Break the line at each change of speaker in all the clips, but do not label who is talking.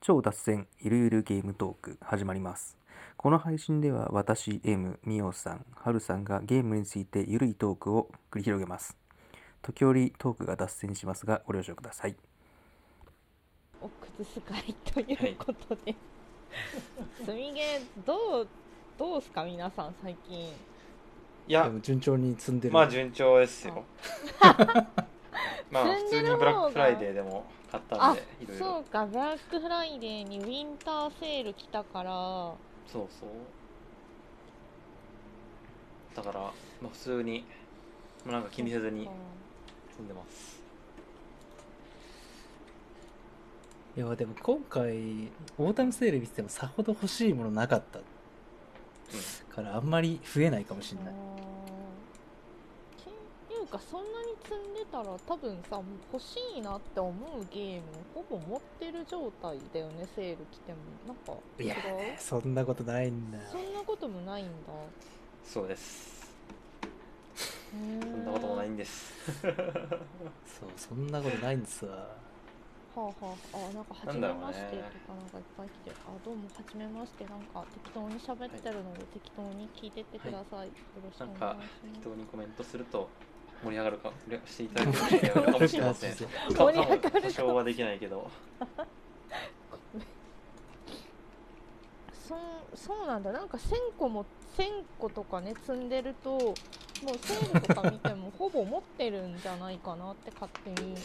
超脱線ゆるゆるゲームトーク始まりますこの配信では私 M みおさんはるさんがゲームについてゆるいトークを繰り広げます時折トークが脱線しますがご了承ください
を崩す会ということで、積みゲーどうどうすか皆さん最近
いや
で、も順調に積んでる。
まあ順調ですよ。 まあ
積んで
普通
る
にブラックフライデ
方
ーでも買ったん
あ
で、いろい
そう
ろ。
かブラックフライデーにウィンターセール来たから
そうそう。だから、まあ普通に、まあなんか気にせずに積んでます。
いや、でも今回、オータムセール見ててもさほど欲しいものなかったから、あんまり増えないかもし
そっ
れ
か
ない。
あーっていうかそんなに積んでたら多分さもう欲しいなって思うゲームほぼ持ってる状態だよねセール来てもなんか
い
違
や
う
そんなことないんだ。
そんなこともないんだ
そうです。
そ
そ
ん
んなこともないん です。
そう、そんなことないんですわ。
はあはあ、あなんか
な
初め
んだろうね
ましてとかなんかいっぱい来てあどうも初めましてなんか適当に喋ってるので適当に聞いてってください、よろしく
なん
お
か
願い
適
し
当にコメントすると盛り上がるか、していただける盛り上がるかもしれませ ん。
いや
盛り上がるか
多少はできないけど。
ますそうそうなんだなんか1000個も1000個とかね積んでるともうセールとか見て もほぼ持ってるんじゃないかなって勝手に、
い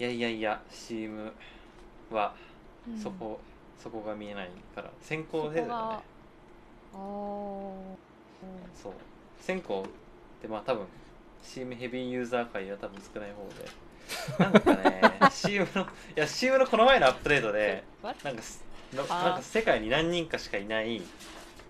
やいやいや、CM は
うん
そこ、そこが見えないから、先
そ
行
こ
でだよ
が
ね。
あー
そう線香ってまあ多分 CM ヘビーユーザー界は多分少ない方 でなんかね CM のいや CM のこの前のアップデートで
わ
なんかすの
あー
なんか世界に何人かしかいない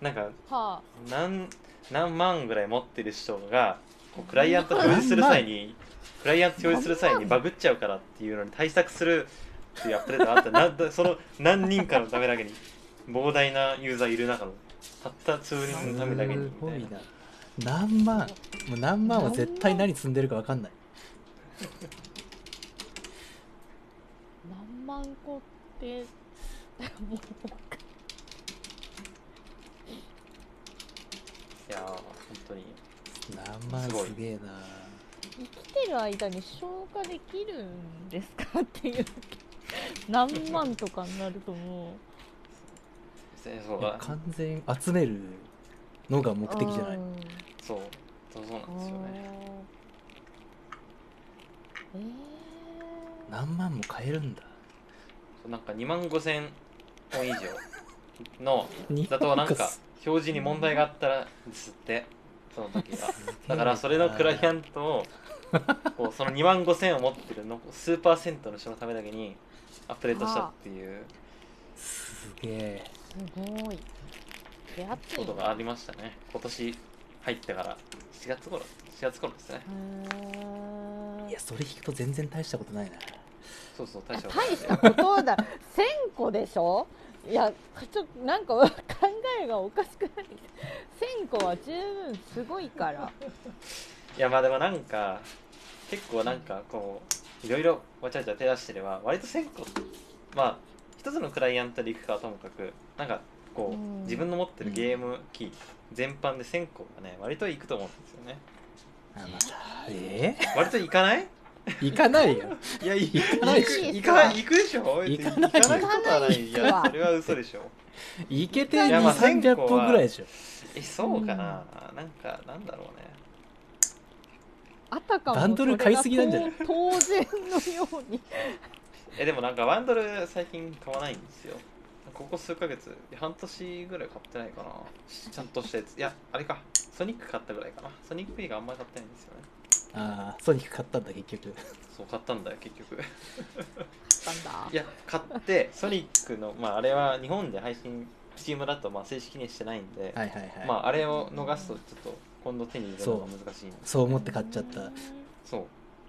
なんか
はあ
何何万ぐらい持ってる人がこうクライアント表示する際にクライアント表示する際にバグっちゃうからっていうのに対策するっていうアップデートがあったな だその何人かのためだけに膨大なユーザーいる中のたった数人のためだけにみ
すご
たい
い
な。
な。何万もう何万は絶対何積んでるかわかんない。
何万個ってもう
いやー本当に
何万すげえな。
生きてる間に消化できるんですかっていう何万とかになるともう
せそう
いや
だ
完全集めるのが目的じゃない。
うん
そうそうそうなんですよね
あーえー、
何万も買えるんだ。
そうなんか2万5千本以上の
日
だ
本
となん
が
か
す
表示に問題があったらですってその 時はだからそれのクライアントをこうその2万5千を持ってるの数パーセントの人のためだけにアップデートしたっていう
すげえ。
すごい手厚い
こと
な
がありましたね今年入ってから7月頃4月頃ですね
へー
いや、それ引くと全然大したことないな。
そうそう
い
大
や
した
大したことだ1000個でしょいやちょっとなんか考えがおかしくなってきた1000個は十分すごいから
いやまあでもなんか結構なんかこういろいろわちゃわちゃ手出してれば割と先行まあ一つのクライアントで行くかはともかくなんかこう
うん
自分の持ってるゲーム機全般で先行がね割と行くと思うんですよね
あまたえ
割と行かない
ー、行かないよ。
いや行
かない
く
し
行かない行くでしょ
行かない
行かないことはないい
行か
や
ない
それは嘘でしょ
行けて
いやまあ
2、300本ぐらいでしょ。
えそうかななんかなんだろうね
あたかも
バンドル買いすぎなんじゃない
それが当然のように
えでもなんかワンドル最近買わないんですよここ数ヶ月半年ぐらい買ってないかなしちゃんとしたやついやあれかソニック買ったぐらいかなソニック P があんまり買ってないんですよね
ああ、ソニック買ったんだ、結局。
そう買ったんだよ結局
なんだ
いや買ってソニックのまああれは日本で配信チームだとまあ正式にしてないんで、
はいはいはい。
まああれを逃すとちょっと今度手に入れるのが難しいんで
そう思って買っちゃった。
そう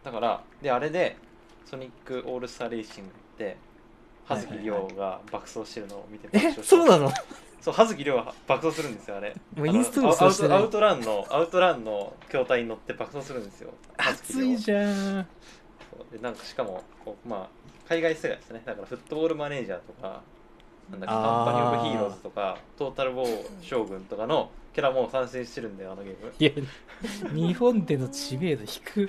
だからであれでソニックオールスターレーシングって葉月
はい
亮
は
が爆走してるのを見て爆
え
笑し、た
そうなの
そう葉月亮は爆走するんですよあれ
もうインストール
あの
すらしてない
アウトアウトランのアウトランの筐体に乗って爆走するんですよ葉月
熱
亮
いじゃん。
そうでなんかしかもこうまあ海外世代ですねだからフットボールマネージャーとかなんだっけ
あー
カンパニー・オブ・ヒーローズとかトータル・ボー将軍とかのキャラも参戦してるんだよあのゲーム
いや、日本での知名度低く。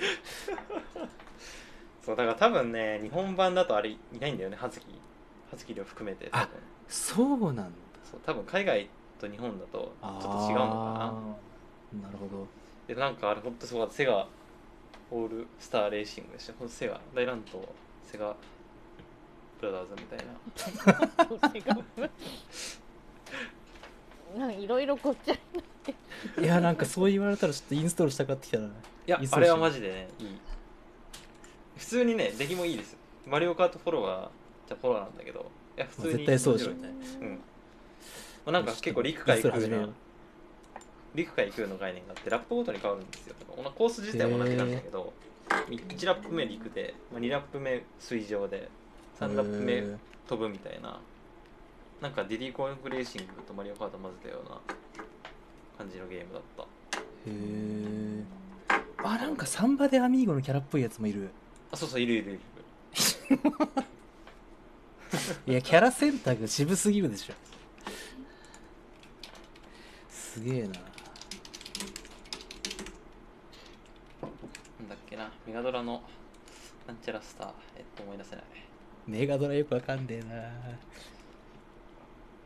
そうだから多分ね日本版だとあれいないんだよね葉月葉月亮含めて多分
あそうなんだ。
そう多分海外と日本だとちょっと違うのか
な。なるほど。
なでなんかあれほんとすごかったセガオールスターレーシングでしたほんとセガ大乱闘セガブラザーズみたいな
なんかいろいろごっちゃになって
いや、なんかそう言われたらちょっとインストールしたかってきたな。
いや
いいっすね
あれはマジでねいい普通にね出来もいいですマリオカートフォロワーじゃフォロワーなんだけどいや普通に
絶対そうでしょ
面白いうん、まあ、なんか結構陸海
インストー
空
ル始めよ
の
う
陸海空の概念があってラップごとに変わるんですよおなコース自体は同じなんだけど、1ラップ目陸で、まあ、2ラップ目水上で3ラップ目
へー
飛ぶみたいななんかディディコンフレーシングとマリオカート混ぜたような感じのゲームだった
へえ。あ、なんかサンバでアミーゴのキャラっぽいやつもいる。
あそうそういるいるいる
いや、キャラ選択渋すぎるでしょ。すげえ
な
な。
んだっけなメガドラのなんちゃらスターえっと思い出せない
メガドラよくわかんねえ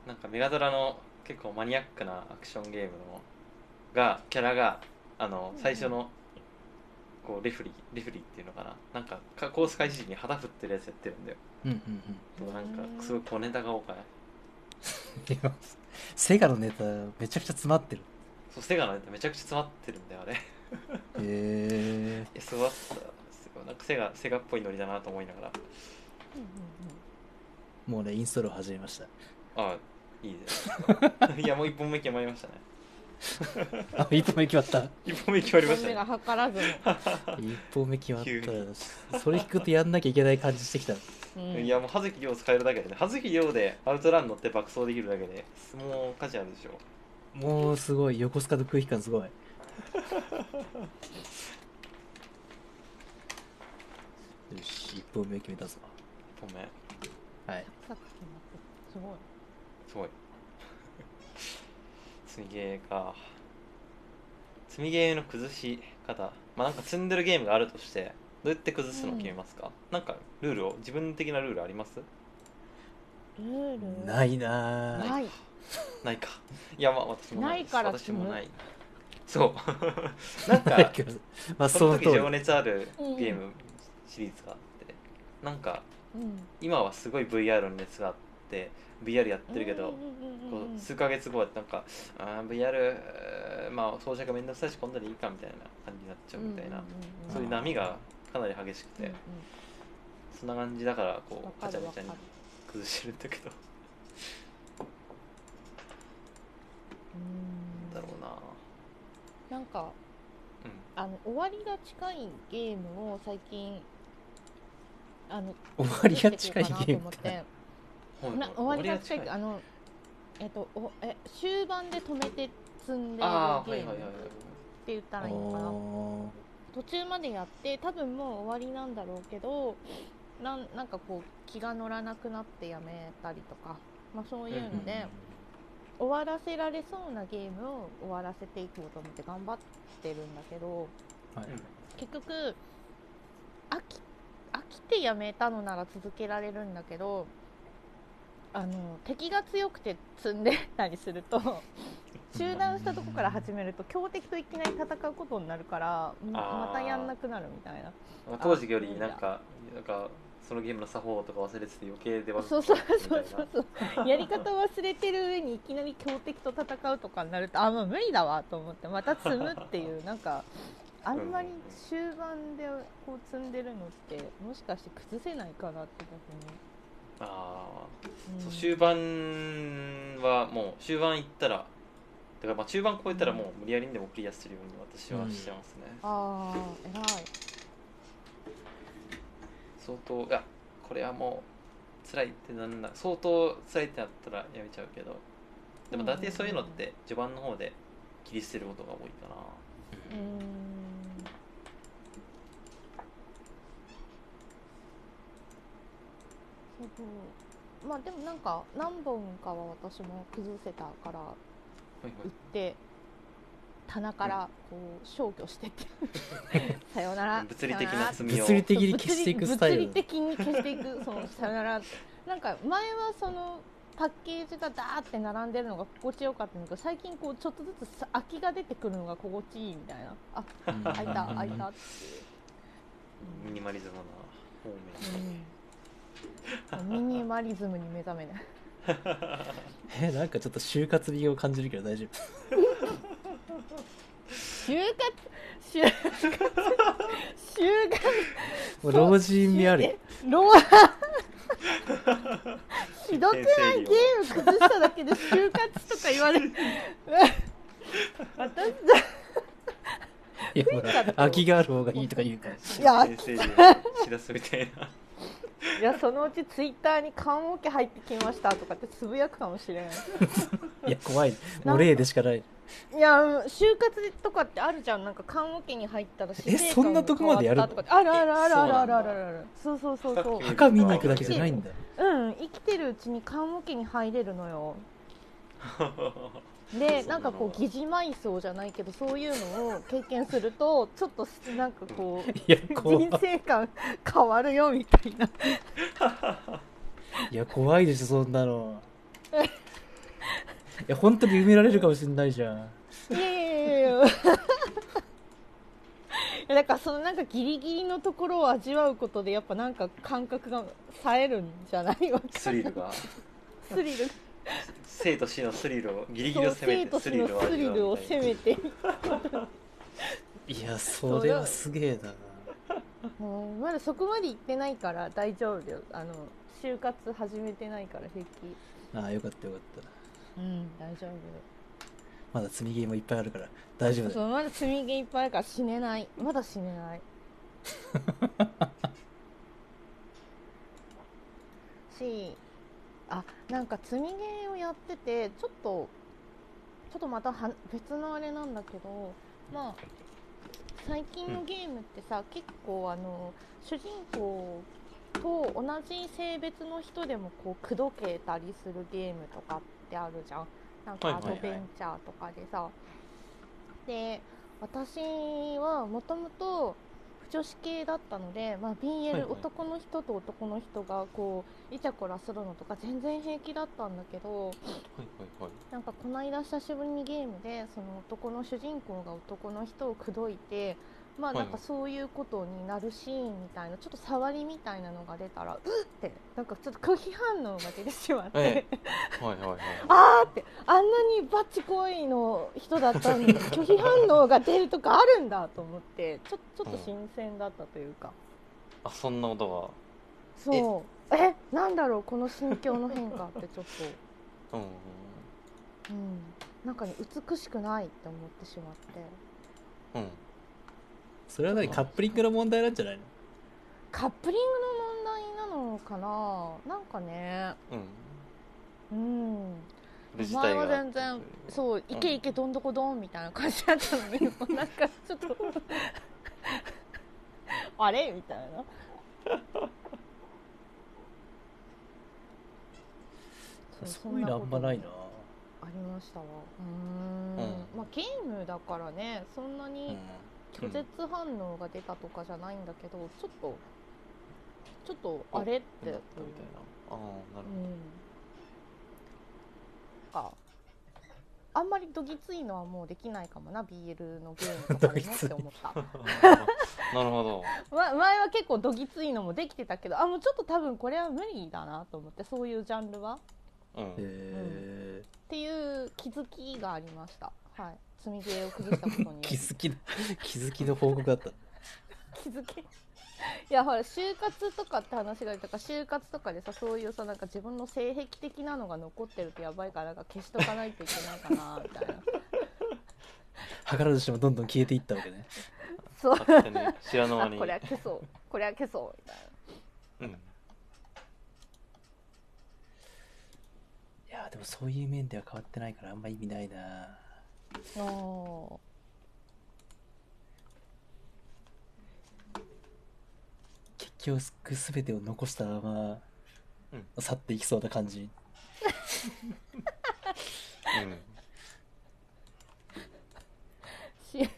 な。
なんかメガドラの結構マニアックなアクションゲームのがキャラがあの
うん
最初のこうレフリーレフリーっていうのかななんかかコース開始時に旗振ってるやつやってるんだよ
うんうんうん。
なんかすごい小ネタが多かない
いや セガのネタめちゃくちゃ詰まってる。
そうセガのネタめちゃくちゃ詰まってるんだよあれい
へえ。
やすごかったすごいなんかセガセガっぽいノリだなと思いながら
もうね、インストールを始めました。
あいいです いやもう一本目決まりましたね
あ、一歩目決まった。
一本目決まりまし
目
た
が
ね
計らず
一歩目決まっ
急
た。それ引くとやんなきゃいけない感じしてきた。
も、
いやもう葉月亮使えるだけでね葉月亮でアウトラン乗って爆走できるだけでもう価値あるでしょ
もうすごい、横須賀の空気感すごい。 よし、一歩目決めたぞ。
一本目
はい。
さっきのすごい
すごい 積みゲーか積みゲーの崩し方まあなんか積んでるゲームがあるとしてどうやって崩すのを決めますか、なんかルールを自分的なルールあります
ルール
ないなぁ。
ない
ないかいやまあ私もないです
ないから
私
積
も
む
ないそう なん
ない
か
けどまあ、
そ
そ
の
の
時
通り
情。熱あるゲームシリーズがあってなんか
うん
今はすごい VR の熱があって VR やってるけど、
うんうんう
こ
んうん
う数ヶ月後はなんか「あー VR まあ装着がめんどくさいし今度でいいか」みたいな感じになっちゃうみたいな、
うんうんうんうん
そういう波がかなり激しくて、
うんうん
そんな感じだからこ
わ
う
か
ガ
る
チャガチャに
わか
崩してるんだけど
うん
だろうな
なんか
う
あの終わりが近いゲームを最近あの
終わりが近いゲ
作ってい
ー
こ
ム
うかなと思って
ん
か
な終わりが近い
終
あ
わ
のえっとおえ終盤で止めて積んでるゲ
ああーは
ー
いは
ムっ
いはいはい
て言ったらいいのかな
おー
途中までやって多分もう終わりなんだろうけどなんなんかこう気が乗らなくなってやめたりとか、まあ、そういうので、終わらせられそうなゲームを終わらせていこうと思って頑張ってるんだけど
はい
結局飽き飽きてやめたのなら続けられるんだけどあの敵が強くて積んでたりすると中断したとこから始めると強敵といきなり戦うことになるからままたやんなくなるみたいな
なんか当時よりなんかなんかそのゲームの作法とか忘れてて余計で忘
そう
れて
そう
た
そうそうそうやり方忘れてる上にいきなり強敵と戦うとかになるとあもう無理だわと思ってまた積むっていうなんかあんまり終盤でこう積んでるのってもしかして崩せないかなって
ああ
逆に、うん
そう終盤はもう終盤行ったらだからまあ中盤超えたらもう無理やりにでもクリアするように私はしてますね、
ああ偉い
相当あこれはもう辛いってなんだ相当辛いってなったらやめちゃうけどでも大体そういうのって序盤の方で切り捨てることが多いかな
うーんまあでもなんか何本かは私も崩せたから売って棚からこう消去してって さよなら
物理的
さよな
な
ら
罪を
物理的に消していくスタイル
物理的に消していくそのさよならなんか前はそのパッケージがダーって並んでるのが心地よかったんだけど最近こうちょっとずつさ空きが出てくるのが心地いいみたいなあ開いた開いたって
ミニ
いう
マリズムな方
うんうんミニマリズムに目覚めない
えなんかちょっと就活味を感じるけど大丈夫
就活就活就 活
もう老人味ある
ロアひどくないゲーム崩しただけで就活とか言われる私
いやほら空きがある方がいいとか言うから
いや
面先生をしらすみたいない
やそのうちツイッターに棺桶入ってきましたとかってつぶやくかもしれない
いや怖いもう例でしかない
いやうん就活とかってあるじゃんなんか棺桶に入ったら死生観
えそんなとこまでやるの
が変わったとかってあるあるあるあるある
え
あるそうそうそうそう
さっ
墓見に行くだけじゃないんだ
うん生きてるうちに棺桶に入れるのよで
そう
なんかこう疑似埋葬じゃないけどそういうのを経験するとちょっとなんかこう
いや怖い
人生観変わるよみたいない
や怖いでしょそんなのいや本当に埋められるかもしれないじゃん
いやいやいやい やいやだからそのなんかギリギリのところを味わうことでやっぱなんか感覚が冴えるんじゃないわかんない
スリルが
スリル
生と死のスリルをギリギリ
そ
を
う
攻め
生
て
と
ス
死
リ
の
ルを味わう
スリルを
みたい
攻
な
めて
いやそれはすげえだな
うん まだそこまで行ってないから大丈夫だよあの就活始めてないから平気
ああよかったよかった
うん大丈夫だよ
まだ積みゲーもいっぱいあるから大丈夫だ
そ
よ
うまだ積み毛いっぱいあるから死ねないまだ死ね ないしあなんか積み毛をやっててちょっとちょっとまたは別のあれなんだけどまあ最近のゲームってさ、結構あの主人公と同じ性別の人でもこう口説けたりするゲームとかってあるじゃんなん
は
か
い
ア
はい
ド
はい
ベンチャーとかでさ、で私はもともと女子系だったので、まあ、BL、
はいはい
男の人と男の人がこうイチャコラするのとか全然平気だったんだけどなんかこの間久しぶりにゲームでその男の主人公が男の人を口説いてまあ
はいは
ないんかそういうことになるシーンみたいなちょっと触りみたいなのが出たらうっってなんかちょっと拒否反応が出てしまって、
えはいはいはい
あーってあんなにバッチコイの人だったの に拒否反応が出るとかあるんだと思ってちょちょっと新鮮だったというか、
あそんなこと
そうえなんだろうこの心境の変化ってちょっ
がうん
と、うん、なんかね美しくないって思ってしまって
うん
それは何カップリングの問題なんじゃないの
カップリングの問題なのかななんかね
うん
うん
それ自
前
体
は
が
全然そうイケイケどんどこどんみたいな感じだったのに、 もうなんかちょっと あれみたい な
そういうのあんまないな
ありましたわうーん
うん
まあゲームだからねそんなに拒絶反応が出たとかじゃないんだけど、ちょっとちょっとあれって
だったみたいなああなる
うんかあんまりどぎついのはもうできないかもな BL のゲームとかで もって思った、
ほ どなるほど
ま、前は結構どぎついのもできてたけどあもうちょっと多分これは無理だなと思ってそういうジャンルはっ
うん
え
ていう気づきがありましたはい積みゲーを崩したことによ
気
り
づきの気づきの報告だった
気づけい やほら就活とかって話が出たから就活とかでさそういうさなんか自分の性癖的なのが残ってるとやばいからなんか消しとかないといけないかなみた いな
図らずしてもどんどん消えていったわけね
そう
勝手に知らぬ間
あ
に
これは消そうこれは消そうみたい
うん
いやでもそういう面では変わってないからあんま意味ないな
なお
結局全てを残したまま
う
去っていきそうな感じ
うん
し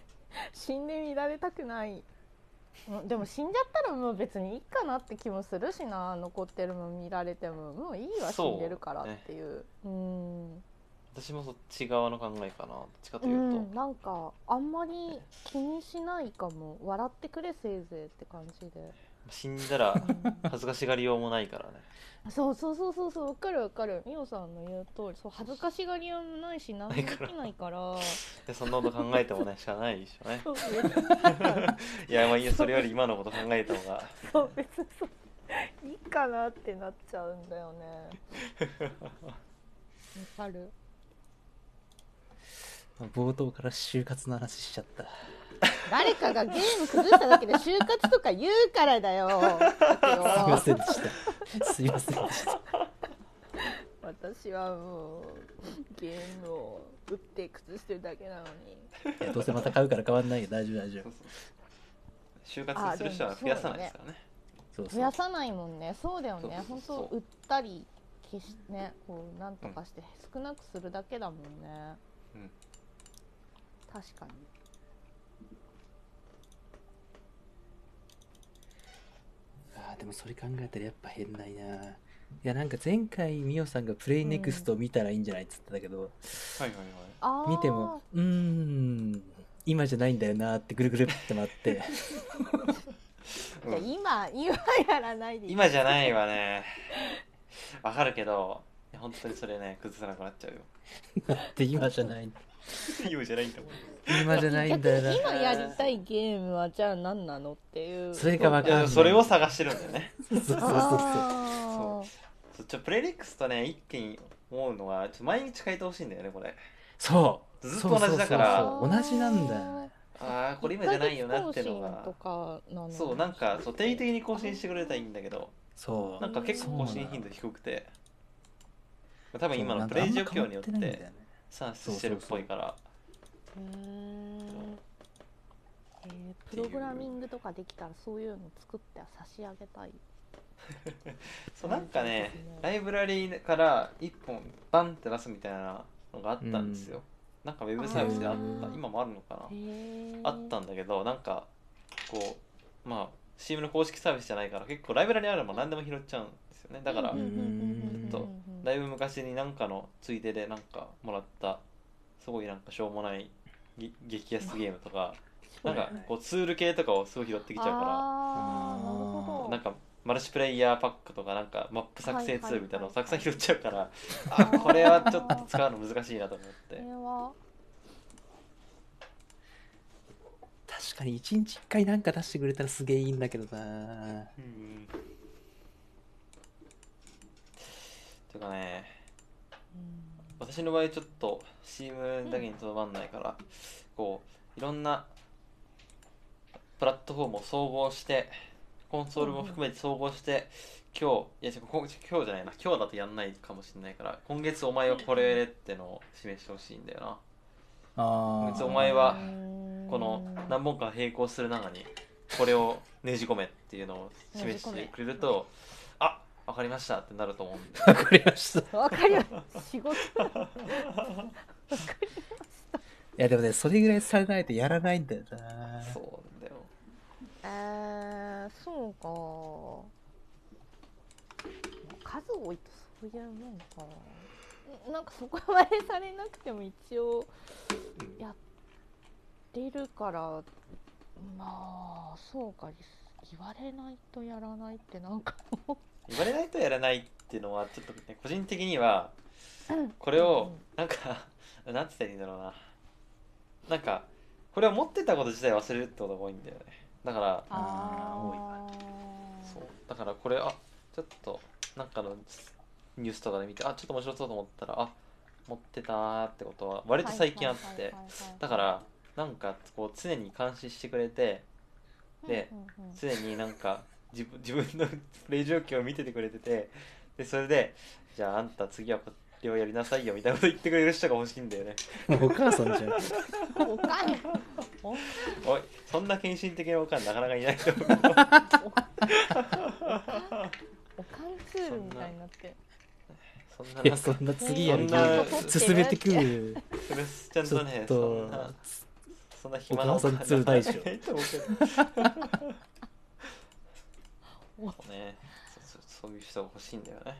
死んで見られたくないうんでも死んじゃったらもう別にいいかなって気もするしな残ってるの見られてももういいわ死
そうん
でるからっていうう,、
私もそっち側の考えかなどっちかと
ん、
いうと、
うん、なんかあんまり気にしないかも笑ってくれせいぜいって感じで、
死んだら
う
恥ずかしがりようもないからね
んそうそうそうそうそうわかるわかるみおさんの言う通りそう恥ずかしがり屋もないし何もできない から
でそんなこと考えてもねしかないでしょうね
そう別に
いやまあいいやそれより今のこと考えた方が
そう別にそういいかなってなっちゃうんだよねわかる
冒頭から就活の話しちゃった
誰かがゲーム崩しただけで就活とか言うからだ よ
すいませんでしたすいませんでした
私はもうゲームを打って崩してるだけなのに
いやどうせまた買うから変わんないよ大丈夫大丈
そう
夫
そう就活する人は増やさないですからね
そう
増
そ
や
う
さないもんねそうだよね
そ
本
うそう
当
そう
売ったり消しねこうなんとかして少なくするだけだもんね、
うん
確かに
あーでもそれ考えたらやっぱ変ないないやなんか前回ミオさんがプレイネクスト見たらいいんじゃないっつってたけど、
はいはいはい
あー
見てもうーん今じゃないんだよなーってぐるぐるって回って
じゃあ今今やらないでいい
今じゃないわねわかるけどいや本当にそれね崩さなくなっちゃうよ
で今じゃない
今じゃないんだもん
今じゃないんだよな
逆に今やりたいゲームはじゃあ何なのっていう
それがわ
い
かんな
や
い
それを探してるんだよね
そうそうそうそう
あー
そうちょプレリックスとね一気に思うのはちょっと毎日変えてほしいんだよねこれ
そう
ずっと同じだから
そうそうそう同じなんだよね
ああこれ今じゃないよなっ
一ヶ
ての
月更新と
が
かなの
そうなんかそう定期的に更新してくれたらいいんだけど
そう
なんか結構更新頻度低くて多分今
そ
の
う
プレイ状況によっ
なんかあんま変わってないんだ
て
よね
算出してるっぽいから
へーえープログラミングとかできたらそういうの作って差し上げたい
そうなんかねライブラリーから1本バンって出すみたいなのがあったんですよ、なんかウェブサービスであった
あー
今もあるのか
へ
な
ー
あったんだけどなんかこうまあ CM の公式サービスじゃないから結構ライブラリーあるのも何でも拾っちゃうんですよねだから、
うんうんうんうんうん
ちょっとだいぶ昔になんかのついででなんかもらったすごいなんかしょうもないぎ激安ゲームとかなんかこうツール系とかをすごい拾ってきちゃうから
あーなるほど
なんかマルチプレイヤーパックとかなんかマップ作成ツールみたいなのをたくさん拾っちゃうからあ
はいはい
これはちょっと使うの難しいなと思っ
こ
て
れは
確かに一日一回なんか出してくれたらすげえいいんだけどな
うんてかね
うん
私の場合ちょっと CM だけにとどまんないから、こういろんなプラットフォームを総合してコンソールも含めて総合して、今日いや違う今今日じゃないな今日だとやんないかもしれないから今月お前はこれってのを示してほしいんだよな
あ
別に
あ
お前は
うん
この何本か並行する中にこれをねじ込めっていうのを示してくれるとあわかりましたってなると思うんで
わかりましたい
わかります仕事
やでもねそれぐらいされないとやらないんだよな
そうなんだよ
えー、そうか数多いとそういうもんかんなんかそこまでされなくても一応やってるからまあそうか言われないとやらないってなんかも
言われないとやらないっていうのはちょっとね個人的には
うん
これをなんかなんて言ったらいいんだろうななんかこれを持ってたこと自体忘れるってことが多いんだよねだから
あー多い
そうだからこれあちょっとなんかのニュースとかで見てあちょっと面白そうと思ったらあ持ってたーってことは割と最近あって、だからなんかこう常に監視してくれてで 常になんか自分自分のプレイ状況を見ててくれててでそれでじゃああんた次はこれをやりなさいよみたいなこと言ってくれる人が欲しいんだよね
もうお母さんじゃん
おかん
おいそんな献身的なおかんなかなかいないと思
お
う
かんおかんツールみたいになって
そんないな
や
んか
そんな次やる
そんな
進めてくる
クリスちゃん
ちょ
と
っ
ねそん
と
なそんな暇な
お母さん通大 将
ねそそそういう人が欲しいんだよね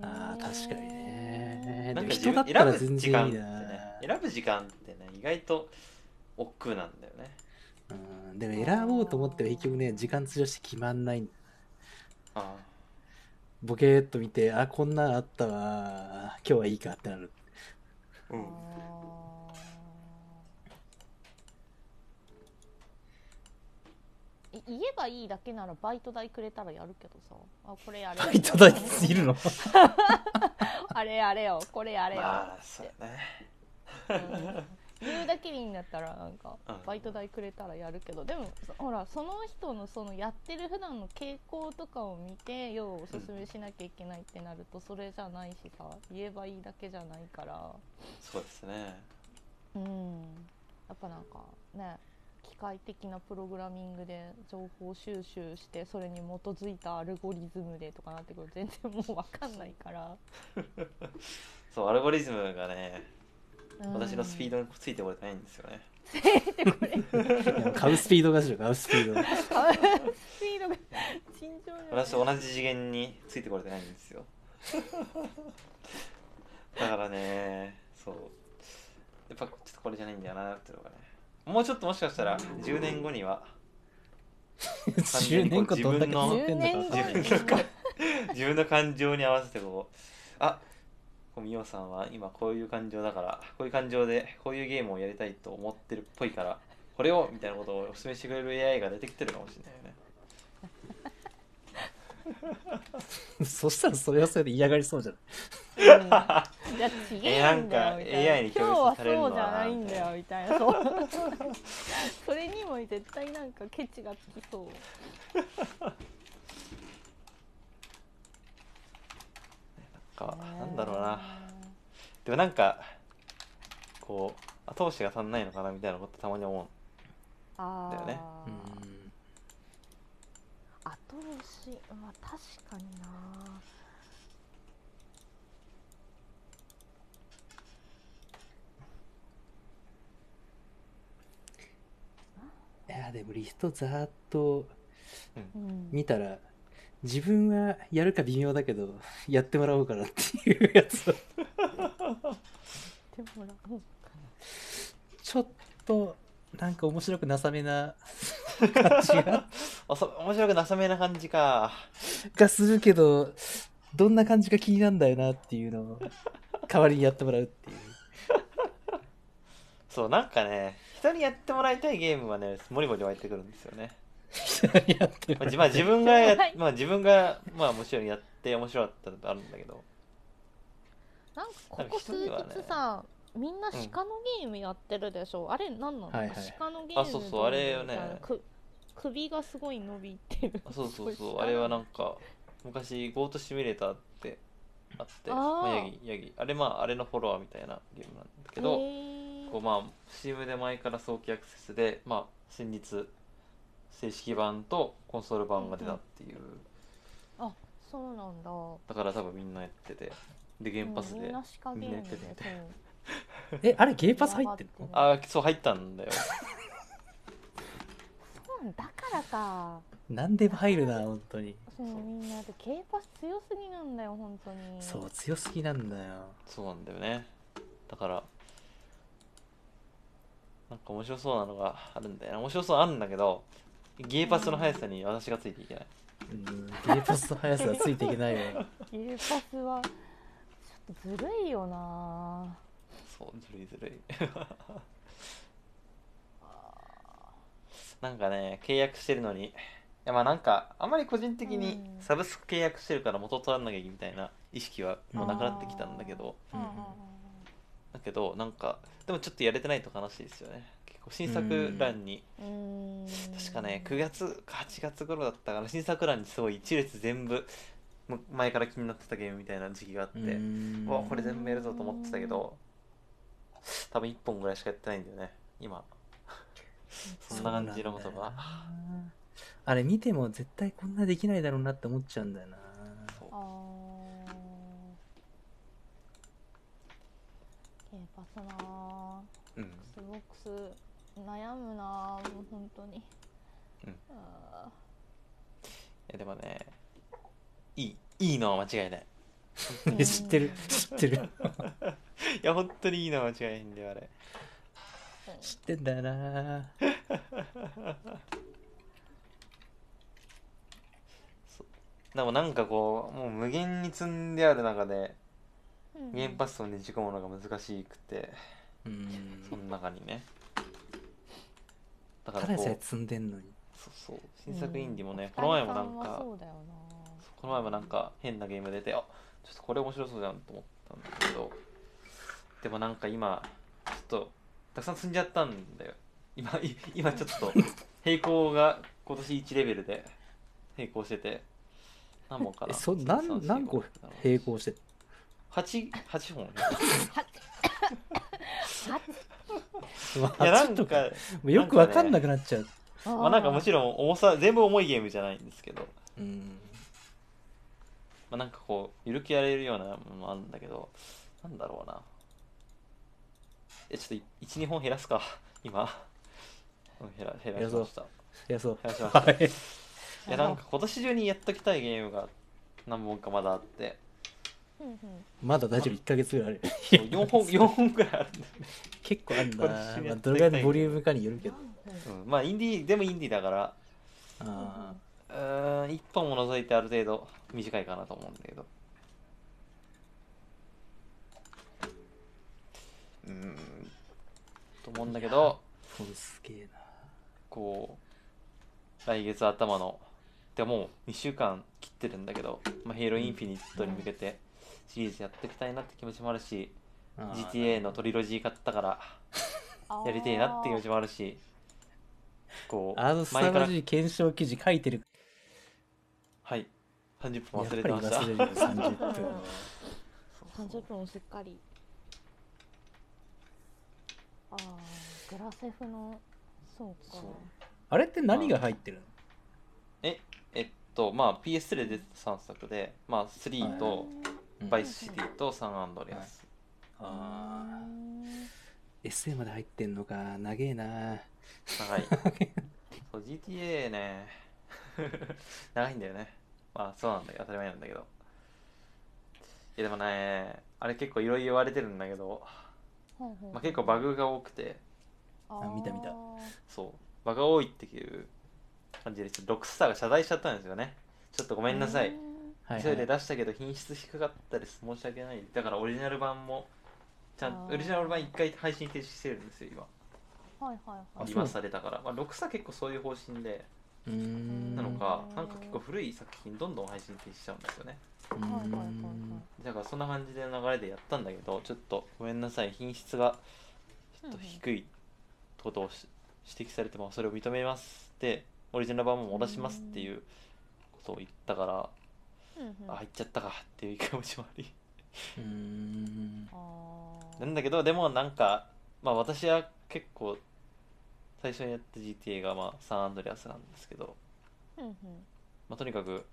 あー確かにね
な
で
ん
も
か
人だっ
自
たら
分選ぶ
全
時間っ
然いい
て
な
ね選ぶ時間ってね意外と億劫なんだよね
うんでも選ぼうと思っては結局ね時間費やして決まんないんだ
あ
ボケーっと見てあこんなんあったわ今日はいいかってなる
あ
あ
うん
ーい言えばいいだけならバイト代くれたらやるけどさあこれやれ
バイト代いるの
あれやれよこれやれよ、
まあそうだね
うん言うだけでいいんだったらなんか
うん
バイト代くれたらやるけどでもそほらその人のそのやってる普段の傾向とかを見てようおすすめしなきゃいけないってなるとそれじゃないしさ言えばいいだけじゃないから
そうですね
うんやっぱなんかね機械的なプログラミングで情報収集してそれに基づいたアルゴリズムでとかなってくると全然もう分かんないから、
そうアルゴリズムがね
うん
私のスピードについてこれてないんですよね
いや買うスピードがしろ買うスピード
あスピードが尋常じゃない
私と同じ次元についてこれてないんです よだからねそうやっぱちょっとこれじゃないんだよなっていうのがねもうちょっともしかしたら10年後には
10年後どんだけ続ってんのか
10
自分の感自分の感情に合わせてこうあこうミオさんは今こういう感情だからこういう感情でこういうゲームをやりたいと思ってるっぽいからこれをみたいなことをお勧めしてくれる AI が出てきてるかもしれないよね
そしたらそれはそれで嫌がりそうじゃない
うんじゃあ違えんだよみたいな
えなんか AI に
今日
表
は
示されるの
そう
は
じゃないんだよみたいなそう それにも絶対なんかケチがつきそう
かなんだろうなでもなんかこう後押しが足んないのかなみたいなことたまに思
あー
だよね
うん
後押しまあ確かにな
いやでもリストざーっと
うん
見たら自分はやるか微妙だけどやってもらおうかなっていうやつ
でもらおうか
ちょっとなんか面白くなさめな感じが
うあそ面白くなさめな感じか
がするけどどんな感じが気になんだよなっていうのを代わりにやってもらうっていう
そうなんかね人にやってもらいたいゲームはねもりもり湧いてくるんですよね、
やっても
まあ
らう
じまあ、自分が や
はい
まあ自分がまあもちろんやって面白かったことあるんだけど
なんかここ数日
なんか一人はね
さ、みんな
うん
鹿のゲームやってるでしょ、あれなんなの、
はいはい
鹿のゲーム
あそうそうあれよね
みたいなく首がすごい伸びてる
あそうそう
こ
そう
鹿
あれはなんか昔ゴートシミュレーターってあって
あー
まあ、ヤギヤギあれまああれのフォロワーみたいなゲームなんだけど、
へー
こうまあ Steam で前から早期アクセスで、まあ、先日正式版とコンソール版が出たっていう、
あそうなんだ
だから多分みんなやっててで原発
うん
で、
みんな鹿ゲームで
みんなやってて
そう
えあれゲーパス入ってんの
ああそう入ったんだよ
そうだからか
何でも入るな本当に
そうみんなでケイパス強すぎなんだよ本当に
そう強すぎなんだよ
そうなんだよねだからなんか面白そうなのがあるんだよな面白そうなのあるんだけどゲーパスの速さに私がついていけない、
うんゲーパスの速さはついていけないわ
ケイパスはちょっとずるいよな
そうずるいずるい なんかね契約してるのにいやまあなんかあまり個人的に
うん
サブスク契約してるから元取らなきゃいいみたいな意識はもうなくなってきたんだけど
うんうん
だけどなんかでもちょっとやれてないと悲しいですよね結構新作欄に
うん
確かね9月か8月頃だったから新作欄にすごい一列全部む前から気になってたゲームみたいな時期があって
う
うんわこれ全部やるぞと思ってたけど多分1本ぐらいしかやってないんだよね 今そんな感じのこと
そうなん
が
だよなあれ見ても絶対こんなできないだろうなって思っちゃうんだよな
かったなぁ
うん
すごくす悩むなぁもう本当に、
うん
あ
えでもねいいいいのは間違いない
ー
え知ってる知ってる
いや本当にいいのは間違いないんだよあれ
うん
知ってんだよな
でもなんかこうもう無限に積んである中で
うん
無限パスをねじ込むのが難しくて
うん
その中にねだから
ただで
こう
さえ積んでんのに
そうそう新作インディもね、
う
この前もなん
お疲れ様は
か
そうだよな
この前もなんか変なゲーム出てあちょっとこれ面白そうじゃんと思ったんだけどでもなんか今ちょっとたくさん積んじゃったんだよ今い今ちょっ と平行が今年1レベルで並行してて何本か
え
な
そ何何個並行して
8, 八本い
い
やなんか
よくわかんなくなっちゃう、
まあなんかも
面
ち
白い
ろん重さ全部重いゲームじゃないんですけど、
うん
まあ、なんかこうゆるくやれるようなものもあるんだけどなんだろうなえちょっと12本減らすか 今うん減ら減らしました
いやそう
減らしました
はい
いやなんか今年中にやっときたいゲームが何本かまだあって
うんうん
まだ大丈夫1ヶ月ぐらいある
4本四本ぐらいあるんだよね、
結構あるんだ
今
な、
年
ま
や
あ、
っていきたい
どれぐらいのボリュームかによるけど
うん、まあインディーでもインディーだから
あ
うーん1本も除いてある程度短いかなと思うんだけどうーんと思うんだけど
ーこれすげえな
こう来月頭のでもう2週間切ってるんだけど「まあ、ヘイローインフィニット」に向けてシリーズやっていきたいなって気持ちもあるし
あー
GTA のトリロジー買ったから
あー
やりてえなって気持ちもあるしこ
あの
う
す
前
さ
か
ま
ら
じい検証記事書いてる
はい30分
やっぱ
忘
り
れてました
忘れるよ30分 は
30分すっかりあーグラセフのそうか
そう
あれって何が入ってるの
えっとまあ PS3 で出てた3作で、まあ、3と
うん
バイスシティとサンアンドレアス、
あ
うーん
SA まで入ってんのか長えな
長 いそう GTA ね 長いんだよねまあそうなんだよ当たり前なんだけどいやでもねあれ結構いろいろ言われてるんだけど、
はいはいはい
まあ、結構バグが多くて
あ
あ見た見た
ー
そうバグが多いっていう感じでちょっとロックスターが謝罪しちゃったんですよねちょっとごめんなさい、
うーん
はいはい
急いで出したけど品質低かったです申し訳ないだからオリジナル版もちゃん
あー
オリジナル版一回配信停止してるんですよ今
はいはいはい
そう
今されたから、まあ、ロックスター結構そういう方針で
うーん
なのか、
うん
なんか結構古い作品どんどん配信停止しちゃうんですよね
うーん
はいはいはいはい
だからそんな感じで流れでやったんだけどちょっとごめんなさい品質がちょっと低いことをし指摘されてもそれを認めますでオリジナル版も戻しますっていうことを言ったから、
うんうん
あ入っちゃったかっていう気持ちもあり
うーん
あ
な
ー
んだけどでもなんかまあ私は結構最初にやった GTA がまあサンアンドレアスなんですけど、
うんうん
まあ、とにかく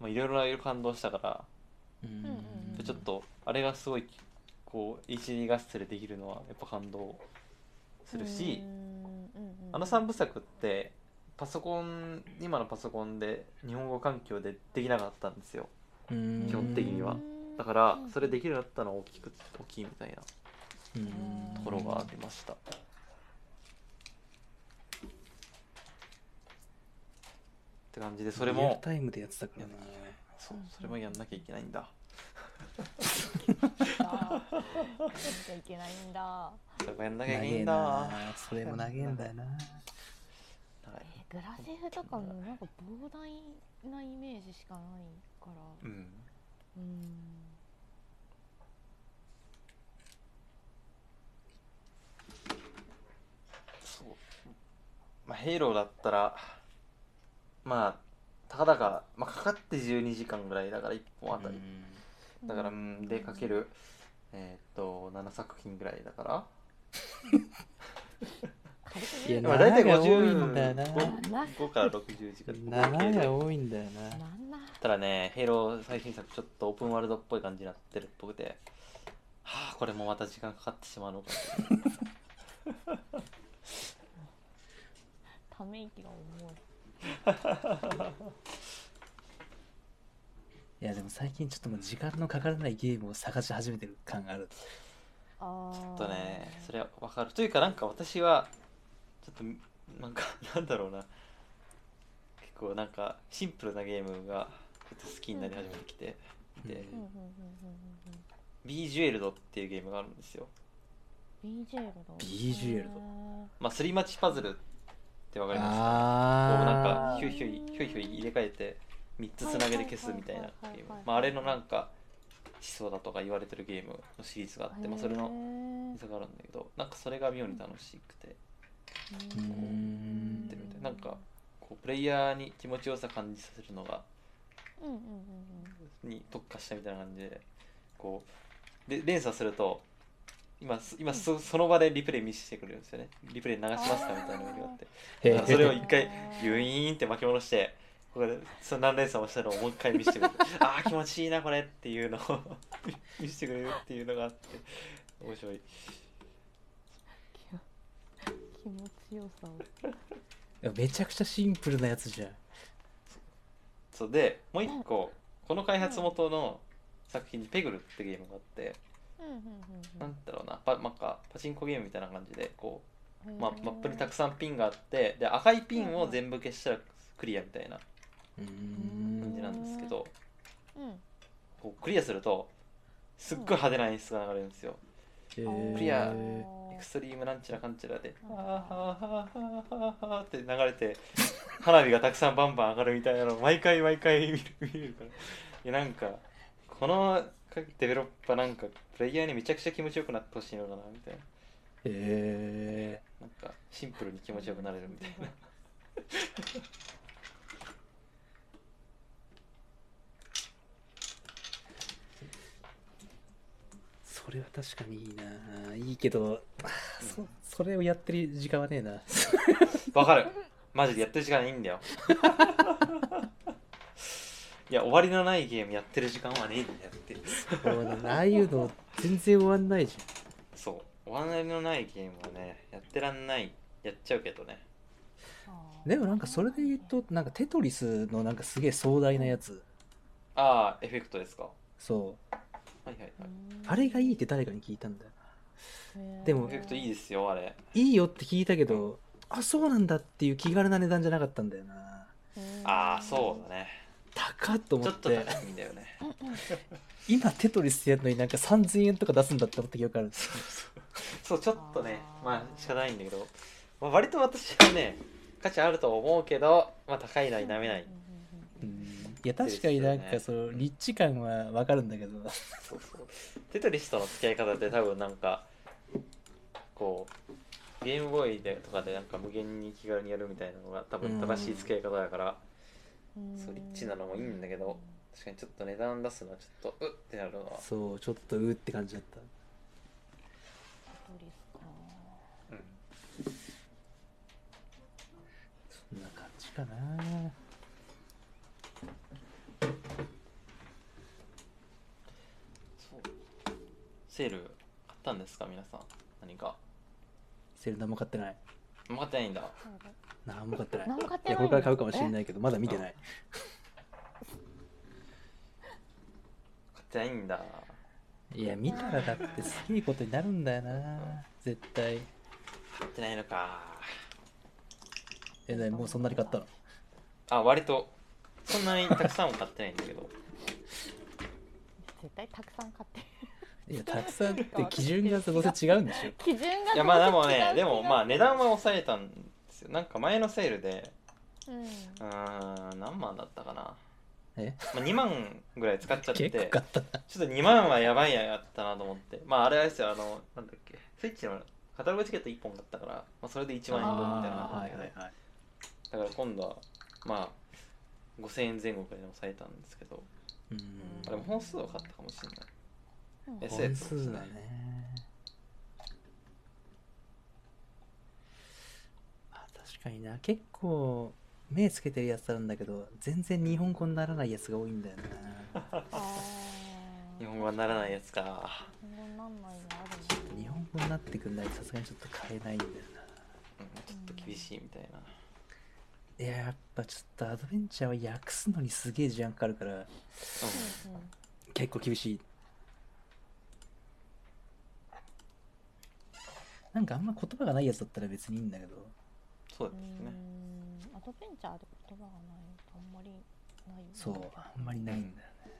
まあいろいろな感動したから
うーん
うんうん
ちょっとあれがすごいこう HD 画質でできるのはやっぱ感動するし
うーんうんうん
あの3部作ってパソコン今のパソコンで日本語環境でできなかったんですよ
うーん
基本的にはだからそれできるようになったのは大きく大きいみたいな
うーん
ところがありましたって感じでそれ
リアル
も
タイムでやってたからな
そうそれもやんなきゃいけないんだ
あー やっちゃいけないんだ
それもやんな
長
きゃいけない
え
んだ
なそれも長えんだよな
はい
えグラセフとかもなんか膨大なイメージしかないから
うん
うーん
そうまあヘイローだったらまあたかだか、まあ、かかって12時間ぐらいだから1本あたりだから、うん、でかけるえーっと7作品ぐらいだから
軽く
いや
ね
な
まあ大体
長い多いんだよな
55 5から60時間
長が多いんだよ
な
なん
な
ただね、ヘイロー最新作ちょっとオープンワールドっぽい感じになってるっぽくて、はあこれもまた時間かかってしまうのか
ため息が重い
いやでも最近ちょっともう時間のかからないゲームを探し始めてる感がある
あー
とねそれはわかるというかなんか私はちょっとなんか なんだろうな結構なんかシンプルなゲームがちょっと好きになり始めてきて、で
うんうんうんうん
ビージュエルドっていうゲームがあるんですよ
うんうん BJ だ
BJ だ
まあすり町パズルってわかりますこうなん
あ
か
あ
ヒュイヒュイヒュイヒュイ入れ替えて3つつなげて消すみたいな
はいはいはいはいはい
ゲームまああれのなんか思想だとか言われてるゲームのシリーズがあって、まあ、それの
の
差があるんだけどなんかそれが妙に楽しくて
うーん
ってみたいなんかこうプレイヤーに気持ちよさ感じさせるのが
うんうんうん
に特化したみたいな感じでこうで連鎖すると今す今そその場でリプレイ見せてくれるんですよねリプレイ流しますかみたいなのがあって
へ
だから
ー
それを一回ユイーンって巻き戻してここでその何連鎖もしたのをもう一回見せて くれるああ気持ちいいなこれっていうのを 見せてくれるっていうのがあって面白い
気持ちよさを
いやめちゃくちゃシンプルなやつじゃん
そうでもう一個この開発元の作品に「ペグル」ってゲームがあって
うんうんう
なんだろうなパなんかパチンコゲームみたいな感じでこ
んう
うんまあマップにたくさんピンがあってで赤いピンを全部消したらクリアみたいな
うー
うん
感じなんですけど
うん
こうクリアするとすっごい派手な演出が流れるんですよ
へー
クリア
へ
エクストリームなんちゃらかんちゃらで「
う
は
ん
あはあはあはあはあはあ」って流れて花火がたくさんバンバン上がるみたいなのを毎回毎回見る見れるからいやなんかこのデベロッパーなんかプレイヤーにめちゃくちゃ気持ちよくなってほしいのかなみたいな
え
なんかシンプルに気持ちよくなれるみたいな
それは確かにいいないいけど あーそそれをやってる時間はねえな
わかるマジでやってる時間いいんだよ いや終わりのないゲームやってる時間はねえんだよって
そうだなああいうの全然終わんないじ
そう終わりのないゲームはねやってらんないやっちゃうけどね
ゃんでもなんかそれで言うとなんかテトリスのなんかすげえ壮大なやつ
ああエフェクトですかは
そ
いはいはい
うんあれがいいって誰かに聞いたんだよでも
エフェクトいいですよあれ
いいよって聞いたけどあそうなんだっていう気軽な値段じゃなかったんだよな
ああそうだね
高っと
ち
思
ょ
っ
っと
て
高いんだよね
うんうん
今テトリスやるのになんか3000円とか出すんだって思った記憶ある
そうそうそうちょっとね
あー
まあ仕方ないんだけど、まあ、割と私はね価値あると思うけどまあ高いのは否めない
いや確かになんかその立地感はわかるんだけど
そうそうテトリスとの付き合い方って多分なんかこうゲームボーイでとかでなんか無限に気軽にやるみたいなのが多分正しい付き合い方だから、
うん
そうリッチなのもいいんだけど確かにちょっと値段出すのはちょっとうってなるのは、
そうちょっとうーって感じだった
テトリスか
うん
そんな感じかな
そうセール買ったんですか皆さん何か
セール何も買ってない
分かってないんだ
そうだ
何も買ってない
何も買ってな
い
い
やこれから買うかもしれないけどまだ見てない
買ってないんだ
いや見たらだってすげえことになるんだよな絶対
買ってないのか
えなにもうそんなに買ったの
あ割とそんなにたくさんは買ってないんだけど
絶対たくさん買って る
いやたくさんって基準がどうせ違うんでしょ
基準が
いやまあでも
違う違
ね
う
でもまあ値段は抑えたんですよなんか前のセールで
うん
うーん何万だったかな、
え
まあ、2万ぐらい使っちゃって
結構 買ったな
ちょっと2万はやばいややったなと思って。まああれですよ、あの、なんだっけ、スイッチのカタログチケット1本買ったから、まあそれで1万円分みたいなのがあ
は
っ
い
たん
は
だけ
いはい
ど。だから今度は、まあ、5000円前後くらいで抑えたんですけど、
う
あでも本数は買ったかもしれない。
うん
え
ん
そう
本
やつです
数
ね
だねあ確かにな結構目つけてるやつあるんだけど全然日本語にならないやつが多いんだよな
あ
日本語はならないやつか
日本語になんないのある
ちょっと日本語になってくんないとさすがにちょっと買えないんだよ
うんちょっと厳しいみたいな
ないややっぱちょっとアドベンチャーは訳すのにすげえ時間かかるから
な、うんうん
結構厳しいなんかあんま言葉がないやつだったら別にいいんだけど
そう
うー
ですね
んアドベンチャーで言葉がないとあんまりないよね
そうあんまりないんだよね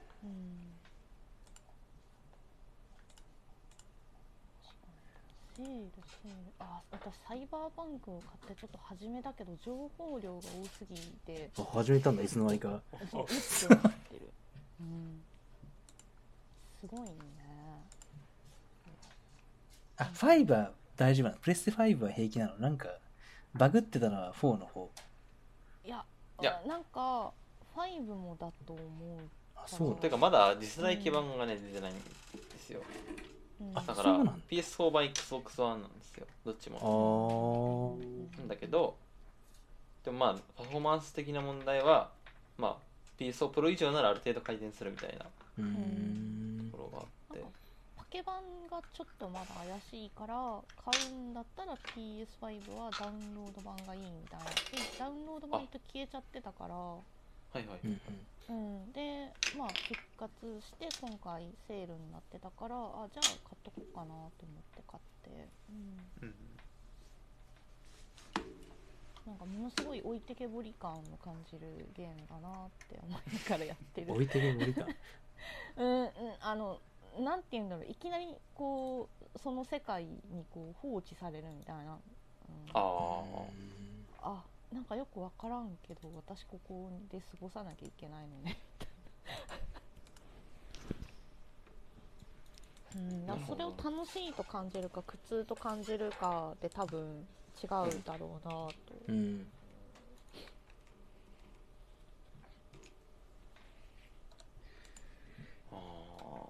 うん確かにセールセールあ私サイバーバンクを買ってちょっと始めたけど情報量が多すぎて
あ始めたんだいつの間にか
そううってなってる、うん、すごいね
あファイバー大丈夫なのプレステ5は平気なのなんかバグってたのは4の方
いや
いや
なんか5もだと思う
あそう
うん
てかまだ次世代基盤がね出てないんですよ
うん、
だか
そ
ら
うなんだ
PS4 版 XBOX1 なんですよどっちも
あ
なんだけどでもまあパフォーマンス的な問題はまあ PS4 プロ以上ならある程度回転するみたいなと
うーん
ころがあって
なんかパケ版がちょっとまだ怪しいから買うんだったら PS5 はダウンロード版がいいみたいなでダウンロード版と消えちゃってたから
はいはい、
うんうん
うんでまあ復活して今回セールになってたからあじゃあ買っとこうかなと思って買って、うん、
うん
なんかものすごい置いてけぼり感を感じるゲームだなって思いながらやってる
置いてる置いた
うんうんあのなんて言うんだろういきなりこうその世界にこう放置されるみたいな、うん、
ああ
あなんかよくわからんけど私ここで過ごさなきゃいけないのね みたいなうん、なんかそれを楽しいと感じるか苦痛と感じるかで多分違うだろうなと、
うん
あ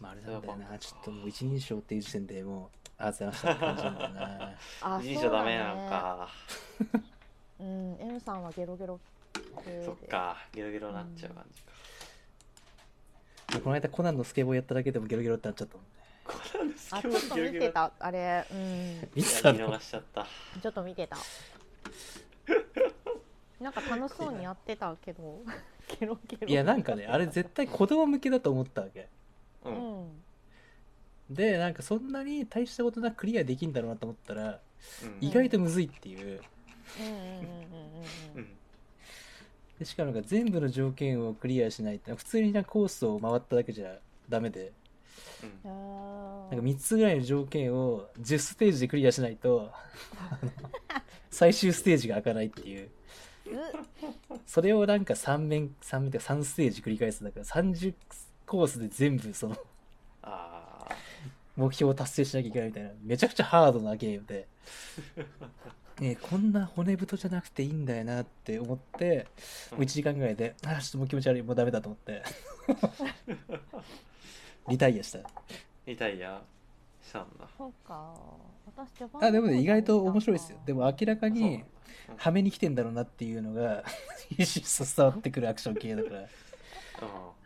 まああれなんだよなちょっともう一人称っていう時点でもうああざいましたって感じなんだよな
あ
あいいじゃダメな
そうだ
の
ね
か
うん M さんはゲロゲロ系で
そっかゲロゲロなっちゃう感じか、
もうこの間コナンのスケボーやっただけでもゲロゲロってなっちゃったもんね
これなんです
あち
け
ょ
ど
っと見て
いや
たあれうん
見てた
見
の
逃しちゃった
ちょっと見て たなんか楽しそうにやってたけど ゲロゲロ
いやなんかねあれ絶対子供向けだと思ったわけ
う、
うん
うん
ん
でなんかそんなに大したことなくクリアできんだろうなと思ったら意外とむずいっていう
うんうんうんうん
う
うん
ん、
でしかもなんか全部の条件をクリアしないと普通になんかコースを回っただけじゃダメで
う
あ
ん
なん
ー
か3つぐらいの条件を10ステージでクリアしないとあの最終ステージが開かないっていうそれをなんか3面3面ってか3ステージ繰り返すだから30コースで全部その
ああ
目標を達成しなきゃいけないみたいなめちゃくちゃハードなゲー ムで、ねえ、こんな骨太じゃなくていいんだよなって思ってもう1時間ぐらいであーちょっともう気持ち悪いもうダメだと思って リタイアした
リタイアしたんだ
そうか私ジャパン
あでもね意外と面白いですよでも明ら
そうな
か
ん
に
だ
はめに来てんだろうなっていうのが ひしひしと伝わってくるアクション系だから
うん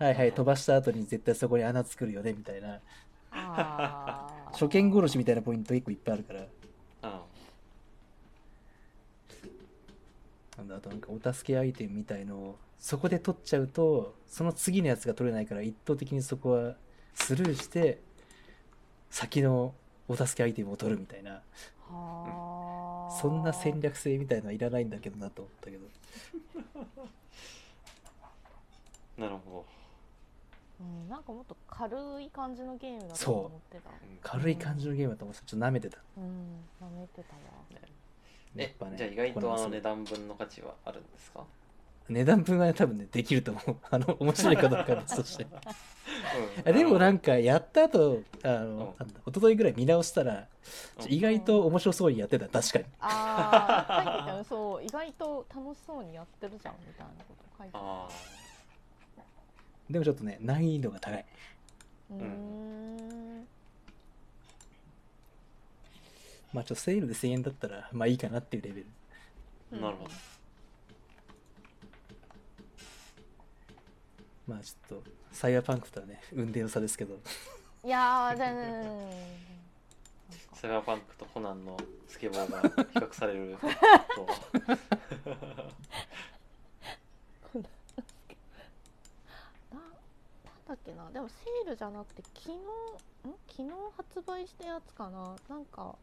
はいはい飛ばした後に絶対そこに穴作るよねみたいな
あー
初見殺しみたいなポイント1個いっぱいあるから
うん
なんだあとなんかお助けアイテムみたいのをそこで取っちゃうとその次のやつが取れないから一等的にそこはスルーして先のお助けアイテムを取るみたいな
はー
そんな戦略性みたいのはいらないんだけどなと思ったけど
なるほ
うんなんかもっと軽い感じのゲームだと思ってた
ど、うん
軽い感じのゲームだと思ってちょっと舐めてた
うんなめてたわ
やっ
え
ぱね
じゃあ意外
これ
と
も
あ
そう
の値段分の価値はあるんですか
値段分はね多分ねできると思う あの面白いかどうかは別と して
うん
でもな
うん
んかやった後あの、
う
なんだ一昨日ぐらい見直したらちょ
うん
意外と面白そうにやってた確かに
あー書いてたよそう意外と楽しそうにやってるじゃんみたいなこと書いてた
ああ
でもちょっとね難易度が高いう
ーん
まあちょっとセールで1000円だったらまあいいかなっていうレベル
うん
なるほど
まあちょっとサイヤーパンクとはね、運転の差ですけど。
いやー全 然
サイバーパンクとコナンのスケボーが比較され ると
ななんだっけなでもセールじゃなくて昨日ん昨日発売したやつかななんか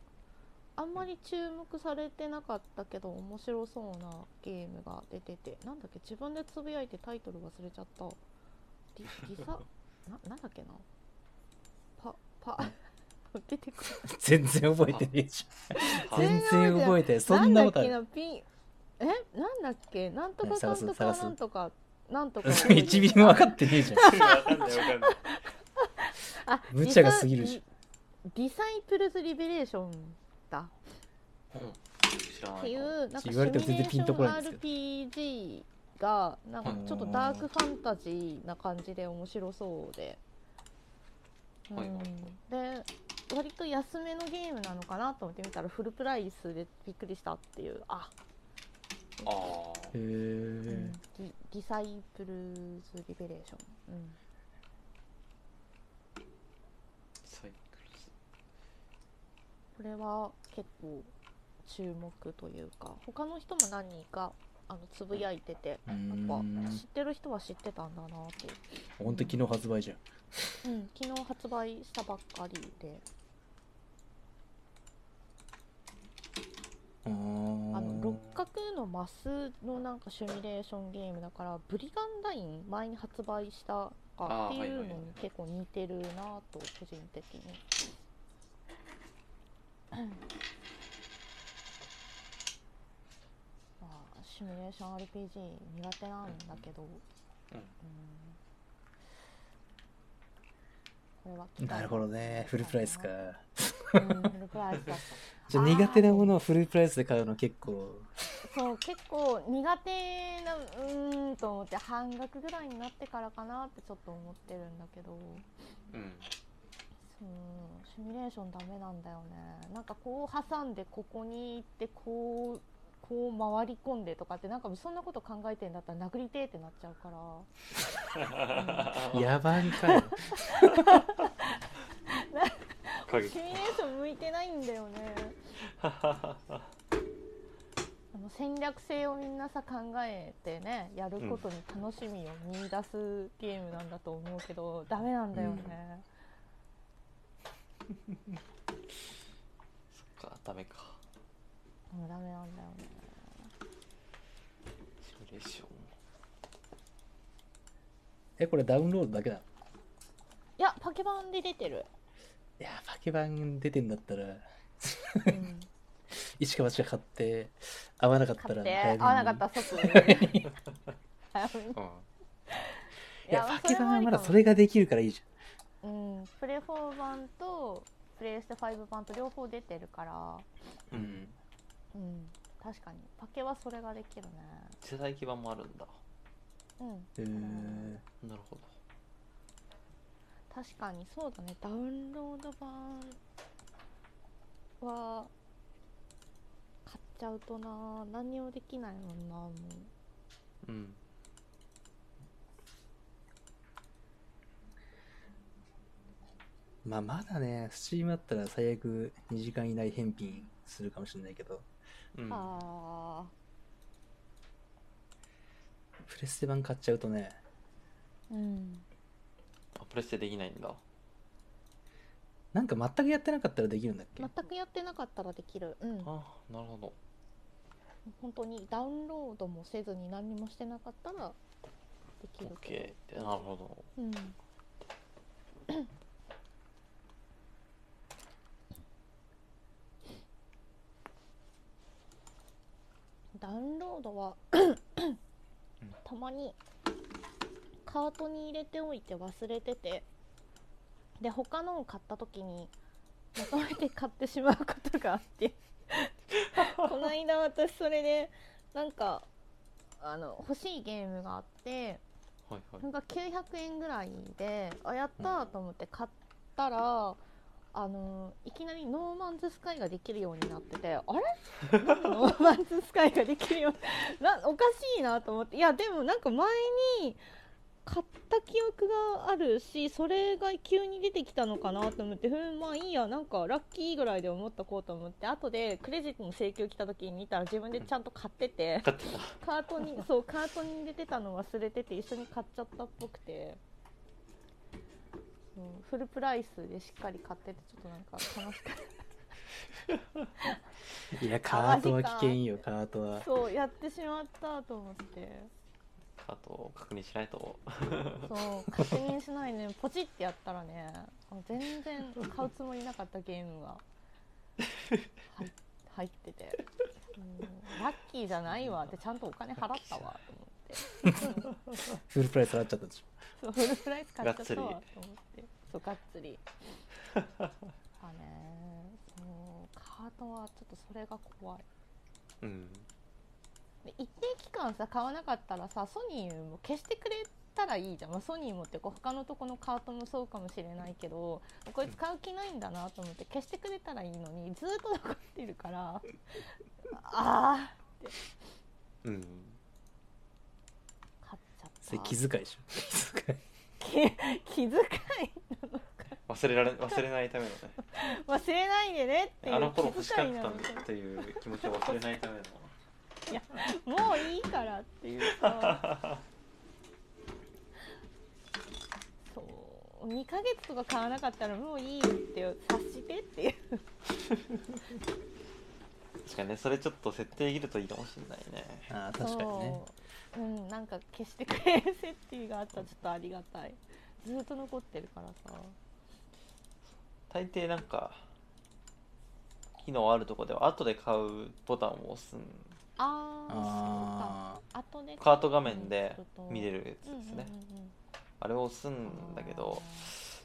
あんまり注目されてなかったけど面白そうなゲームが出ててなんだっけ自分でつぶやいてタイトル忘れちゃったリリ サななんだっけなパパ 出てくる
全然覚えてねえじゃん。
あ
全然覚えてない。そんなことあ
な
る。
んだっけなピンえなんだっけなんと
は
か
い
か
探
ん
す
とか
探す
なんとかなん とか
1ミリも分かってね えじゃん。
わかんないわかんない
あ
無茶が過ぎるし
ディサイプルズ・リベレーションだ
知ら
っ
な
て
い
い
かも
うなんかシミ
言
ュ
わ
レ
れて
ーシ
も全然ピンとこないんで
ョ
す
ン RPG がなんかちょっとダークファンタジーな感じで面白そうで、うん
はいはい
で割と安めのゲームなのかなと思って見たらフルプライスでびっくりしたっていうあ
あ
へー
うん、リリサイプルズ・リベレーション、うん
ーサイクルス
これは結構注目というか他の人も何人かあのつぶやいててや
う
っぱ
ん
知ってる人は知ってたんだなっていう、
ほんと昨日発売じゃん。
うん、昨日発売したばっかりで
あ
あの六
の
角のマスのなんかシミュレーションゲームだからブリガンダイン前に発売したか
あー
っていうのに
はいはいはい
結構似てるなと個人的にうんまあシミュレーション RPG 苦手なんだけど、
うん
これは期待
なるほどね。フルプライスか。
うんフルプライスだった
じゃあ苦手なものをフルプライスで買うの結構。
そう結構苦手なうーんと思って半額ぐらいになってからかなってちょっと思ってるんだけど
うん
そうシミュレーションダメなんだよねなんかこう挟んでここに行ってこうこう回り込んでとかってなんかそんなこと考えてんだったら殴りてえってなっちゃうから
野蛮かよ。
過
シ
激
ミュレーション向いてないんだよねあの戦略性をみんなさ考えてねやることに楽しみを見出すゲームなんだと思うけど、ダメなんだよね、
そっかダメか
もうダメなんだよね
シミュレーション
え、これダウンロードだけだ。
いやパケ版で出てる、
いや、パケ版出てんだったら、
うん、
一か八か買って、合わなかった
買
ら
っ
早め
て
に
合わなかったら 即早めに
うん
いや、パケ版はまだそ、
れ
れができるからいいじ
はありかもうん、プレフォー版とプレイステ5版と両方出てるから
ゃん。うん。
うん確かにパケはそれができるね
世代基盤もあるんだ
うん
えー
なるほど
確かにそうだねダウンロード版は買っちゃうとな何もできないもんなもう
うん
まあまだね、スチームあったら最悪2時間以内返品するかもしれないけど、
うん
あ
プレステ版買っちゃうとね、
ーうん
あプレステできないんだ
なんか全くやってなかったらできるんだっけ、
全くやってなかったらできるうん
あなるほど
本当にダウンロードもせずに何もしてなかったらできるけ
OK なるほ
ど、うん、ダウンロードはたまにカートに入れておいて忘れててで他のを買った時にまとめて買ってしまうことがあってこの間私それでなんかあの欲しいゲームがあって
どはいはい
なんか900円ぐらいであやったーと思って買ったら、あのいきなりノーマンズスカイができるようになっててあれなんでノーマンズスカイができるようなおかしいなと思っていやでもなんか前に買った記憶があるしそれが急に出てきたのかなと思ってふんまあいいやなんかラッキーぐらいで思っとこうと思って後でクレジットの請求来た時に見たら自分でちゃんと買ってて
買ってた
カートにそうカートに入れてたの忘れてて一緒に買っちゃったっぽくてそうフルプライスでしっかり買っててちょっとなんか悲しかっ
いや、カートは危険よ、カートは
た。そうやってしまったと思って
あと確認しないと
そう確認しないねポチってやったらねあ全然買うつもりなかったゲームが入っ入ってて、うん、ラッキーじゃないわってちゃんとお金払ったわ
フルプライス払っちゃったでし
と思 ってそうフルプライス買っちゃったわと思
が
っ
っ
てそうがっつりあねそうカートはちょっとそれが怖い
うん
で一定期間さ買わなかったらさソニーも消してくれたらいいじゃん、まあ、ソニーもっていうか他のとこのカートもそうかもしれないけどこれ使う気ないんだなと思って消してくれたらいいのにずっと残ってるからあ
うん
ー買っちゃった
ょ。それ気遣いでしょ。気遣い。
気気遣い
忘れられ忘れないた めのね
忘れないでねっていう
あの頃欲
気
しか
遣
っ
いな
た
の
んだっていう気持ちを忘れないための
もういいからっていうさそう2ヶ月とか買わなかったらもういいって察してっていう
確かにねそれちょっと設定できるといいかもしれないね
ああ、確かにね。
そううんなんか消してくれる設定があったらちょっとありがたいずっと残ってるからさ
大抵なんか機能あるとこでは後で買うボタンを押すん
ああ
あ
そうか後で
カート画面で見れ
る
るやつですねあれを押すんだけど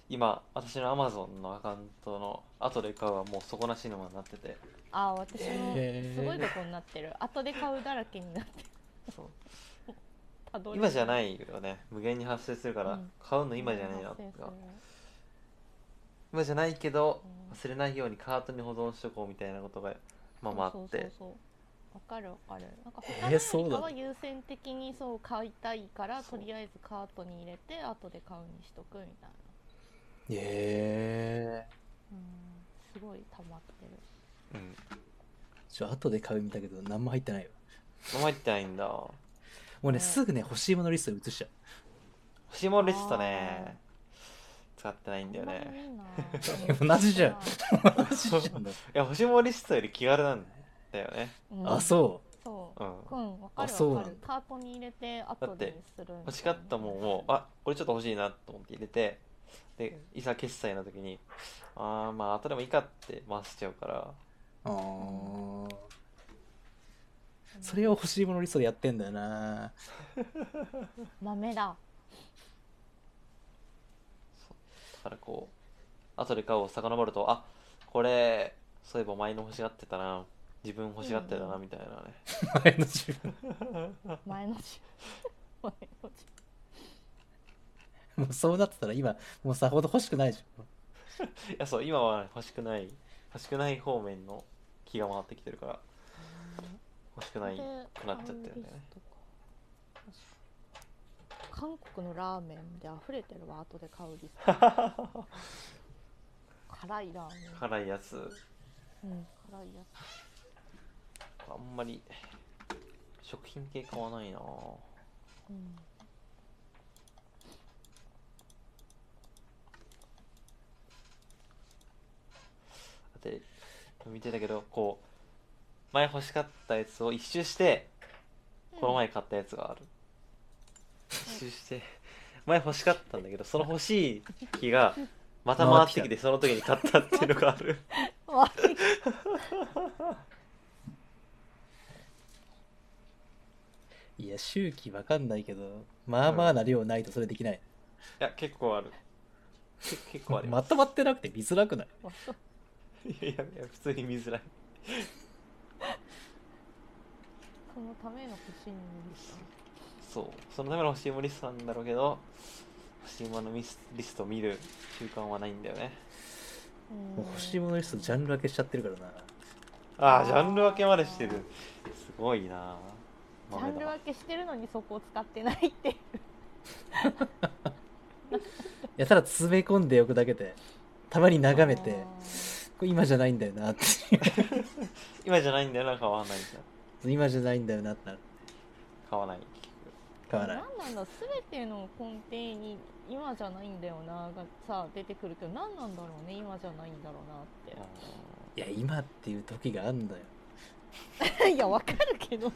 今私の Amazon のアカウントの後で買うはもう底なし沼になってて
あー私も
へー
すごいとこになってる後で買うだらけになって
そう
たど
今じゃないいよね無限に発生するか
う
ら
ん
買うの今じゃないな
って
とか今じゃないけど
うん
忘れないようにカートに保存しとこうみたいなことがまあまああって
わかるわかるなんか
えー
他のよ
そ
り
うだ
かは優先的にそう買いたいからとりあえずカートに入れて後で買うにしとくみたいな
ーへえ。
うんすごい溜まってる
うん
ちょ、後で買う見たけど、何も入ってないよ。
入ってないんだ
もう
うん
ね、すぐね、欲しいものリストに移しちゃう。
欲しいものリストね使ってないんだよ
あんまり
ね
いいな
同じじゃん
いや欲しいものリストより気軽なんだよね
うん。
あ、そう
そうう。
ん
うん、わか
あ
る
そう
わ
な
かる
ん。
カートに入れて後でする。
欲しかったもんをあこれちょっと欲しいなと思って入れてでいざ決済の時にああまあ後でもいいかって回しちゃうから
う。ああ。
うん
それを欲しいものリストでやってんだよな。
豆だ。
だからこう後で買うを遡るとあこれそういえば前の欲しがってたな自分欲しがってた
うん
な
うん
みたいなね、
前の自分。
前の字。 前の字。
もうそうなってたら今、もうさほど欲しくないじゃん。
いやそう今は欲しくない欲しくない方面の気が回ってきてるから欲しくない
で
くなっちゃってるんだよね。
買うリストか韓国のラーメンで溢れてるわ後で買うリ スト辛いラーメ
辛いやつ
ン、うん、辛いやつ
あんまり食品系買わないな
うん
だって見てたけどこう前欲しかったやつを一周してこの前買ったやつがある、一周して前欲しかったんだけどその欲しい気がまた回ってきてその時に買ったっていうのがある
悪い
いや、周期わかんないけど、まあまあな量ないとそれできない。
いや結構あるけ結構ありま
ますとまってなくて見づらくない。
いやいやいや普通に見づらい
そのための欲しいものでした
そうそのための欲しいものリストなんだろうけど欲しいものミスリストを見る習慣はないんだよね
もう欲しいものリストジャンル分けしちゃってるからな。
あ
あ
あ
ー
ジャンル分けまでしてるすごいな
ジャンル分けしてるのにそこを使ってないっていう
やただ詰め込んでおくだけでたまに眺め
あ
て
ー
これ今じゃないんだよなって いう
今じゃないんだよな買わないんだ
今じゃないんだよなってなる
買わない
買わない
何なんだ全ての根底に今じゃないんだよながさ出てくるけど何なんだろうね今じゃないんだろうなっ
いや今っていう時があんだよ
て いやわかるけ どさ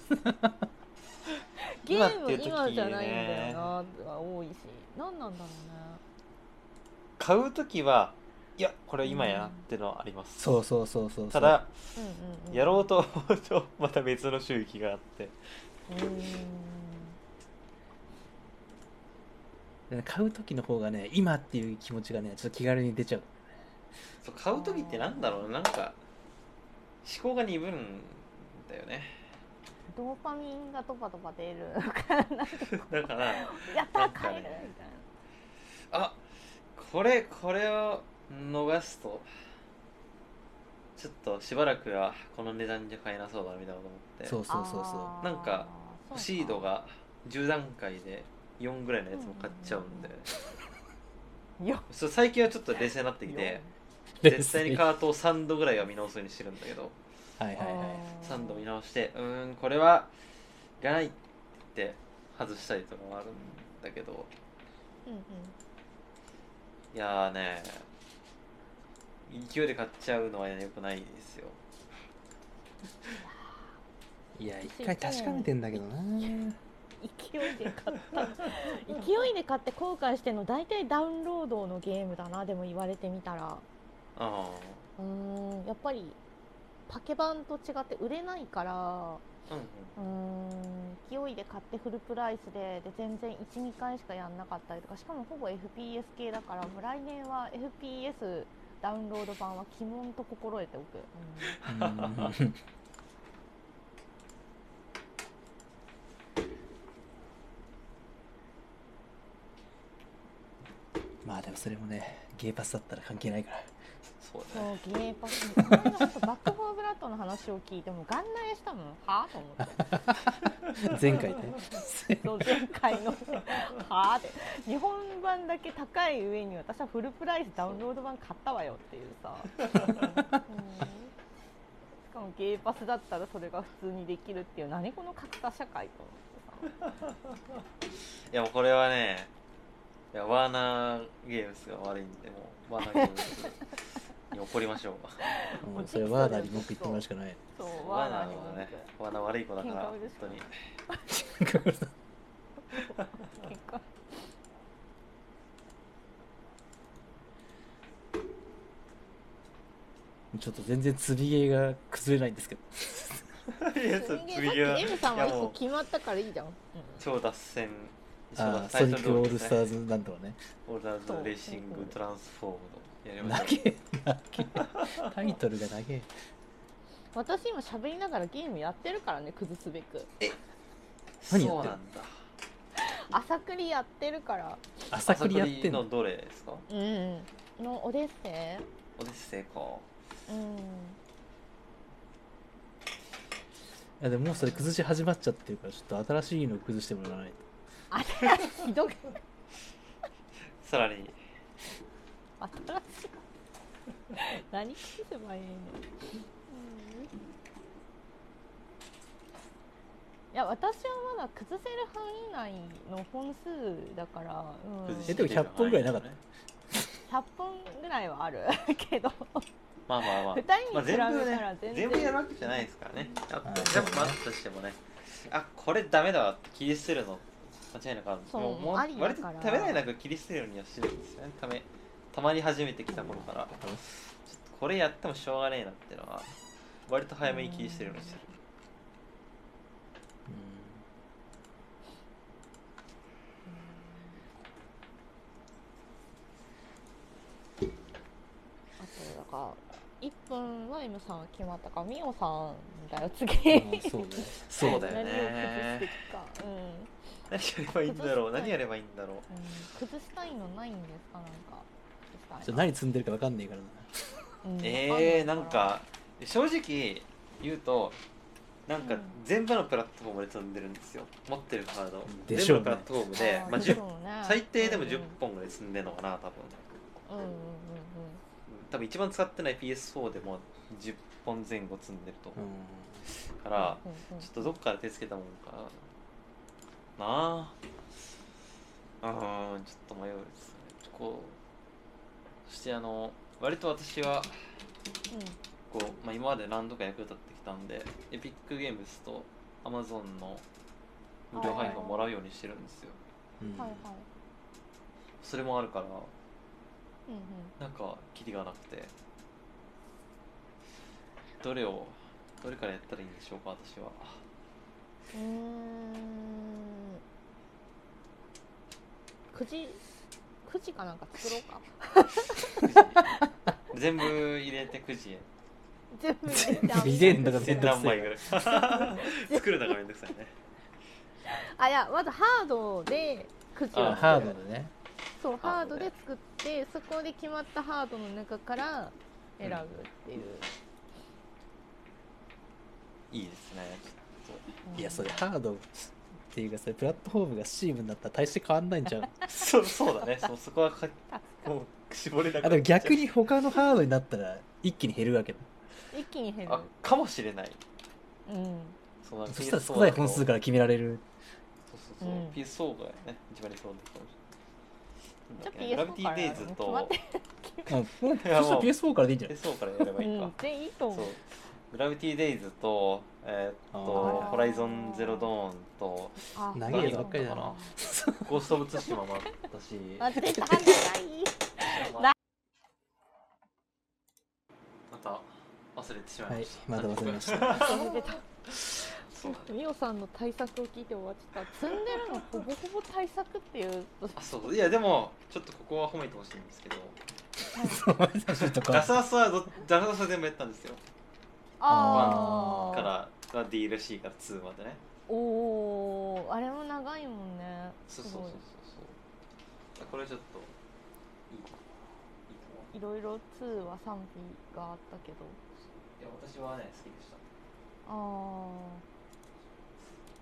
ゲーム
今っていう時
今じゃないんだよなが多いし何なんだろ
買う時はいやこれ今やなってのはあります、
そうそうそうそうそう
ただ
うねうんうん、うん、
やろうと思うとまた別の収益があって
うーん
買う時の方がね今っていう気持ちがねちょっと気軽に出ちゃう
そう買う時ってなんだろうななんか思考が鈍るんだよね
ドーパミンがドバドバ出る
だから
やった
な
ー
んか
買え
ね
るみたいな
あこれこれを逃すとちょっとしばらくはこの値段じゃ買えなそうだみたいなこと思って
そうそうそうそう
あー
なんか
そう
欲しい度が10段階で4ぐらいのやつも買っちゃうんで、
うんうんいや
そう最近はちょっと冷静になってきて絶対にカートを3度ぐらいは見直すようにしてるんだけど
はいはいはい
3度見直してうーんこれはいらないって外したりとかもあるんだけど
うんうん
いやーね勢いで買っちゃうのは良くないですよ
いや一回確かめてんだけどな
勢いで買った勢いで買って後悔してんの大体ダウンロードのゲームだなでも言われてみたら
あ
うーんやっぱりパケ版と違って売れないから
あうんうん
うーん勢いで買ってフルプライスでで全然12回しかやんなかったりとかしかもほぼ FPS 系だからもう来年は FPS ダウンロード版は鬼門と心得ておく、うん
うんまあでもそれもねゲーパスだったら関係ないから
そうだね
そうゲーパス この間本当バック・フォー・ブラッドの話を聞いてもうガン投げしたもんはあと思って
前回ね
そう前回のはあって日本版だけ高い上に私はフルプライスダウンロード版買ったわよっていうさ、うんしかもゲーパスだったらそれが普通にできるっていう何この格差社会と思ってさ
いやもうこれはねいやワーナーゲームスが悪いんでもうワーナーゲームスに怒りましょ
もうそれワーナーに文句言ってもらうしかない
そう
う
ワ
ワ
ー
ー
ナ
ナ
ーに
ー
も
は
文
ねワーナー悪い子だから
喧嘩売
本
るしか
当
ない句
に
結果
ちょっと全然釣りゲーが崩れないんですけど
いやそう
人間さっき M さんは一個
もう
決まったからいいじゃん、うん
超脱線超
あ
脱
ーソニ
タイ
ッ
ト
クオ
ル通り
ール
で
ス
す
タ
ね
ーズなんとかね
オールスターズレーシングトランスフォームドやりましょ
投
う
げ投 げタイトルが投げ
私今喋りながらゲームやってるからね崩すべく
何や
そう
ってんの
なんだ
朝栗やってるから
朝
朝
栗やって
栗
んの
のどれですか
うんのオデッセ
オデッセイか
イうん
いやでももうそれ崩し始まっちゃってるからちょっと新しいのを崩してもらわないと
あれひどく
さらに
新しい何聞けばいいの、うんいや私はまだ崩せる範囲内の本数だから、 うん、
崩
え
し
でも100本ぐらいなかった
100本ぐらいはあるけど
まあまあまあ
2人
ま
に
あ、
比べ
全
た
部
ら
ね
全然,、
全部やるわけじゃないですからねやっ
あ
ぱ
ー
でもあったとしてもねあこれダメだわって切り捨てるの間違いなくある
そう
もうもう
ありだ
割と
から
食べないなく切り捨てるようにはしてるんですよねためたまに初めて来た頃からちょっとこれやってもしょうがねえなってのは割と早めに切り捨てるようにしてる
あとだから1分は M さんは決まったからミオさんだよ次
うんそう ね
そうだ
何
よ
を崩してい
ね
くか、うん
何やればいいんだろう何やればいいんだろう
うん崩したいのないんですかなんか崩し
ち
た
ょ
い
何積んでるか分かんねえからな
うん
えー、
わ
なんか正直言うとなんか全部のプラットフォームで飛んでるんですよ持ってるカードを
でしょ
全
う
部のプ
ね
ラットフォームで、まあ、
そう
10
ね
最低でも10
うん
本ぐらい積んでるのかな多分
うんうんうんうん
多分一番使ってない PS4 でも10本前後積んでると思うから、
うんうん
ちょっとどっから手つけたもんかななあうんちょっと迷うですねこうそしてあの割と私はこう、まあ、今まで何度か役立ってきたんでエピックゲームズと Amazon の無料配布をもらうようにしてるんですよ
うんはいはい
それもあるから
うんうん
なんかキリがなくてどれをどれからやったらいいんでしょうか私は
うーんくじくじかなんか作ろう か
くじ全部入れて9時へ
全部入れて
入れんだからめ
千
んどく
何
せ
枚
え
ぐらい 作るのがめんどくさいね
あいやまずハードでくじを作
あ
る
ハードでね
そうハ
ハ
ー
ー
ド
ド
で
で
作ってそこで決まったハードの中から選ぶっていう、
いいですねちょっ
うん
いやそれハードっていうかそれプラットフォームが Steam になったら大して変わんな いんじゃん
とそうそうだねそうそこはかもう絞れなくな
あで
っ
も
ちゃう
逆に他のハードになったら一気に減るわけだ
一気に減る
あかもしれない
うん
そうなんか
そしたら少ない本数
PS4 だ
から決められる
とそうそうそう、
うん
PS4 がね一番理想だと思うなんだっけ
じゃ
な
あ
グラビ
PS4
ティデイズ
から
と
もう
あそしたら PS4 からでいいんじゃない
PS4 からやれば
う
いいか
ん、でいいと
そ
思
う
う
グラビティ・デイズと,、えーっと
あー
ホライゾン・ゼロ・ドーンと
あ
長
いのばっかり
だな
ゴースト・オブ・ツシマもあったし
あ
あ
出た長い
また忘れてしま
はい
ま
い
した、
まだ忘れました
た
出たミオさんの対策を聞いて終わっちゃった積んでるのほぼほぼ対策っていう
あそういやでもちょっとここは褒めてほしいんですけど
ちょっと
ラ
か
サースはどラサースは全部やったんですよ
ああ
からまあ DLC から2までね
おおあれも長いもんね
そうそうそうそうそうこれちょっといいいいかも
すごいいろいろ2は賛否があったけど
いや私はね好きでした
ああ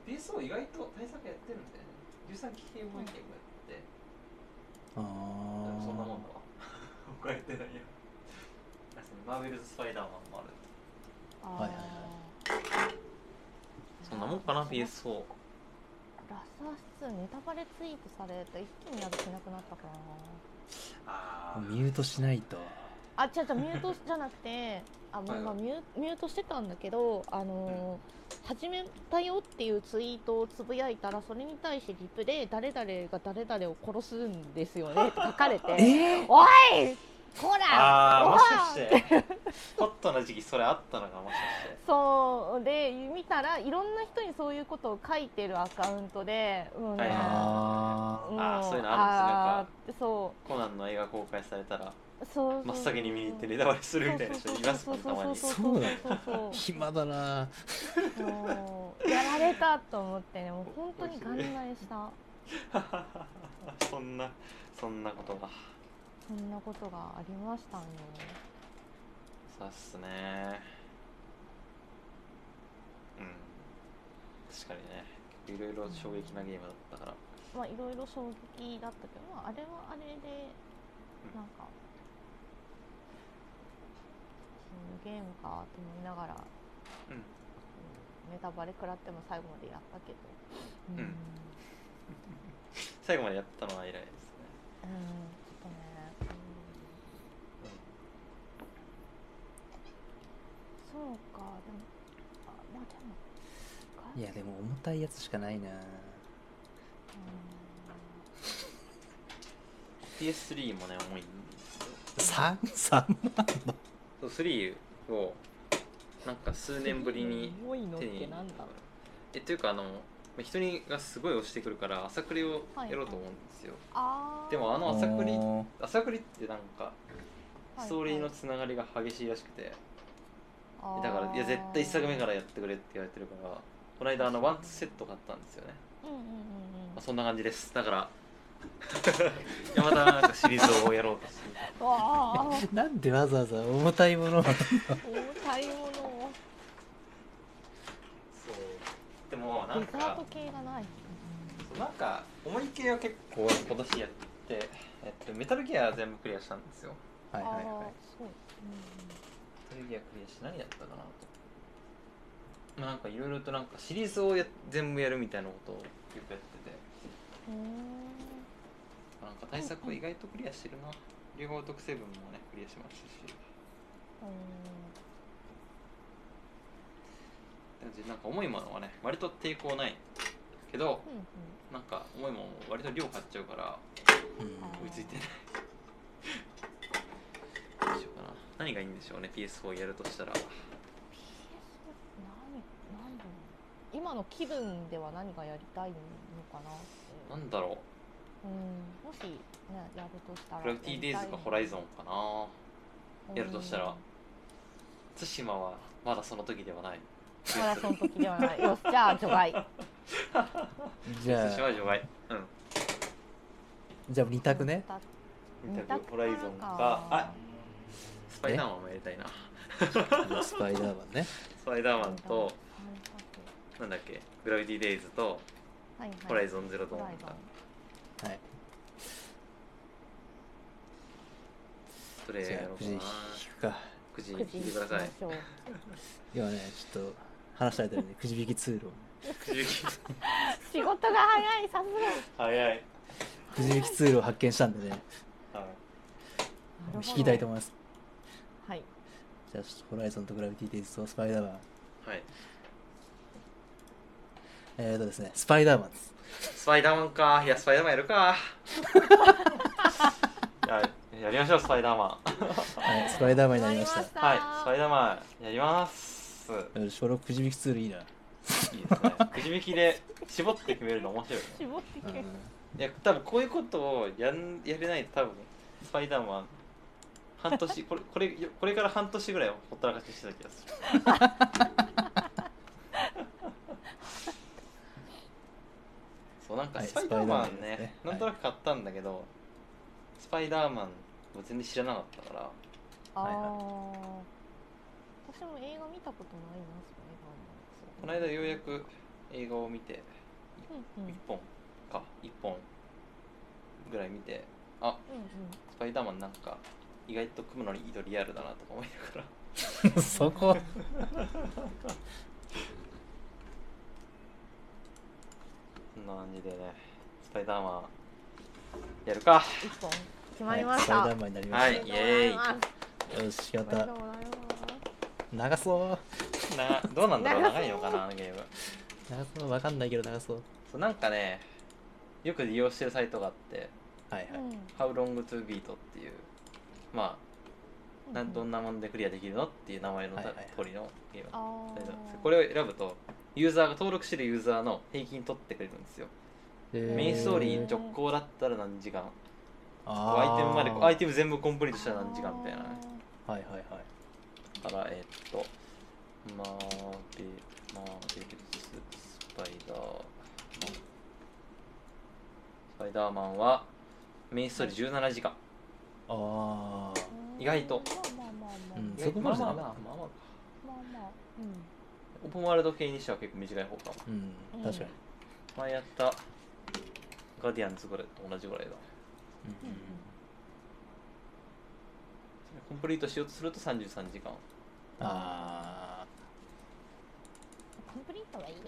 PSO 意外と対策やってるんだよね13機系も意見がやって、で
あ
も
ー
そんなもんだ わ他やってないやマーベルズ・スパイダーマンもある
あー
はいはいはい
そんなもんかな PS4
ラサー室ネタバレツイートされて一気にやる気なくなったからな
あー
ミュートしないと
あ違う違 うミュートじゃなくてあもう
はい
ま
は
あ
い
ミュミュートしてたんだけどあのー始めたよっていうツイートをつぶやいたらそれに対してリプで誰々が誰々を殺すんですよ ねって書かれておいこら
あー
お
も
い
しか してホットな時期それあったのかもしかして
そうで見たらいろんな人にそういうことを書いてるアカウントで、うんね
はいはい
あ
も
あーそういうのあるん
あーそ
コナンの映画公開されたら
うそうそう
真っ先に見に行ってネタバレするみたいな人いますもんたまに
そうそうそう
ー暇だな
そうもうやられたと思ってねもう本当に元来した
そんなそんなことが
そんなことがありましたね
そうっすねうん確かにねいろいろ衝撃なゲームだったから
まあいろいろ衝撃だったけど、まあ、あれはあれでなんかそういうゲームかと思いながら
うん
ネタバレ食らっても最後までやったけどうん、
ん
うん、ち
最後までやったのは以来ですね
ょっとね、うん、そうかでもあまあでも
いやでも重たいやつしかないな
PS3 もね重いんですよ
三三万
そう3をなんか数年ぶりに
多いのっ
手に
てなんだろう
えというかあのまあ人にがすごい押してくるから朝繰りをやろうと思うんですよ、
あー
でもあの朝繰り
おー
朝繰りってなんか
はい
ストーリー
は
の
い
つながりが激しいらしくて、
あー
だからいや絶対1作目からやってくれって言われてるからこの間あのワンツーセット買ったんですよね、
うんうんうんうん
まあ、そんな感じですだから いやまたなんかシリーズをやろうとしてる
わあ
なんでわざわざ重たいものを
重たいものを
な
デ
ん
ザー
か
ト系がない
なんか思い切りは結構今年やって、えっと、メタルギア全部クリアしたんですよ
はい
あ
はい
あ
は
そう、
メタルギアクリアして何やったかなとまあなんかいろいろとなんかシリーズをや全部やるみたいなことをよくやってて
うんうん、
なんか対策を意外とクリアしてるな両方特成分もねクリアしましたし感じでなんか重いものはね割と抵抗ないけど
うんうん
なんか重いものも割と量買っちゃうから
い。
追いついてないどうしようかな何がいいんでしょうね PS4 やるとしたら
PS 何何だろう今の気分では何がやりたいのかなって
なんだろ
うんもしねやるとした
う
ら
グラビティデイズかホライゾンかな
ン
やるとしたら対馬はまだその時ではない
マラソンの時ではないよしじゃあ除外
じ
対
ゃ
馬
あ
は除外うん
じゃあ2択ね
二択
二択ホライゾンかあスパイダーマンもやりたいな
スパイダーマンね
スパイダーマンとなんだっけグラビティデイズと
はいはい
ホライゾンゼロド
ホ
ーン
ライゾ
か
ン
はい
それ
じゃ
や
あ
ろう
く
か
じ
な
引くか
くじ
く
引い
じ
てください
しましょう
今ねちょっと話されたよねくじ引き通路をね
くじ引き
仕事が早いさす
早い、
くじ引き通路を発見したんでね
はい、
が
引きたいと思います
はい
じゃあちょっとホライゾンとグラビティ・デイズとスパイダーマン
はい。
えーとですねスパイダーマンです
スパイダーマンか。いや、スパイダーマンやるか。はい、 やりましょう、スパイダーマン。
はいスパイダーマンになりました
はい、スパイダーマンやります。
うん小6くじ引きツールいいな、
いいですね。くじ引きで絞って決めるの面白いね。
絞って
う
く
ん
れ、
いや、多分こういうことをやんやれないと多分スパイダーマン半 年これこれこれから半年ぐらいほったらかししてた気がする。 そうなんか
はい
スパイダーマ
スパイダ
ン
ーマン
ね、
ですね
なんとなく買ったんだけど、スパイダーマンを全然知らなかったから、
ああ
はいはい
私も映画見たことないなスパイダーマン
この間ようやく映画を見て
うんうん
一本か一本ぐらい見て、あ
う
スパイダーマンなんか意外と組むのにリアルだなとか思いながら。
そこ
そんな感じでね、スパイダーマンやるか。
んうん一本決まりま
ス
した、
パイダーマンになりま
は
し
あ
い
りがとうございます
たよしやっ
ありが
た
とうございます
長そう
などうなんだろう、
長そう
長いのかな、あのゲーム。
長そうわかんないけど長そう
そうなんかね、よく利用してるサイトがあって、
はいはい、
How Long to Beat っていう、まあ、なんどん
な
なもんでクリアできるのっていう名前の
はい
た
はいはい
通りのゲームなん
あ
だけど
ー
これを選ぶと、ユーザーが登録してるユーザーの平均取ってくれるんですよ。
え
メインストーリ
へ
ー
ー
直行だったら何時間、ア
あ
イテムまで、アイテ
ム
ム全部コンプリートしたら何時間みたいなね。
はいはいはい
からえっとマーベマーベルススパイダーマンスパイダーマンはメインストーリー17時間、
あ
あ
あ
ー
意外と
まあまあまあまあ
うん
意
そ
外
ことま
ま
で
あま
じゃ
あまあ
な
まあま
まあ
あ
まあう
オープンワールド系にしては結構短い方かも
うん
うん
確かに、
前やったガーディアンズぐらいと同じぐらいだ
うんうん
コンプリートしようとすると33時間
あ
んコンプリートはいいよ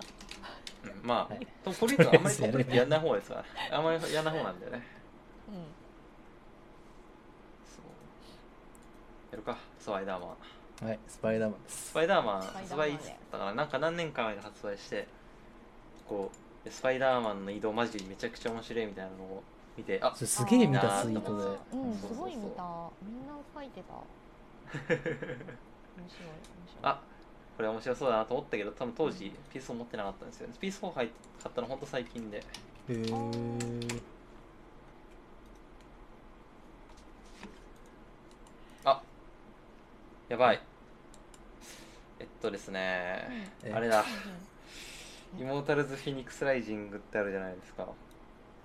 うんまあ、
はい
コンプリートはあんまり
そう
コンプリ
やね
ートやんない方です からあんまりやんない方なんだよね
うん
そうやるかスパイダーマン
あはいスパイダーマンです
スパイダーマン
ス
発
パイダーマン
売だからなんか何年か前に発売してこうスパイダーマンの移動マジでめちゃくちゃ面白いみたいなのを見てあ
それすげえ見たツイートで
う
うん
ん
そう
す
そうそう
ごい見たみんな書いてた 面白い面白い
あこれ面白そうだなと思ったけど多分当時 PS4 持ってなかったんですよね PS4 入っ買ったのほんと最近で
へー
あやばいえっとですね
え
あれだ
う
イモータルズ・フィニックス・ライジングってあるじゃないですか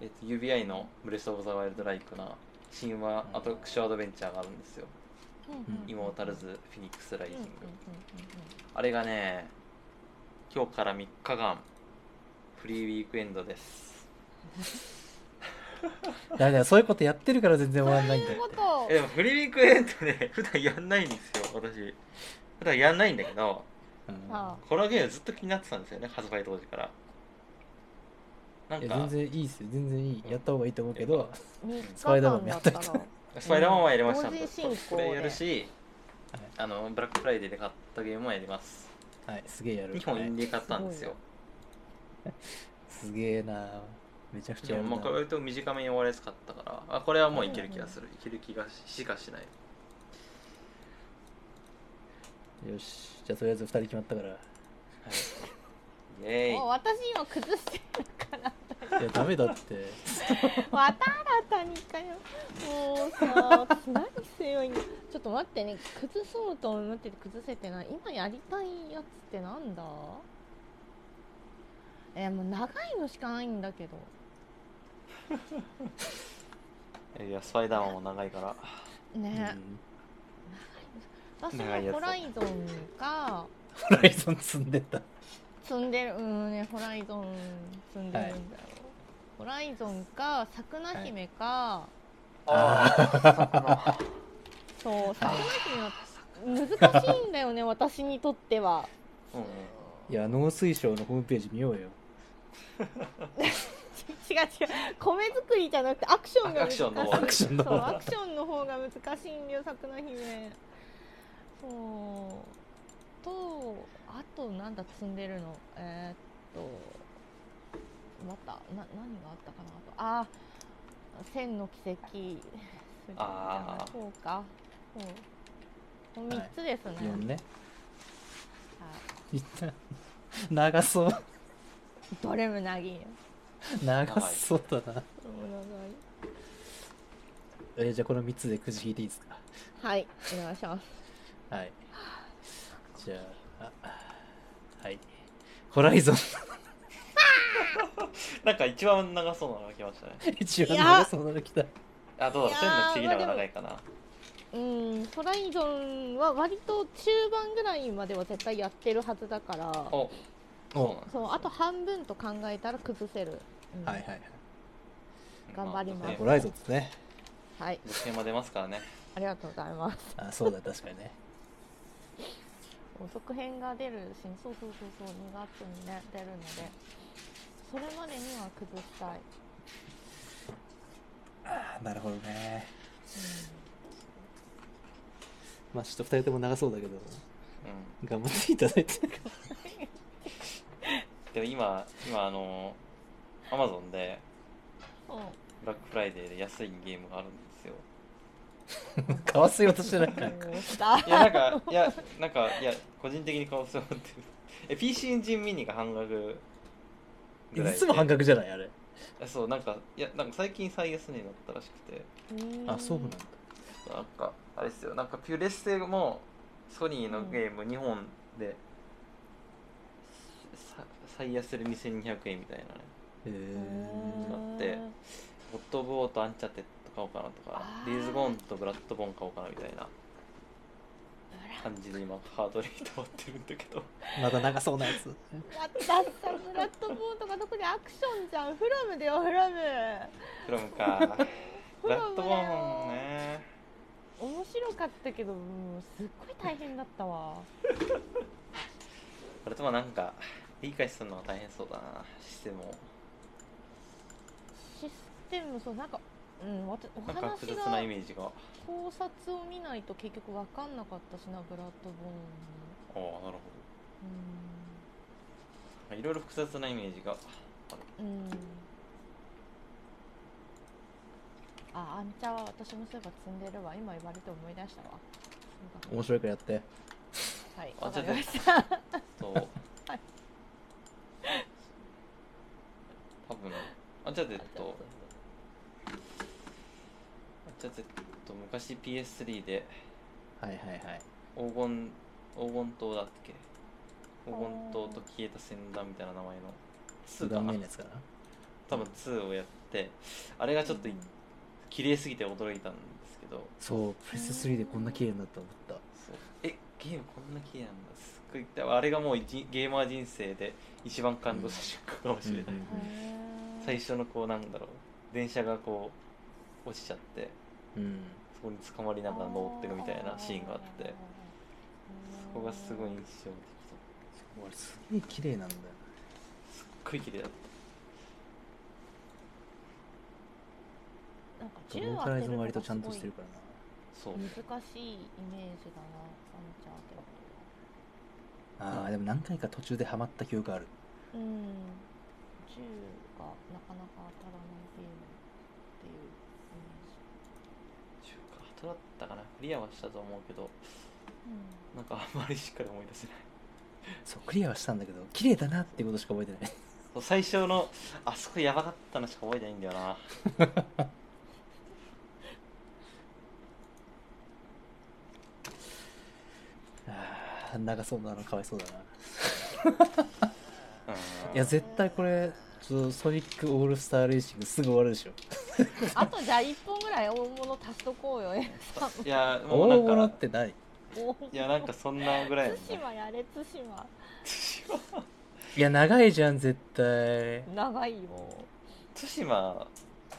えっと UBI のブレス・オブ・ザ・ワイルド・ライクな神話アトラクションアドベンチャーがあるんですよ
んうんうん
イモータルズ・フィニックス・ライ
うん
ジ
う
ン
んうん
グ、
うんうん
あれがね今日から3日間フリーウィークエンドです
だからそういうことやってるから全然終わ んないんだ
そういう
よ
ことを
えでもフリーウィークエンドね 普段やんないんですよ私普段やんないんだけど
うん
あ
このゲームずっと気になってたんですよね発売当時からなん
いや全
か
然いいですよ全然いいやった方がいいと思うけど
あ3
スパイ
日
ダーマ
間
ンや
だっ
ったた
ら
人
スパイダーマンはやりました
同時進行で
これやるし
はい
あのブラックフライデーで買ったゲームもやります
はいすげえやる
2本インディー買ったんですよ
すげえなめちゃくち
で
ゃや
も
る
ま
な
あ割と短めに終わるやつ買ったからあこれはもういける気がするいける気がしかしない
よしじゃあとりあえず2人決まったからい
イエ
もう
ーイ
私今崩してるから
やダメだ って
また新たにかよもうさ何強いんだちょっと待ってね崩そうと思ってて崩せてない今やりたいやつってなんだえーもう長いのしかないんだけど
いやスパイダーマンも長いから
ね、
うん
私
長いや
は
つ
ホライゾンか
ホライゾン積んでった
積んでるうんねホライゾン積んでるんだよ、ホライゾンかさくな姫か、
あ
そうさくな姫は難しいんだよね私にとっては
ーうん
いや農水省のホームページ見ようよ
違う違う米作りじゃなくてアクションが難しい
アクションの方
アクション
そう
の方
ア
だ
クションの方が難しいんだよさくな姫そうとあとなんだ積んでるのえーっとまたな何があったかなあとあ千の奇跡
あー
そうかそうこの三つですね、
4ね
はい
いった 長そう
どれも長いよ
長そうだな
長
えじゃあこの3つでくじ引いていいですか
いはいお願いします
はいじゃああはいホライゾン
なんか一番長そうなのが来ましたね
一番長そうなの来た
あどうだ
いやー
千の次の方が長いかな
うんトライゾンは割と中盤ぐらいまでは絶対やってるはずだから
おそうなんです
そうあと半分と考えたら崩せる、うん
はいはいはい
頑張ります
あ
ね
ホライゾンですね
はい
続編も出ますからね
ありがとうございます
あそうだ確かにね
続編が出るしそうそうそうそう2月にね出るのでそれまでには崩したい、
あなるほどねまあちょっと2人とも長そうだけど
うん
頑張っていただいて
でも今今あのアマゾンで
うんうん
ブラックフライデーで安いゲームがあるんですよ
かわせようとしてないなんか
どうした
いやなんかいやなんかいや個人的に買おうと思ってるえ PC エンジンミニが半額
い
ぐらで
つも半額じゃないあれ
えそうなんかいやなんか最近最安値になったらしくて
あそうなんだ
なんかあれですよなんかピュレステもソニーのゲーム2本で、さ最安で2200円みたいなね
へ
う
え
ん
だってホットボーとアンチャテッド買おうかなとか
あー
デイズゴーンとブラッドボーン買おうかなみたいな感じで今ハードに溜まってるんだけど
まだ長そうなやつ
やったさブラッドボーンとか特にアクションじゃんフロムだよフロム
フロムか
フ
ブラ
ロ
ッ
ム
ド
だ
ボーン
よ
ね
面白かったけどもうすっごい大変だったわ
これともなんか理解するのは大変そうだなシステムを
システムそうなんかうんわたお
なんか複
話
雑なイ
が
メージがあ
考察を見ないと結局わかんなかったしなブラッドボー
あなるほ
ン
どいろいろ複雑なイメージが
うんうんあアンチャは私もそういえば積んでるわ今言われて思い出したわそう
面白いからやって
だはい
あ
わかりました
そう
はい
多分アンチャーテッドアンチャーテッド昔 PS3 で
はいはいはい
黄金黄金塔だっけ黄金塔と消えた戦団みたいな名前の
数
2か
段目
な
のやつかな
多分2をやってあれがちょっとい綺麗すぎて驚いたんですけど
そうプレステ3でこんな綺麗になったと思った
そうえゲームこんな綺麗なんだすっごいだからあれがもう一ゲーマー人生で一番感動した瞬間かもしれない、
うんうん
最初のこうなんだろう電車がこう落ちちゃって
うん
そこに捕まりながら登っていくみたいなシーンがあってそこがすごい印象的だ
これすげえ綺麗なんだよ
すっごい綺麗だった
なんか
な
銃
モン
当
タライ
てる
ズも
の
割と
が
ちゃん
す
と
ご
し
い
てるからな
そう
難しいイメージだなあのちゃんって
あーでも何回か途中でハマった記憶ある
うん銃がなかなか当たらないゲームっていうイメージ
中華ハトだったかなクリアはしたと思うけど
うん
なんかあんまりしっかり思い出せない
そうクリアはしたんだけど綺麗だなってことしか覚えてない
そう最初のあそこやばかったのしか覚えてないんだよな
あー長そうなのかわいそうだ
う
な
ん
いや絶対これちょっとソニックオールスターレーシングすぐ終わるでしょ
あとじゃあ1本ぐらい大物足しとこうよ、えさん。
いやもうな
大
んか
物って何
大物
いやなんかそんなぐらいの
対馬やれ、対馬。
いや長いじゃん絶対
長いよ。
もう対馬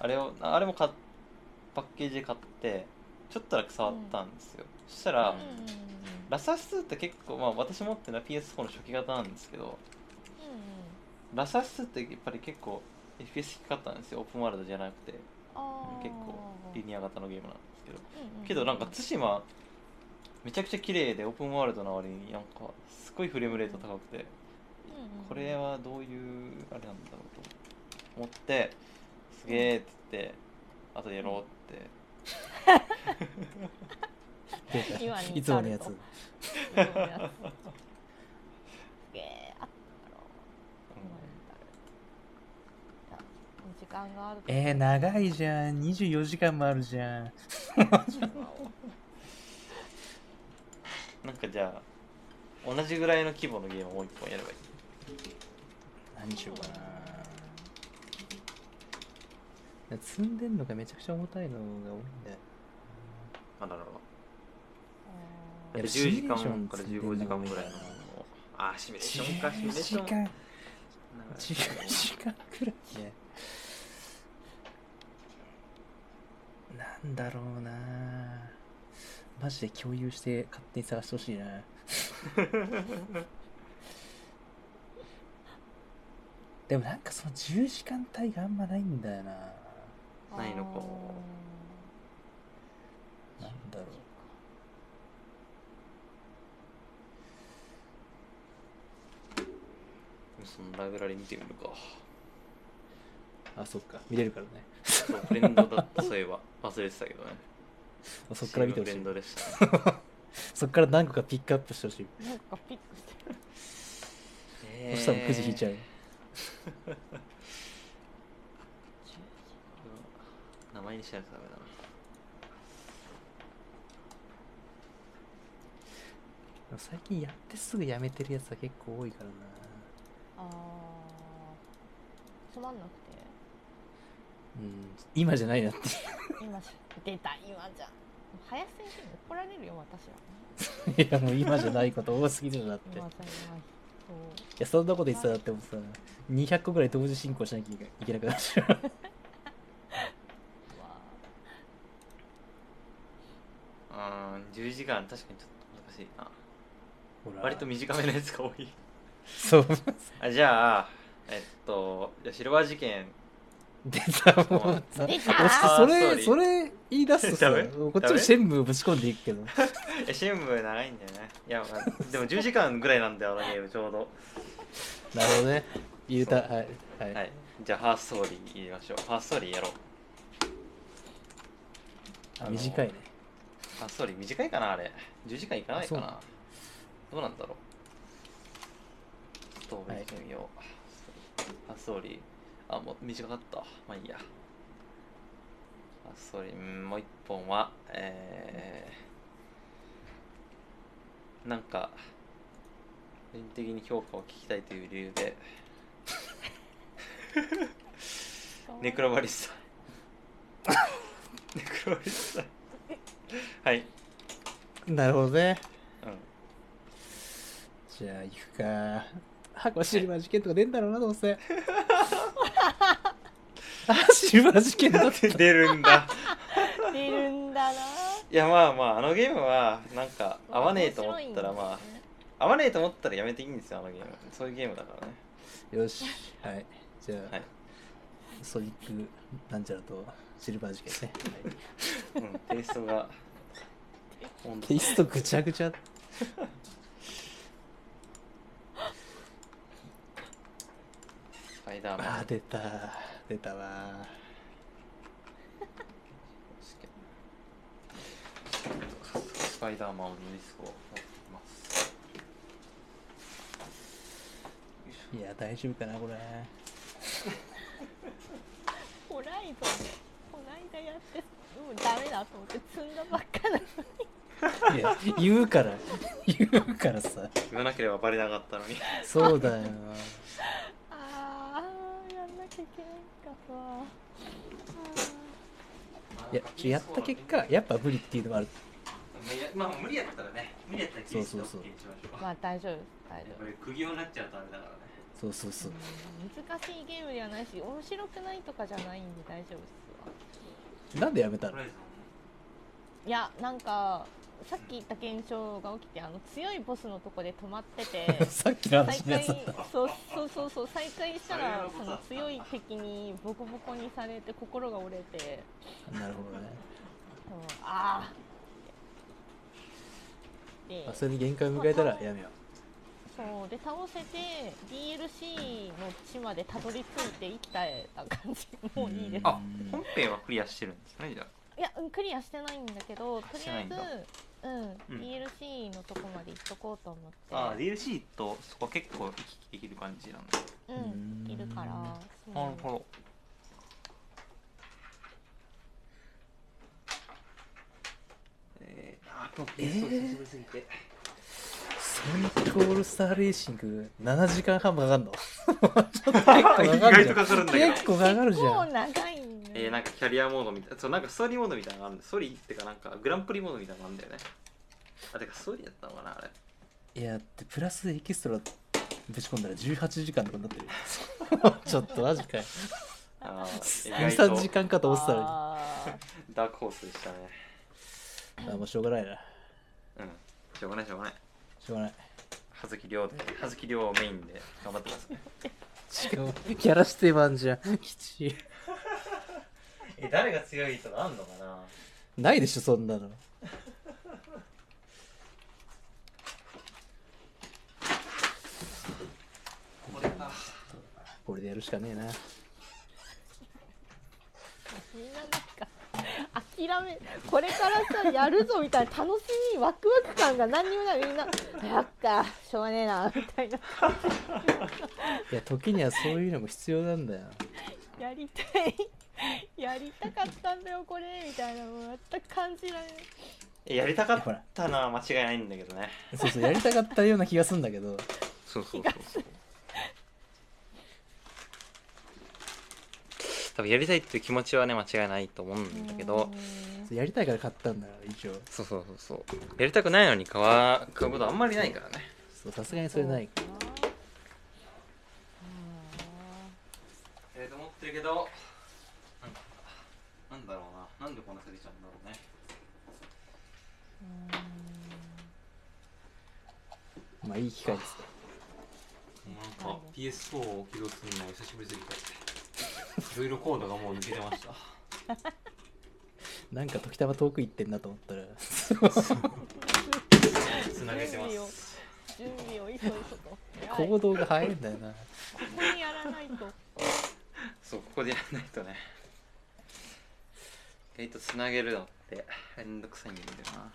あれをあれも買っパッケージで買ってちょっとだけ触ったんですよ、そしたら、
うん
うんうんうん
ラサス2って結構まあ私持ってるのは PS4 の初期型なんですけど
うんうん
ラサス2ってやっぱり結構 FPS 低かったんですよオープンワールドじゃなくて
あー
結構リニア型のゲームなんですけ
う
ど
んうん
けどなんか対馬めちゃくちゃ綺麗でオープンワールドな割になんかすごいフレームレート高く
うん
て
うん
これはどういうあれなんだろうと思ってすげえっつってあとやろうって
出た
今に至ると
いつものや
す
つ
ごいやつすげえ、あったろう。今に至るじゃあお時間があると
えー、長いじゃん24時間もあるじゃん
なんかじゃあ同じぐらいの規模のゲームをもう一本やればいい
何しようかな積んでんのがめちゃくちゃ重たいのが多いんだよ
まあだろう
う
や
ん
っぱシミュレーション積んでんの
をああシミュレーションかシミュレー
10
シ
時
ョン
間
なんか
10時間くらいねなんだろうなマジで共有して勝手に探してほしい なでもなんかその10時間帯があんまないんだよな
ないのか
なんだろう
そのライブラリ見てみるか
あそっか見れるからね
そうフレンドだったそういえば忘れてたけどね
そっから見てほし
フレ
い
ンドでした、ね、
そっから何個かピックアップしてほしい、
あーなんかピックしてる。
え
そしたらくじ引いちゃう
名前にしなくてダメだな
でも最近やってすぐやめてるやつは結構多いからな
あーつまんなくて。
うん今じゃないなって
今じゃ出た今じゃ林先生に怒られるよ私はい
やもう今じゃないこと多すぎるなって
今じゃない
いや、そんなこと言ってたらだってもうさ、200個ぐらい同時進行しなきゃいけなくなっちゃう。
そうは
うーん10時間確かにちょっと難しいな割と
見
短めのやつが多い
そう。
あじゃあえっとじゃあシルバー事件
でさ、もうさ、
出た
押してそ
あー
れ、
ソ
それ言い出すとさ、
ダメ
こっ
ダ
ちも
メ
シェンムーぶち込んでいくけど。
え新聞長いんだよねいや、まあ、でも10時間ぐらいなんだよあのゲームちょうど
なるほどね。言うた、はい。はい。
はいじゃあハーストーリー言いましょうハーストーリーやろう
あ短いね。
ハーストーリー短いかなあれ10時間いかないか
あ
などうなんだろうちょっと見てみよう、ハーストーリーあもう短かったまあいいやハーストーリーうんもう一本はえー、なんか個人的に評価を聞きたいという理由で
い
ネクロバリスタネクロバリスタはい
なるほどね。
うん
じゃあ行くか。箱シルバー事件とか出んだろうな、どうせ。あ、シルバー事件だ
だ
っ
ってて。出るんだ
出るんだない
やまあまああのゲームはなんか合わねえと思ったらまあ合わねえと思ったらやめていいんですよあのゲームそういうゲームだからね
よし。はい。じゃあ、
はい
ソニックなんちゃらとシルバー事件ね。は
う
い
んテイスト がほんと
テイストぐちゃぐちゃ。
スパイダーマン
あー、出た。出たわ。
スパイダーマンのディスクを持ってきます
いや、大丈夫かな、これ。
ホライゾンこないだやってもうダメだと思って積んだばっかなのに
いや、言うから。言うからさ。
言わなければバレなかったのに
そうだよ。
あーやんなきゃいけないんかさ
いや、やった結果、やっぱ無理っていうのもある。
まあ無理やったらね無理やったら
切り捨て OK にしましょう
あーまあ大丈夫です大丈夫
れ苦行になっちゃうとあれだからね
そうそうそう。
難しいゲームではないし面白くないとかじゃないんで大丈夫ですわ
なんでや めたの
いやなんかさっき言った現象が起きてあの強いボスのとこで止まってて
さっきの
再
話のや
開
つだった。
そうそうそうそう再開した
あれ
ら
は
その強い敵にボコボコにされて心が折れて
なるほどね。
そうああで
まあ、それで限界を迎えたらやめよ
そうで倒せて DLC の地までたどり着いて生きたえた感じ
う。
もういいです
あ本編はクリアしてるんですねじゃ
いや、うん、クリアしてないんだけどと
あし
りあ
てな
え
いんだ
ず、うん
うん
DLC のとこまで行っとこうと思って
ああ DLC とそこは結構行き来できる感じなんだ
う
うんん
いるからそう
なるほどえー、あー
えー
しぶりすぎて
ソニックオールスターレーシング7時間半もかかんのちょっと結構かかるじゃん。
かかる
結構かかる
結
じゃ
構
ん。
長いんだ
えー、なんかキャリアモードみたいそうなんかストーリーモードみたいなのがあるんだストーリーってかなんかグランプリモードみたいなのがあるんだよねあてかストーリーだったのかなあれ
いや、ってプラスエキストラぶち込んだら18時間とかにな ってる。ちょっとマジかよ。
あー意
2、
外
3時
と
間かと思ってたのに。あ
あ
ダークホースでしたね
あ、もうしょうがないな。
うんしょうがないしょうがない
しょうがない。
葉月亮で葉月亮をメインで頑張ってください
しかも、キャラしてばんじゃん。きちい。
え誰が強いとかあんのかな
ないでしょ、そんなの。
これか
これでやるしかねえな。
ーみんななんか諦めこれからさやるぞみたいな楽しみワクワク感が何にもないみんなやっかしょうがねえなみたいない
や、時にはそういうのも必要なんだよ。
やりたいやりたかったんだよこれみたいなの全く感じられない
えやりたかったのは間違いないんだけどね
そうそう、やりたかったような気がするんだけど。
そうそうそうそう多分やりたいっていう気持ちはね間違いないと思うんだけど
そうやりたいから買ったんだから一応
そうそうそうそうやりたくないのに買わ買うことあんまりないからね
そうさすがにそれない
そうかな
ええと思ってるけどなんかなんだろうななんでこんな過ぎちゃうんだろうね
うん
まあいい機会ですね
なんか PS4 を起動するの久しぶりすぎていろいろコードがもう抜けてま した
なんか時たま遠く行ってんなと思ったら
つなげてます
準備を急いとこ
行動が早いんだよな
こにやらないと
そうここでやらないとね意外とつなげるのってめんどくさいんだよな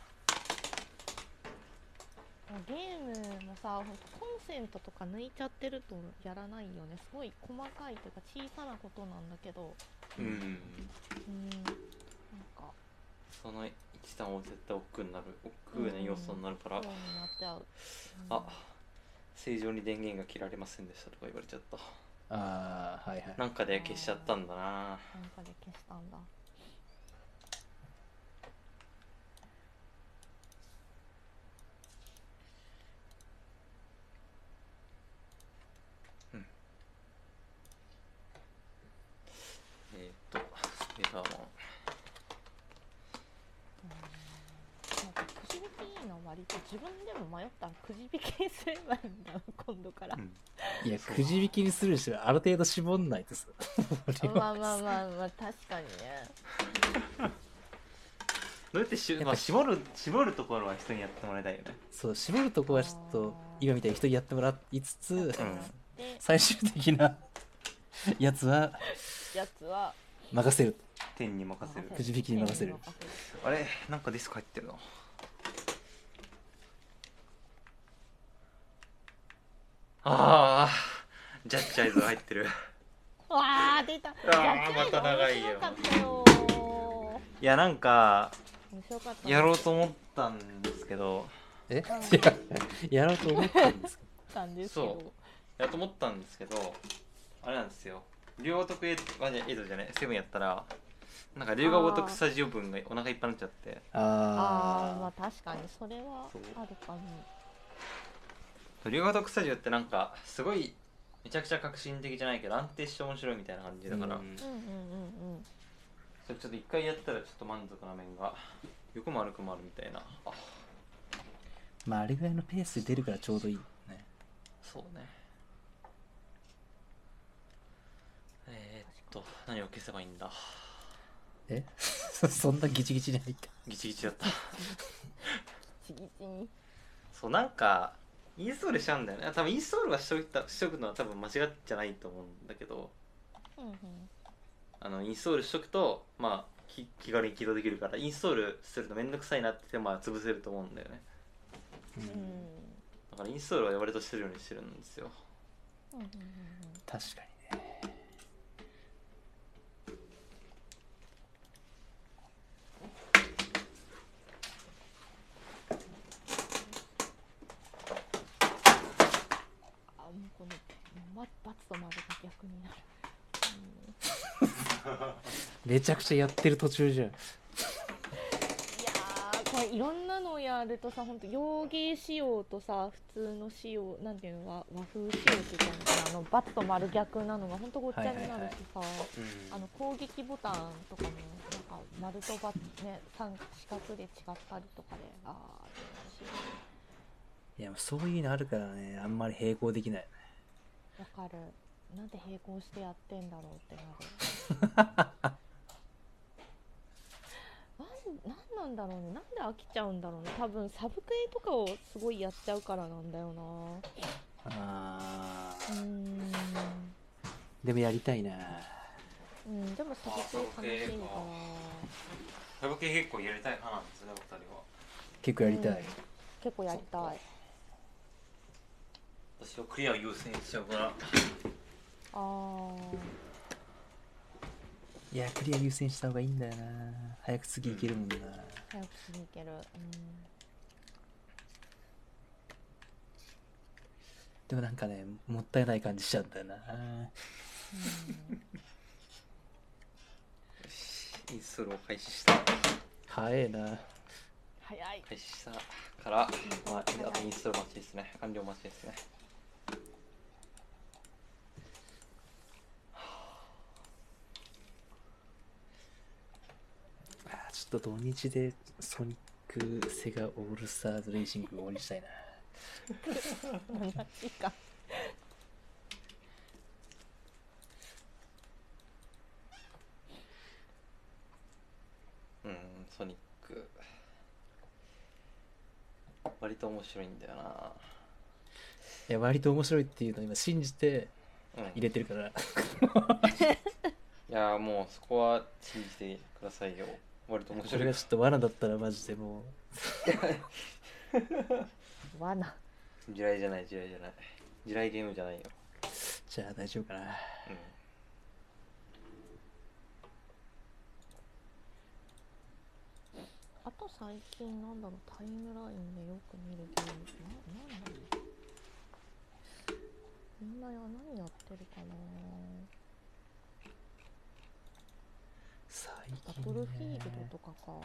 ゲームもさほんとコンセントとか抜いちゃってるとやらないよねすごい細かいというか小さなことなんだけど
うん
うんなんか
その一段を絶対億劫になる億劫な要素になるから、
そうになっちゃう、うん
あ正常に電源が切られませんでしたとか言われちゃった
あーはいはい
なんかで消しちゃったんだな
なんかで消したんだ自分でも迷ったくじ引きにすればいいんだ な今度から、
いや、くじ引きにするにしろ、ある程度絞んないとさ。俺は
まあまあまあまあ確かにね
どうやってしゅ、まあ、絞る絞るところは人にやってもらいたいよね
そう、絞るとこはちょっと、今みたいに人にやってもらいつつ、
で
最終的な やつは
やつは
任せる。
天に任せる
くじ引きに任せる
手に任
あれなんかディスク入ってるのああジャッジアイズが入って る
わあ出た
ーまた長い
面
よ
白かったよ
いやなんか
面白かった
やろうと思ったんですけど
えいや、やろうと思ったんですけ
たんですけど
そやろうと思ったんですけどあれなんですよ両得エイドあじゃあエイドじゃないセブンやったらなんか龍が如くスタジオ分がお腹いっぱいになっちゃって
ど。
ああま
あ
あ確かにそれは
そう
あるかも
龍が如くスタジオってなんかすごいめちゃくちゃ革新的じゃないけど安定して面白いみたいな感じ
ー。
だから、
うん
うんうんうんうん
それちょっと一回やったらちょっと満足な面がよくも悪くもあるみたいなあ
まあ、あれぐらいのペースで出るからちょうどいい。ね
そうねえー、っと何を消せばいいんだ
えそんなギチギチに入った。
ギチギチだった
ちぎちに
そうなんかインストールしちゃうんだよね多分インストールはしといたしとくのは多分間違っちゃないと思うんだけど
うんうん
あのインストールしとくとまあき気軽に起動できるからインストールするとめんどくさいなって手間は潰せると思うんだよね
う
うんうん
ん、
だからインストールは割としてるようにしてるんですよ
うんうん
確かにね。
あもうこのま罰と丸が逆になる
めちゃくちゃやってる途中じゃん。
いやーこれいろんなのをやるとさ本当洋芸仕様とさ普通の仕様なんていうの和和風仕様っていうのかなあのバッと丸逆なのが本当ごっちゃになるしさ、あの攻撃ボタンとかもなんか丸とバッね三四角で違ったりとかでああ
いや、そういうのあるからね、あんまり並行できない。
わかるなんで並行してやってんだろうってなる なんなんなんだろうねなんで飽きちゃうんだろうね多分サブクエとかをすごいやっちゃうからなんだよな
あ
うーん
ーでもやりたいな。
うんでもサブクエ楽しいか
あサブ系結構やりたい派なんですねお二人は
結構やりたい。
ら結構やりたい
私はクリアを優先しちゃうから
あー
いや、クリア優先した方がいいんだよな。早く次行けるもんな。
早く次行けるうん
でもなんかね、もったいない感じしちゃうんだよな。
インストールを開始した
早えな。
早い
開始したから、まあ、あとインストール待ちですね完了待ちですね
あーちょっと土日でソニックセガオールスターズレーシングを応援したいな。
マジか
うんソニック割と面白いんだよ
いや、割と面白いっていうのを今信じて
な、うん、
入れてるから。
いやーもうそこは信じてくださいよ割と面
こ
白
れ
い
がちょっと罠だったらマジでもう。
罠
地雷じゃない地雷じゃない地雷ゲームじゃないよ、
じゃあ大丈夫かな。
うん、
あと最近なんだろうタイムラインでよく見るゲームななんだろうみんなや何やってるかな
最
バ
近、ね。
トルフィールドとかか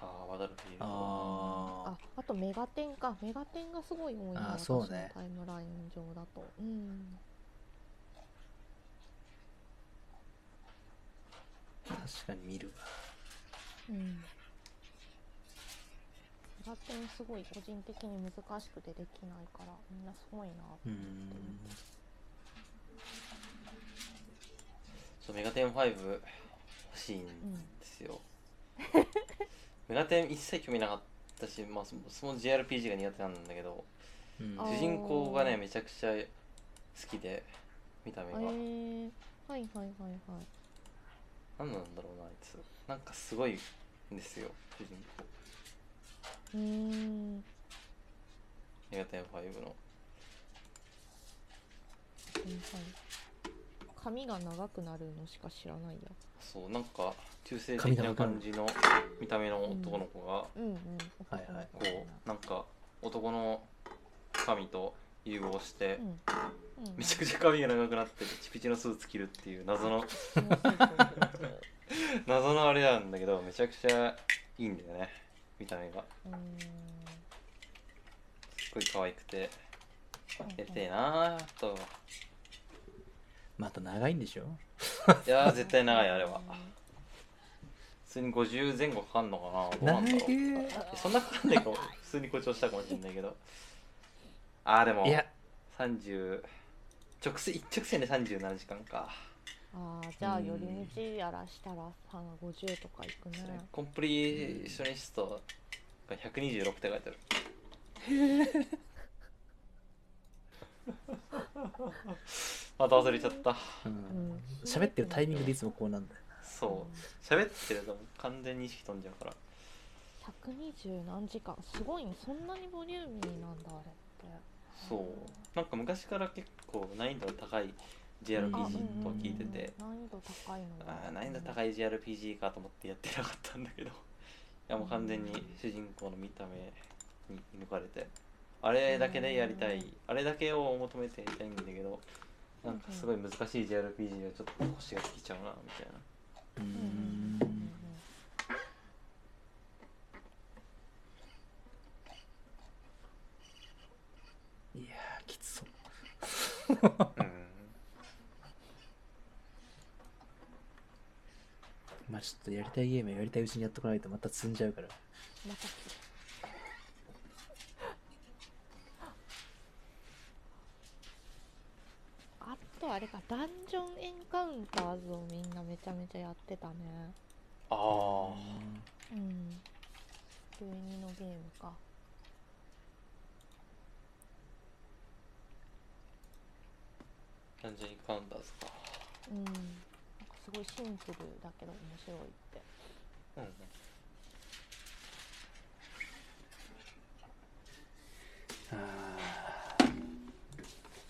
ああバトルフィールド
あ
ああとメガテンかメガテンがすごい多いな
あーそうね
私のタイムライン上だとうん
あ、確かに見るわ。
うんガテンすごい個人的に難しくてできないからみんなすごいな
うん
そうメガテン5欲しいんです よ、メガテン一切興味なかったし、まあ、そもそも JRPG が苦手なんだけど
うん
あー
主人公がねめちゃくちゃ好きで見た目が、
えー、はいはいはいはい
何なんだろうなあいつなんかすごいんですよ主人公
うーん
メガテン5の
はいはい髪が長くなるのしか知らないや
そうなんか中性
神
的
田
な
わかる
感じの見た目の男の子が、
うんうん
はいはい
こうなんか男の髪と融合して、
うんうん
めちゃくちゃ髪が長くなってピチピチのスーツ着るっていう 謎の
面白いと思う
謎のあれなんだけどめちゃくちゃいいんだよね見た目が
うーん
すっごい可愛くて
はい
やりたいなーと
また長いんでしょ
いやー絶対長いあれは普通に50前後かかんのかなどうなんだろ
長
う
い
そんなかかんないかも普通に誇張したかもしれない けどあーでも
いや
30直線一直線で37時間か
あーじゃあ寄り道やらしたら350とかいくね
コンプリーショニストが126って書いてある また忘れちゃった
う
うんん
喋ってるタイミングでいつもこうなんだよ
そう喋ってるともう完全に意識飛んじゃうから
120何時間すごいねそんなにボリューミーなんだあれって
そうなんか昔から結構難易度高い JRPG
あ
とは聞いてて、
うんうんうん難易度高いの
ああー難易度
い
高い JRPG かと思ってやってなかったんだけどいやもう完全に主人公の見た目に抜かれてあれだけでやりたいあれだけを求めてやりたいんだけどなんかすごい難しい JRPG はちょっと腰が引いちゃうなみたいな
う
う
んうん
ん
うんうん
いやーきつそう
うん
まあちょっとやりたいゲームはやりたいうちにやっとかないとまた積んじゃうから
また来る あとあれかダンジョンエンカウンターズをみんなめちゃめちゃやってたね
ああ
うんルイニのゲームか
単純にカウンターズか
うんなんかすごいシンプルだけど面白いって
うん
あ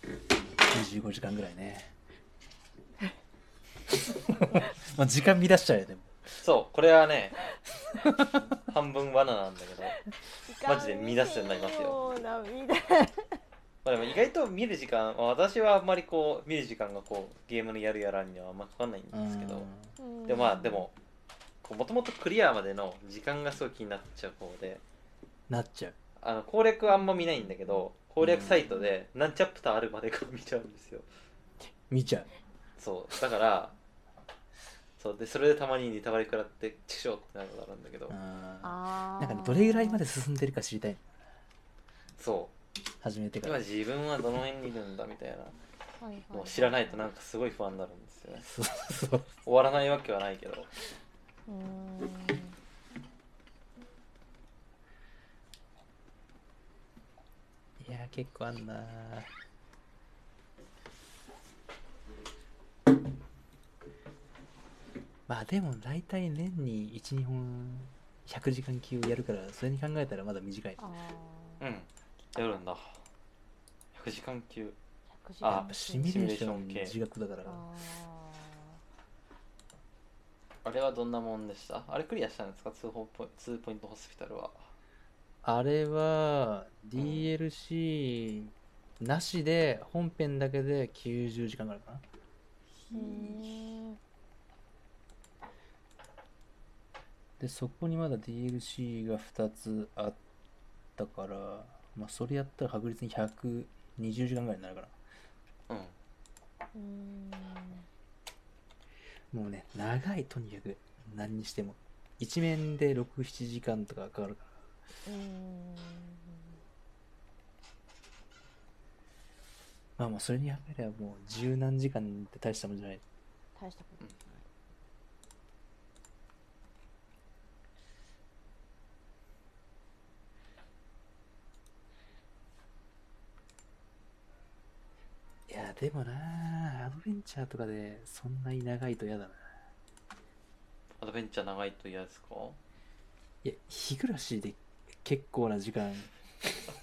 ー25時間ぐらいねまあ時間乱しちゃうよでも
そうこれはね半分罠なんだけどマジで
見
乱すようになりますよ
な乱
まあでも意外と見る時間まあ私はあんまりこう見る時間がこうゲームのやるやらにはあんまかかんないんですけど
うん
でまあでももともとクリアまでの時間がすごい気になっちゃう方で
なっちゃう
あの攻略あんま見ないんだけど攻略サイトで何チャプターあるまでか見ちゃうんですよ
見ちゃう
そうだからそうでそれでたまにネタバレ食らってチクショーってなることあるんだけど
あ
あ
ー
ー
なんかねどれぐらいまで進んでるか知りたい
そ
始めて
う
か
今
ら
自分はどの辺にいるんだみたい
はいはい
なのを知らないとなんかすごい不安になるんですよね
そうそう
終わらないわけはないけど
うーん
いやー結構あんなーまあでも大体年に12本100時間級やるからそれに考えたらまだ短い
あ
う
ー
んやるんだ100時間級
100時
あ
間
やっぱ
シミュレーショ
シミ
ン
ュレーシ
自学だから
あ
あれはどんなもんでしたあれクリアしたんですか ?2 ポツーポイントホスピタルは。
あれは DLC なしで本編だけで90時間ぐらいかな
ーへ
でそこにまだ DLC が2つあったからまあそれやったら確率に120時間ぐらいになるか
うん。
ら
ーうーん
もうね、長い、とにかく。何にしても。一面で6、7時間とかかかるから。
うーん
まあまあそれにやめればもう十何時間って大したもんじゃない
大したことない
いやでもなアドベンチャーとかでそんなに長いと嫌だな
アドベンチャー長いと嫌ですか
いや日暮らしで結構な時間
あ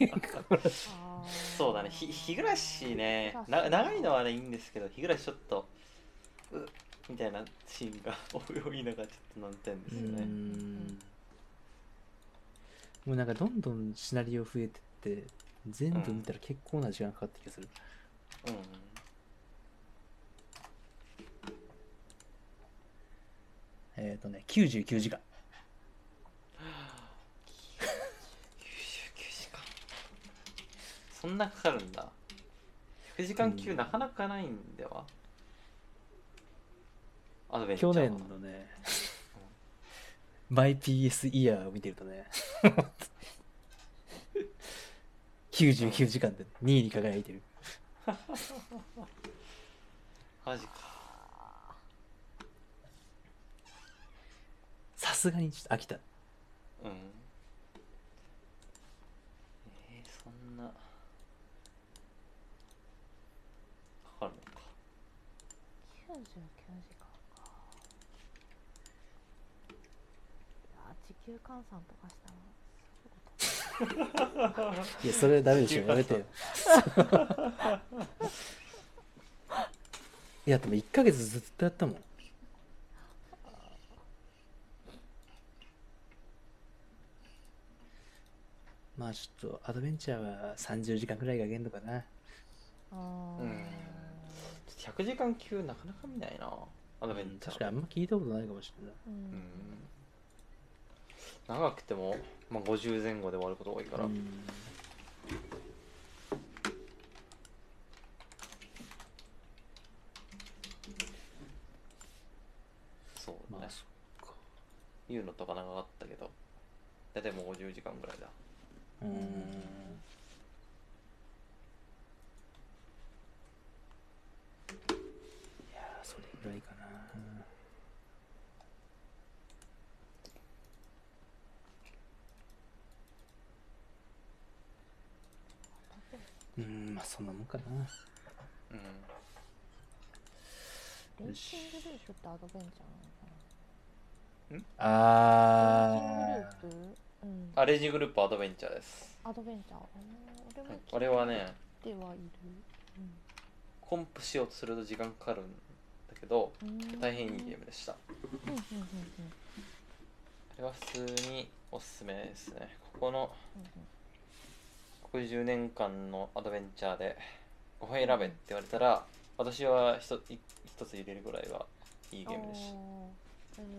ー
そうだねひ日暮らしねな長いのはねいいんですけど日暮らしちょっとうみたいなシーンが多いのがちょっと難点ですよ
う
ね
んもうなんかどんどんシナリオ増えてって全部見たら結構な時間かかった気がする、
うん
えっ、ー、とね99時
99
間
時間そんなかかるんだ100時間級なかなかないんでは、アドベンチャー
去
は
年のねマイ PS イヤーを見てるとね99時間で2位に輝いてる
マジか
さすがにちょっと飽きた
うんえー、そんなかかるのか
99時間かいや時給換算とかしたらすごいこと
いやそれダメでしょやめ てよいやでも1ヶ月ずっとやったもんまあちょっとアドベンチャーは30時間くらいが限度かな
あ
うんちょっと100時間級なかなか見ないなアドベンチャ
確かに
ー
あんま聞いたことないかもしれない
ーう
うん
ん
長くても、まあ、50前後で終わることが多いから、
うん
そうだ
ま
ね
あ、そっか
言うのとか長かったけど大体もう50時間ぐらいだ
うーんいやーそれぐらいかなうーんまあそんなもんかな
うん
レーシングループってアドベンチャーなのかなレーシン
あ
グループうん
あレイジグループアドベンチャーです
アドベンチャーあー俺も
あれはね
聞いてはいる
コンプしようとすると時間かかるんだけど
うんうん
大変いいゲームでしたあ
うんうんうんうん
れは普通におすすめですねここの
う
ここ10年間のアドベンチャーで5本選べって言われたら私は一つ一つ入れるぐらいはいいゲ
んうん
ームでした
あ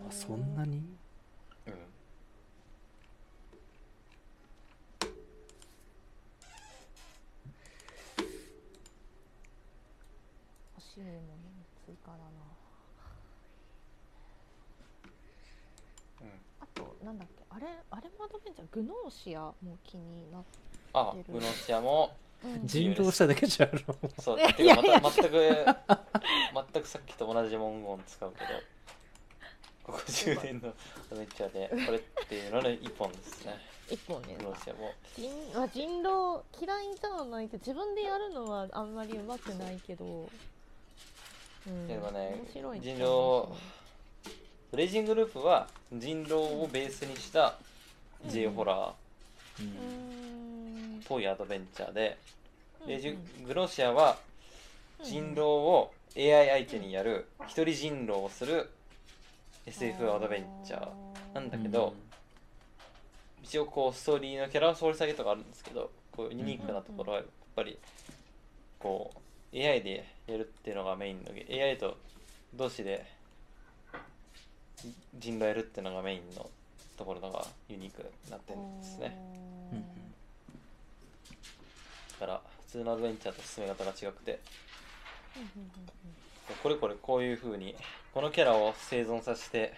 ー
あそんなに
うん
欲しいもの追加だな
うん
あとなんだっけあれあれもアドベンチャーグノーシアも気になっ
あ
出る
ウノシアも
うん
人狼しただけじゃあろ
そう
いや
てか
いやいや
また全く全くさっきと同じ文言使うけどここ10年のアドベンチャーでこれっていうのの1本です ね
一本ね
ウノシアも
人まあ人狼嫌いじゃないけど自分でやるのはあんまりうまくないけど、うん、
でもね
面白いっちゃ
人
面
狼
白い
レイジングループは人狼をベースにした J ホラ
う
うーん
ーっぽいアドベンチャーで、レイジ
うん
グロシアは人狼を AI 相手にやる一人人狼をする SF アドベンチャーなんだけど、一応こうストーリーのキャラを掘り下げとかあるんですけどこうユニークなところはやっぱりこう AI でやるっていうのがメインのゲ AI と同士で人狼やるっていうのがメインのところのがユニークな点ですね
うん
だから普通のアドベンチャーと進め方が違くて
うんうんうんうん
これこれこういう風にこのキャラを生存させて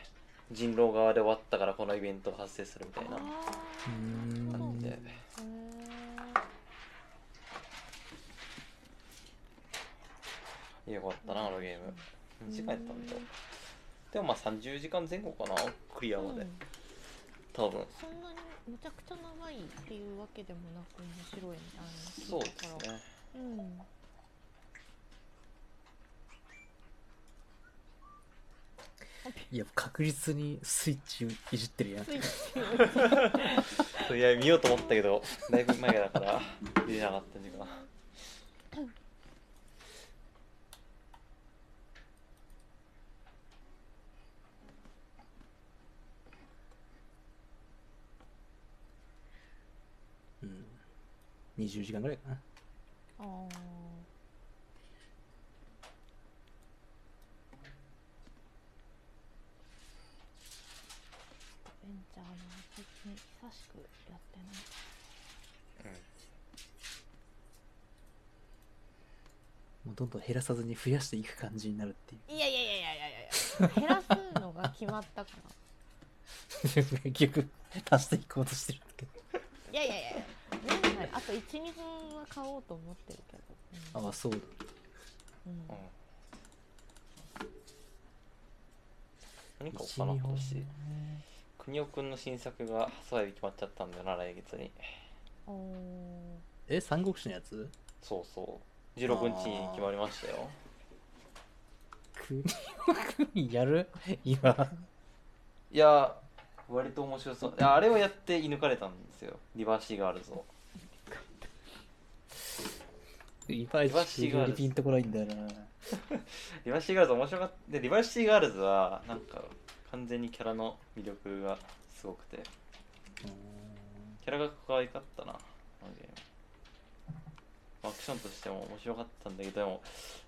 人狼側で終わったからこのイベントが発生するみたいな
あ
うー
感
ん
じで
ーへ
よかったなあのゲーム
ー
何時間やったんだでもまあ30時間前後かなクリアま
う
で
ん
多分
そんなにむちゃくちゃ長いっていうわけでもなく面白いみたいな
そうですね
うん
いや確実にスイッチいじってるやん
スイッ チを
とりあえず見ようと思ったけどだいぶ前だから見れなかった時間
うん20時間ぐらいかな
あーベンチャーの最近久しくやってない
もうどんどん減らさずに増やしていく感じになるってい
いやいやいやいやいやいや減らすのが決まったから
う 結局足していこうとしてるけど
いやいや いや年内あと12分は買おうと思ってるけど、
ああそうだ
うんうん
うん何かおかな
12本
私邦夫くんの新作が発売日決まっちゃったんだよな来月に
お
え三国志のやつ
そうそう16日に決まりましたよ
国を国やる今
いや割と面白そういやあれをやって射抜かれたんですよリバーシーガールズを
いっぱい
イワシがある
ピンとこないんだよな
リバーシーガールズ面白かったでリバーシーガールズはなんか完全にキャラの魅力がすごくてキャラが可愛かったなあのゲームアクションとしても面白かったんだけどでも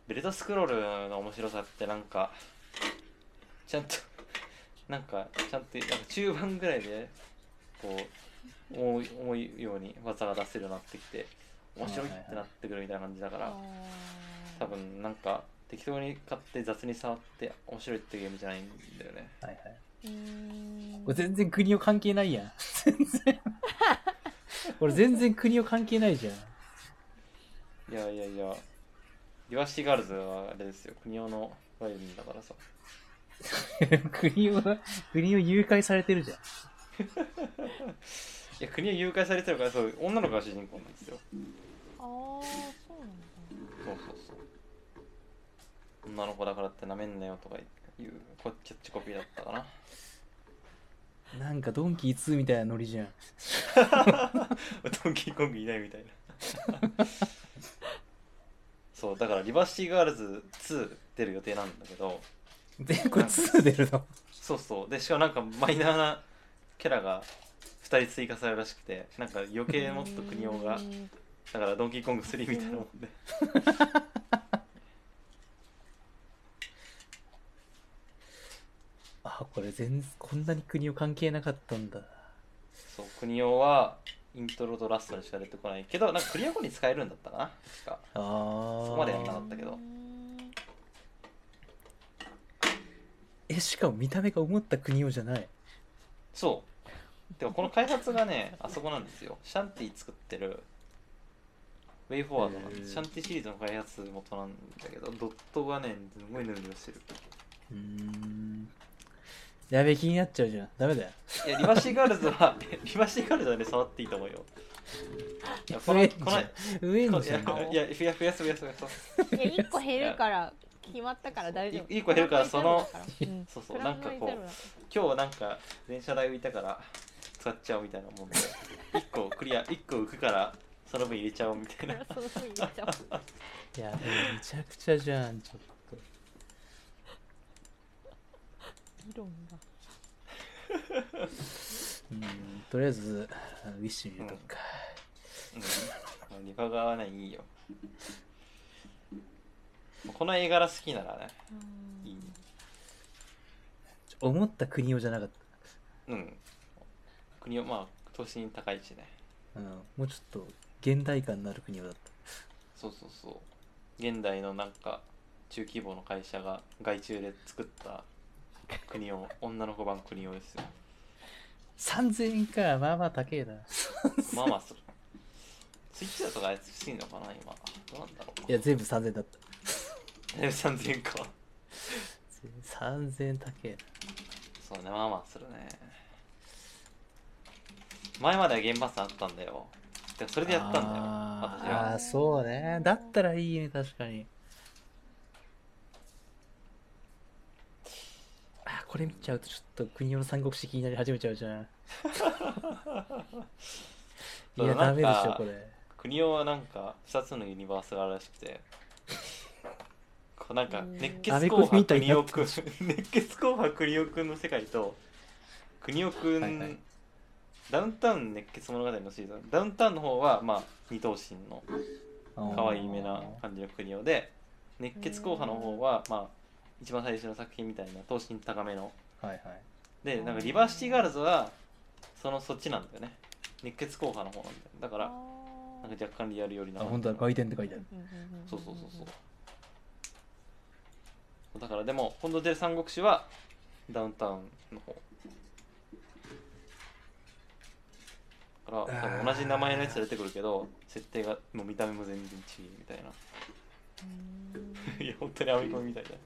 ベルトスクロールの面白さってなんかちゃんとなんかちゃんとなんか中盤ぐらいでこう思い思うように技が出せるようになってきて面白いってなってくるみたいな感じだから多分なんか適当に買って雑に触って面白いってゲームじゃないんだよね
はいはい
うん
俺全然国を関係ないやん全然俺全然国を関係ないじゃん
いやいやいやリワシガールズはあれですよ国オのバイオリンだからさ
国を国を誘拐されてるじゃ
い
ん
や国は誘拐されてるからそう女の子が主人公なんですよ
あーそうなんだ
そうそうそう女の子だからってなめんなよとか言うこっちっちコピーだったかな
なんかドンキー2みたいなノリじゃん
ドンキーコングいないみたいな そうだからリバーシーガールズ2出る予定なんだけど
でこれ2出るの
そうそうでしかもなんかマイナーなキャラが2人追加されるらしくてなんか余計もっと国オが
うん
だからドンキーコング3みたいなもんで
あこれ全然こんなに国を関係なかったんだ
そう、クニオはイントロとラストにしか出てこないけど、なんかクニオ後に使えるんだったかな確か。
あー
そこまでやんなかったけど
うん
えしかも見た目が思った国をじゃない
そう。てか、この開発が ね、あそこなんですよ。シャンティ作ってる、ウェイフォワードなんです。
へー
シャンティシリーズの開発元なんだけど、ドットがね、すごいヌルヌルしてる。
うーんやべえ気になっちゃうじゃんダメだよ
いや、リバーシーガールズは、リバーシーガールズはね、触っていいと思うよ。いやこの、この、い
増えんじゃん
や、いや、増やす、増やす、増やす。増やす
いや1個減るから決まったから大丈夫
い一個減るからその
うん
そうそうなんかこう
プラマイゼロだら
今日なんか電車代浮いたから使っちゃおうみたいなもんで1個クリア1個浮くからその分入れちゃおうみたいな
その分入れちゃおう
いやべえめちゃくちゃじゃんちょっと
議論が
うんとりあえずあウィッシュに入れとくか、
うんリファが合わないいいよこの絵柄好きならね
うん
いい
ちょ思った国をじゃなかっ
うん国はまあ都心高いしね
た、うん、もうちょっと現代感のある国をだった
そうそうそう現代のなんか中規模の会社が外注で作った国を女の子版国をですよ
3000円か、まあまあ高えな。い
まあまあそれツイッターとかやつきいのかな今どうなんだろう
や、全部3000円だった。
え3000円か
3000円高え
そうねまあまあするね前まではゲームパスあったんだよでそれでやったんだよ
あ
私
ー
は
あー、そうね。だったらいいね、確かに。あーこれ見ちゃうとちょっと国の三国志気になり始めちゃうじゃ ん。いや、ダメでしょ、これ。
国をはなんか2つのユニバースがあるらしくてこうなんか
うん
熱
ア
血紅
メコミ
白
みたいに
国
な
オ
っ
くん熱血紅白国オくんの世界と国オくん、
はいはい
ダウンタウン熱血物語のシーズンダウンタウンの方はまあ二等身の可愛いめな感じの国オで熱血紅白の方はまあ一番最初の作品みたいな等身高めの
はいはい。
でなんかリバーシティガールズはそのそっちなんだよね熱血紅白の方なんだよだからなんか若干リアル寄りな
あ、本当だ、外伝って書いてある。
そうそうそうそうだからでも今度出る三国志はダウンタウンの方だから多分同じ名前のやつが出てくるけど設定がもう見た目も全然違うみたいないや本当にアメコミみたいだ
い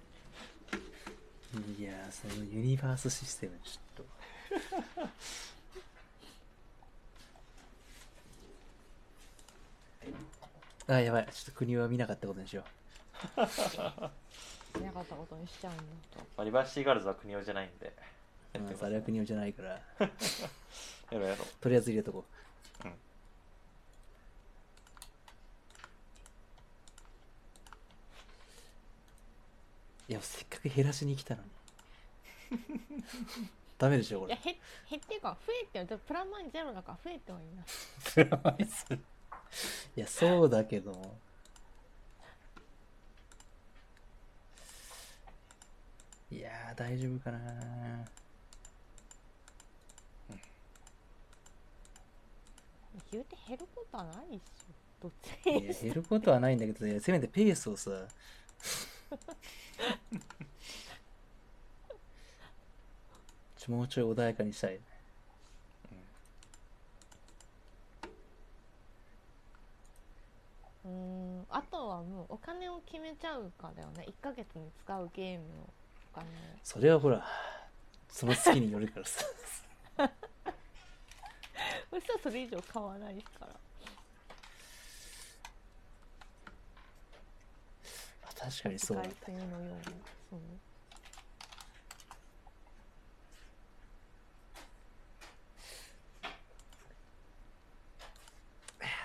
やー、そのユニバースシステム、ちょっ と。あ、やばい。ちょっと国は見なかったことにしよ
うんしなかったことにしちゃうんだ
まあ、リバーシティガールズは国オじゃないんで
う。
やって
う
み
ん、
ま
あ
す
れは国じゃないから。
やろうやろう
とりあえず入れとこう。
うん
いや、せっかく減らしに来たのに。ダメでしょ、こ
いや
れ。
へ減っていうか増えてるプラマイゼロだから増えてもいいな
いや、そうだけども。いやー、大丈夫かな
言うて減ることはないっしょどっち
いや、減ることはないんだけど、いやせめてペースをさ。ちょもうちょい穏やかにしたい。
うーんあとはもうお金を決めちゃうかだよね1ヶ月に使うゲームのお金を
それはほら、その好きによるからさ。
そしたらそれ以上買わないから
確かにそうだ
使い込みのようにそう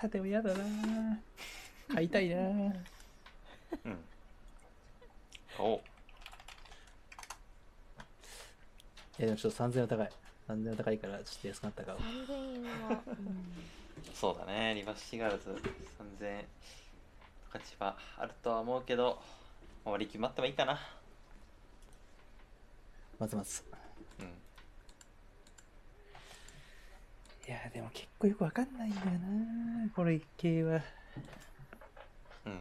あーでも嫌だなー買いたいなー
うんおう
いやでもちょっと3000円は高い3000円は高いからちょっと安くなったか
3000円は、うん
そうだねリバーシティガールズ3000円価値はあるとは思うけどまあ割り決まってもいいかな
まずまず
うん
いやーでも結構よくわかんないんだよなーこれ系は
うん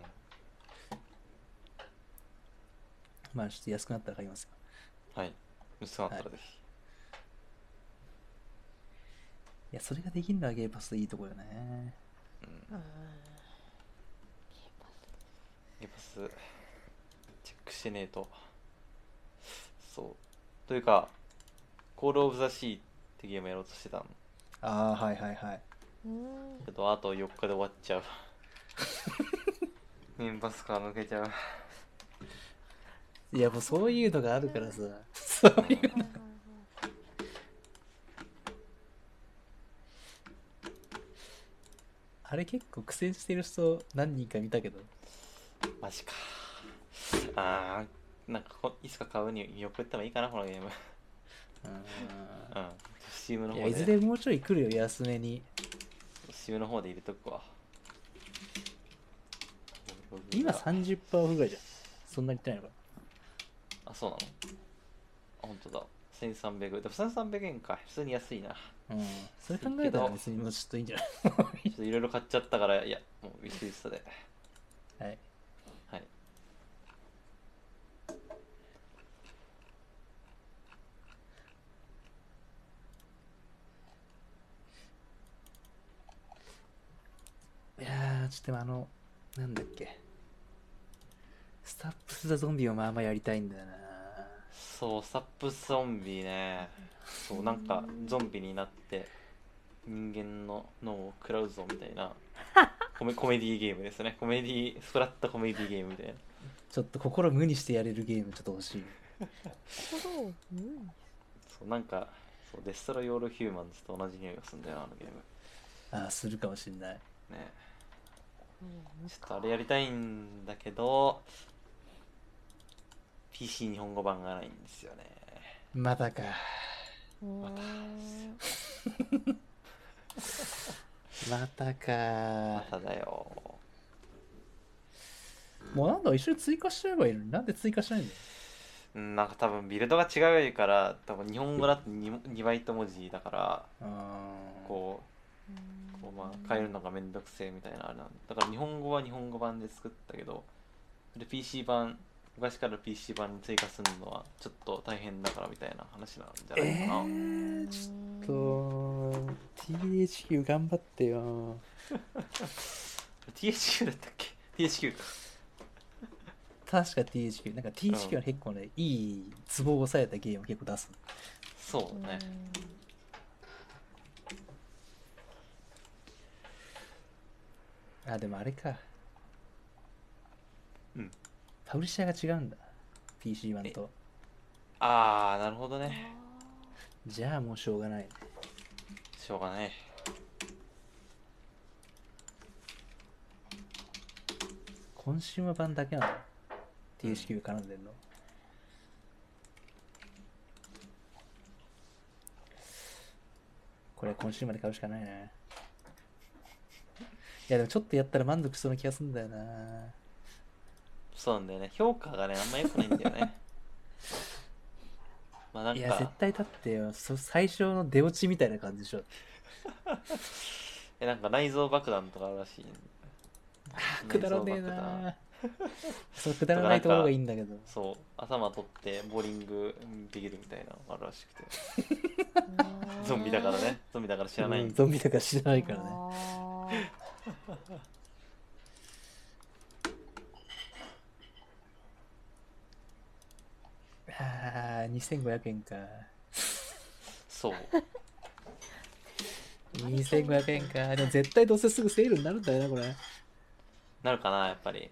まあちょっと安くなったら買いますよ
はい。薄くなったらぜひ。
いやそれができるのはゲーパスいいとこよね
うん。
うん
ゲパス、チェックしてねえと。そう。というか、コールオブザシーってゲームやろうとしてたんだ
ああはいはいはい
うん
けど、あと4日で終わっちゃう。メンバスから抜けちゃう。
いやもうそういうのがあるからさそういう
はいは いはい
あれ結構苦戦してる人何人か見たけど
マジか。あー、なんかこいつか買うに見送ってもいいかな、このゲーム。
うー
うんん。チームの
い
方
や
で。
いずれもうちょい来るよ安めに
チームの方で入れとくわ。
今30%オフぐらいじゃんそんなにいってないのか
あ、そうなのあ、本当だ。1300円。でも1300円か。普通に安いな。
うん、それ考えたら別にもうちょっといいんじゃない
ちょっといろいろ買っちゃったから、いや、もうウィスリストで。
はい。
はい。
ちょっとでもあの、なんだっけ。スタップス・ザ・ゾンビをまあまあやりたいんだよな。
そうサップゾンビねそうなんかゾンビになって人間の脳を食らうぞみたいなコメコメディゲームですねコメディスプラッタコメディゲームみたいな
ちょっと心無にしてやれるゲームちょっと欲しい。
心を無に
そうなんかそうデストロイ・オール・ヒューマンズと同じ匂いがするんだよなあのゲーム
ああ、するかもしんない。
ね
うん
ちょっとあれやりたいんだけど PC 日本語版がないんですよね
またか。
うん
また
ま
か。
ただよ
もうなんだ、一緒に追加しちゃえばいいのになんで追加しないんだよ。
うんなんか多分ビルドが違うから多分日本語だと 2, 2バイト文字だから
あー
こうこうまあ変えるのがめんどくせえみたいなあれなんだから日本語は日本語版で作ったけどで PC 版昔から PC 版に追加するのはちょっと大変だからみたいな話なんじゃないか
え
な、
ー、ちょっと THQ 頑張ってよ
THQ だったっけ THQ か
確か THQ なんか THQ は結構ね、いいツボを押さえたゲームを結構出す
そうね
あでもあれか
うん
パブリッシャーが違うんだ PC 版と
ああなるほどね
じゃあもうしょうがない
しょうがない
コンシューマー版だけなの THQ 絡んでんの、これ今週まで買うしかないねいやでもちょっとやったら満足しそうな気がするんだよな
そうなんだよね評価がねあんま良くないんだよ ねまあなん
いや絶
か
対だってよそ最初の出落ちみたいな感じでし ょ
えなんか内臓爆弾とかあるらしい
あ くだらねえ
内臓爆弾
な そうくだらないところがいいんだけど
そう頭取ってボーリングできるみたいなのがあるらしくてゾンビだからねゾンビだから知らない
うんん
で、
ゾンビだから知らないからね
ね
ああ2500円か
そう
2500円かでも絶対どうせすぐセールになるんだよなこれ
なるかなやっぱり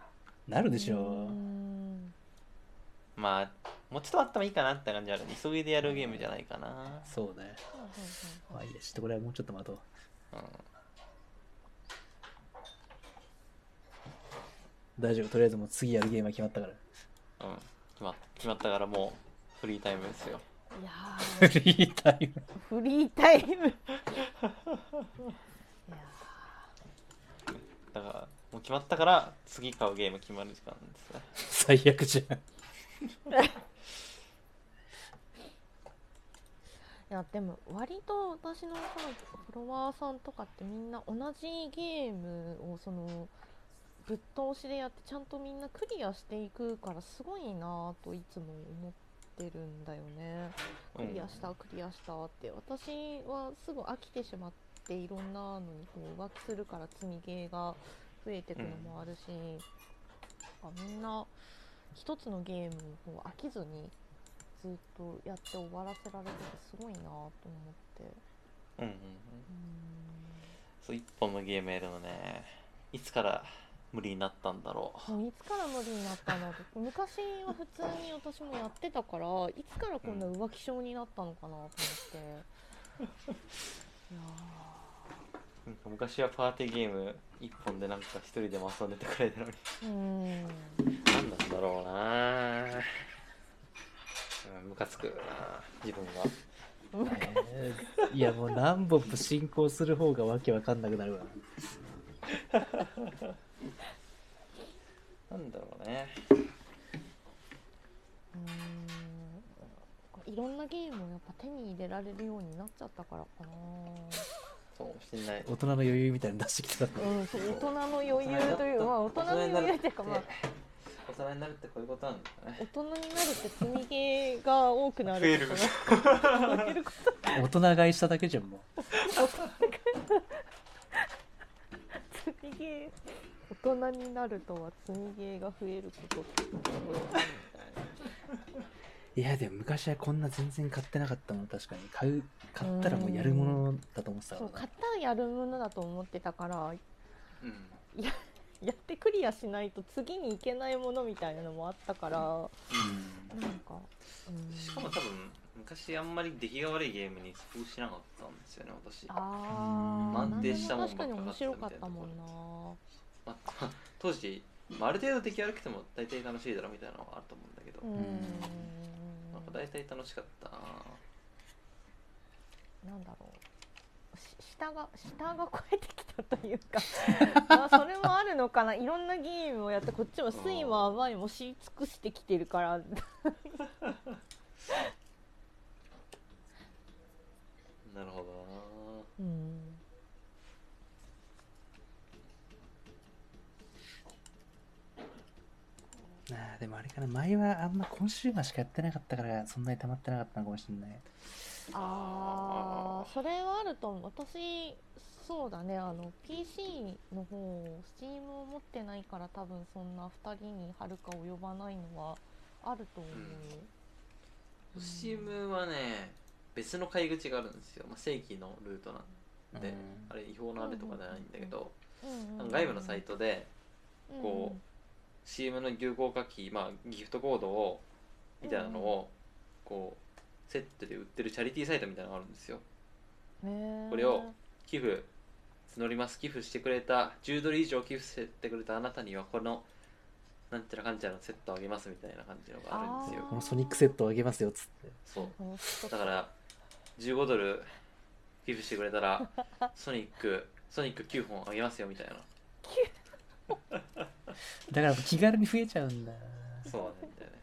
なるでしょ
まあもうちょっとあってもいいかなって感じある急ぎでやるゲームじゃないかな
そうねまあいいやちょっとこれはもうちょっと待とう
うん
大丈夫とりあえずもう次やるゲームは決まったから
うん決ま決まったからもうフリータイムですよ
いやー
フリータイム
フリータイムいや
だからもう決まったから次買うゲーム決まる時間ですね
最悪じゃん
いやでも割と私のそのフォロワーさんとかってみんな同じゲームをそのぶっ通しでやってちゃんとみんなクリアしていくからすごいなぁといつも思ってるんだよね。
う
ク
ん
リアしたクリアしたって私はすぐ飽きてしまっていろんなのにこう浮気するから積みゲーが増えてくのもあるし、あみんな一つのゲームにこう飽きずにずっとやって終わらせられててすごいなと思って
う
うー
んうんうん
ん
そう一本のゲームやるのねいつから無理になったんだろう
もういつから無理になったの昔は普通に私もやってたからいつからこんな浮気症になったのかなと思って。いやー
なんか昔はパーティーゲーム一本でなんか一人でも遊んでてくれたのに
うーん
なんなんだろうなうんムカつくな自分は
えーいやもう何本も進行する方がわけわかんなくなるわ
なんだろうね
うーんいろんなゲームをやっぱ手に入れられるようになっちゃったからかな
そうかもしんない
大人の余裕みたいに出してきたな
うんそう大人の余裕というまあ大人の余裕っていうかまあ
大人になるってこういうことなんだね
大人になるって積みゲーが多くな
増え
る
る
ことが増えるこ
大人買いしただけじゃんもう
と積みゲー大人になるとは積みゲーが増えることってすごいなみたい
いや、でも昔はこんな全然買ってなかったの、確かに。買う、買ったらもうやるものだと思ってた
な
か
そう
ら
買っ
な。
たらやるものだと思ってたから
うん
やってクリアしないと次に行けないものみたいなのもあったからなんかうん
しかも多分昔あんまり出来が悪いゲームに工夫しなかったんですよね私
ああ
安定したもんば
確
っか
か
り
に面
だったみたいな
白かったもんな
まあ、当時、まあ、ある程度出来悪くても大体楽しいだろみたいなのはあると思うんだけど、
うん
なんか大体楽しかったな
なんだろうし下が下が超えてきたというか まあそれもあるのかないろんなゲームをやってこっちも酸いも甘いも知り尽くしてきてるから
なるほど
うん
あーでもあれかな、前はあんまコンシューマーしかやってなかったから、そんなに溜まってなかったのかもしれない。
あーそれはあると思う私そうだねあの PC の方を Steam を持ってないから多分そんな2人にはるか及ばないのはあると思う、
な Steam はね別の買い口があるんですよ、まあ、正規のルートなんで、
うん
あれ違法なあれとかじゃないんだけど、
うんうん
あの外部のサイトでこう CM の有効課金、まあ、ギフトコードをみたいなのをこうセットで売ってるチャリティーサイトみたいなのがあるんですよ
うんうんへー
これを寄付募ります寄付してくれた10ドル以上寄付してくれたあなたにはこのなんちゃらかんちゃらのセットあげますみたいな感じのがあるんで
あ
すよ
このソニックセットをあげますよ、つって。
そう
面白い
だから15ドル寄付してくれたらソニックソニック9本あげますよみたいな
だから気軽に増えちゃうんだ。
そうだねみたいなね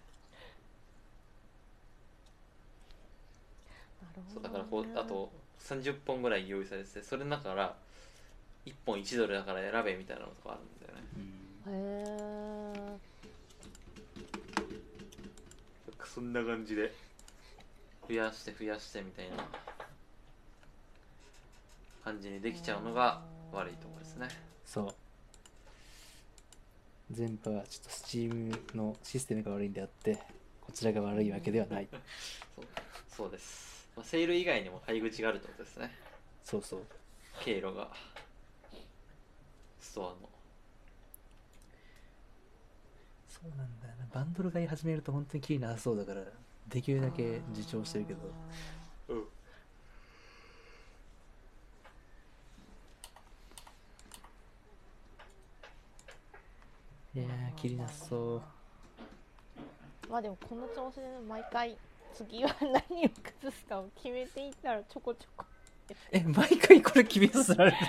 なる
そ
ほ
う
ど
だからこ
ね
うあと30本ぐらい用意されててそれの中から1本1ドルだから選べみたいなのとかあるんだよね
へえ
なんかそんな感じで増やして増やしてみたいな感じにできちゃうのが悪いところですね
そう。全部はちょっと Steam のシステムが悪いんであって、こちらが悪いわけではない。
そうそうです、まあ、セール以外にも買い口があるってことですね
そうそう。
経路がストアの
そうなんだよな。バンドル買い始めると本当にキリなさそうだから、できるだけ自重してるけど。
うん
いやー、キリなさそう。
まあでもこの調子でね毎回次は何を崩すかを決めていったらちょこちょこ
え、毎回これ決めさせられる
毎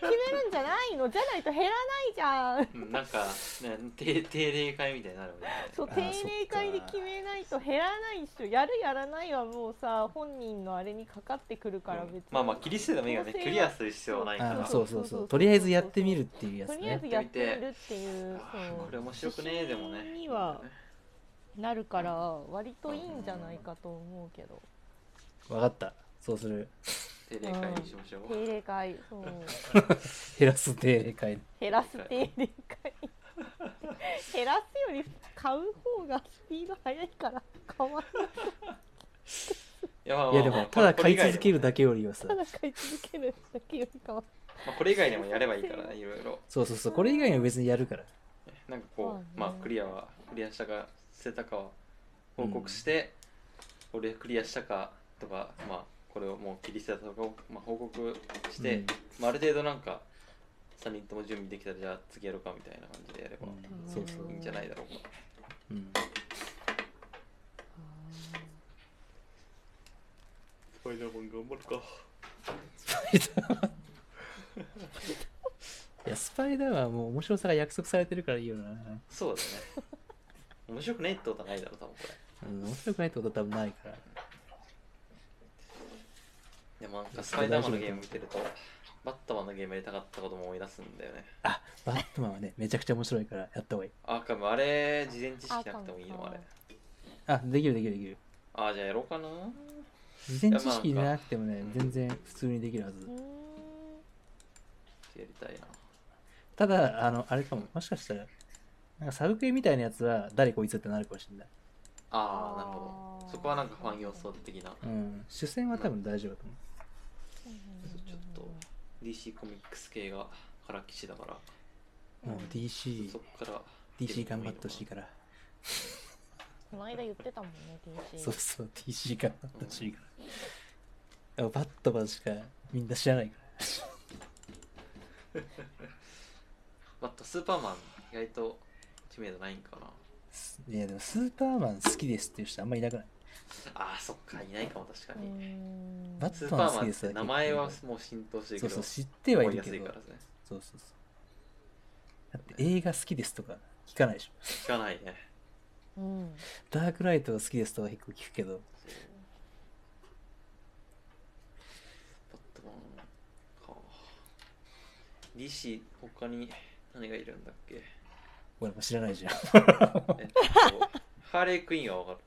回決めるんじゃないのじゃないと減らないじゃん
うん、なんか、ね、定定例会みたいになるわけです
そ
ね
う
あー
定例会で決めないと減らないっしょやるやらないはもうさ本人のあれにかかってくるから別に、
まあまあ切り捨てでもいいよね
強制は
クリアする必要はないか
の
ら
あー
そ
そううそうそう。とりあえずやってみるっていうや
と
つ
りあえ
ね
ず。やってみるっていう
あ
そう
ーこれ面白くねえでもね
指針にはなるから割といいんじゃないかと思うけど
わかった。そうする。
定例会にしましょう
定例会そう
減らす定例会。
減らす定例会減らすより買う方がスピード速いから変わらない
いやまあまあ
いやでも、ただ買い続けるだ
け、
けよりはさ
た、だ買い続けるだけより変わ
まあ、これ以外でもやればいいからねいろいろ
そうそうそう、これ以外は別にやるから。
なんかこう、
まあね
まあクリアはクリアしたか捨てたかは報告して、これクリアしたかとかまあこれをもう切り捨てたとかを、まあ、報告して、
うん
まあ、ある程度なんか3人とも準備できたらじゃあ次やろうかみたいな感じでやれば、
うんそうそう
いいんじゃないだろうか
うん。
らない
スパイダーマン頑張るか
いや、スパイダーはもう面白さが約束されてるからいいよな。
そうだね面白くないってことはないだろう多分これ
うん、面白くないってことは多分ないから。
でもなんかスパイダーマンのゲーム見てるとバットマンのゲームやりたかったことも思い出すんだよね
あ、バットマンはね、めちゃくちゃ面白いからやった方がいい。
あかもあれ事前知識なくてもいい
あか
の
も
あれ
あ、できるできるできる。
あじゃあやろうかな
事前知識なくても
いや
ね
まあ、
全然普通にできるはず
うー。ん
やりたいな
ただ、あの、あれかも、もしかしたら、なんかサブクエみたいなやつは、誰こいつってなるかもしれない。
ああなるほどそこはなんかファン要素的な
うん。主戦は多分大丈夫だと思う。
ちょっと DC コミックス系がからきしだから
うん
もう DC
そ、こから
DC 頑張ってほしいから。
この間言ってたもんね DC
そうそう、DC 頑張ってほしいから。あバットマンしかみんな知らないから。
バットスーパーマン意外と知名度ないんかない
や、でもスーパーマン好きですっていう人あんまいなくない。
ああそっかいないかも確か
うー
に、
ん
バッ
ス
ツ
ーパーマンって名前はもう浸透してるけ
そ
ど
うそう、知ってはいる
覚え
け
やすい
ど
か。らね
そうそうそう。だって映画好きですとか聞かないでしょ。
聞かないね
うん
ダークナイトが好きですとか結構聞くけど、
そうバットマンか DC 他に何がいるんだっ け
俺も知らないじゃん。
えっとハーレークイーンは分か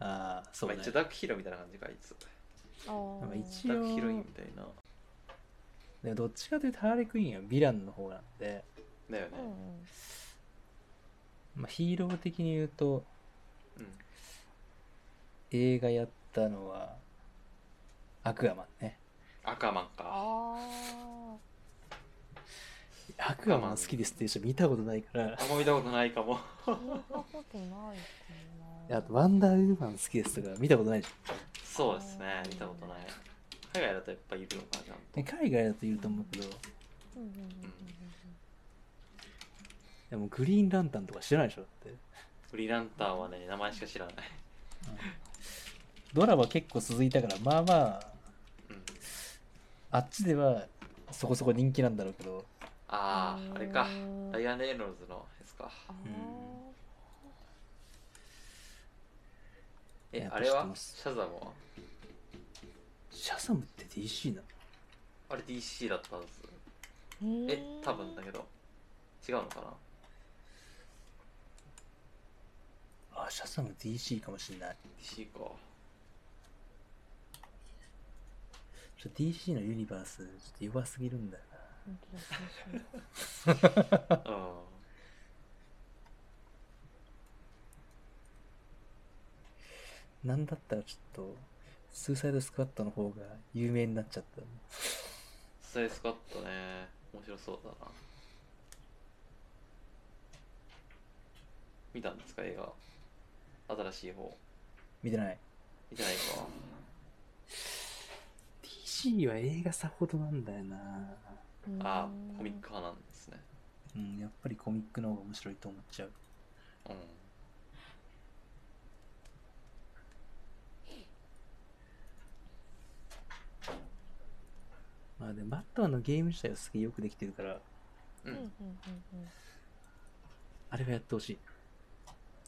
る
ああ、そう
まあ
ね
一応。ダークヒーローみたいな感じかあいつ
あー
なんか一
ダークヒロインみたいな
でもどっちかというとハーレクイーンはヴィランの方なんで、
だよね
うんうん
まあ、ヒーロー的に言うと
うん、
映画やったのはアクアマンね。
アクアマンか
あ
アクアマン好きですっていう人見たことないから
あ、んま見たことないかも
あ聞いたことないかな
あとワンダーウーマン好きですとか見たことないじ
そうですね見たことない海外だとやっぱいるのかなちゃん
ゃん。で海外だと言うと思うけど、
うんうんうんうん
でもグリーンランタンとか知らないでしょだって。
とフリーランタンはね名前しか知らない、
ドラマ結構続いたから、まあまあ、
うん、
あっちではそこそこ人気なんだろうけど、
あああれか
うん
ライアン・レイノルズのやつか
あ
うん
ー
や
え
っぱ
あれ
知っ
は
てます
シャザムは
シャサムって DC なの
あれ DC だったはず
うん
え多分だけど違うのかな
あ、シャサム DC かもしれない。
DC か
ちょ DC のユニバース、ちょっと弱すぎるんだよな。
本当だそうそう
うん
なんだったらちょっと、スーサイドスクワットの方が有名になっちゃった。
スタイルスカットね面白そうだな見たんですか映画新しい方
見てない。
見てないか
DC は映画さほどなんだよな。
うん
ああコミック派なんですね
うん、やっぱりコミックの方が面白いと思っちゃう。
うん
まあでも、バットマンのゲーム自体はすげえよくできてるから、
う、
うんんうんう
い
んうん
あれはやってほしい。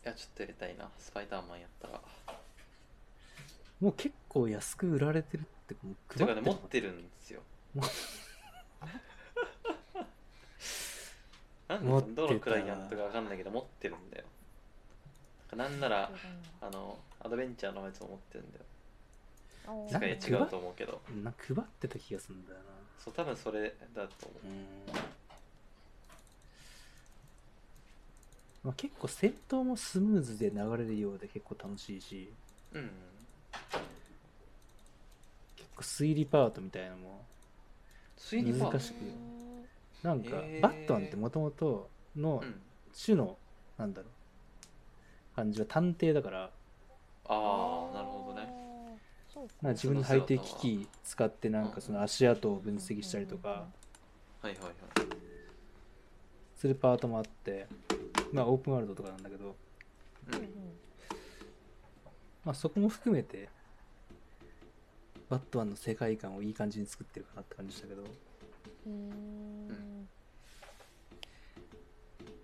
やちょっとやりたいなスパイダーマンやったら
もう結構安く売られてるって、もう
という
配
か
っ
ね
てる
持
の
っ
か
てるんですよなん
持って
で
た
どのクライアントか分かんないけど持ってるんだよなんならあのアドベンチャーのやつも持ってるんだよ
そう
世
だな
界
なんか
違うと思うけど
なんか配ってた気がするんだよな。
そう多分それだと思う
うんまあ、結構戦闘もスムーズで流れるようで結構楽しいし
うん
結構推理パートみたいなのも
推理パー
難
ト
しくなんか
へー
バットマンってもともとの
うん
種のなんだろう感じは探偵だから
ああなるほどね
ねそうか
なんか自分のハイテク機器使ってなんかその足跡を分析したりとか
はいはいはい
するパートもあってまあオープンワールドとかなんだけど
う
うんうんん
まあそこも含めてバットマンの世界観をいい感じに作ってるかなって感じしたけど
うーん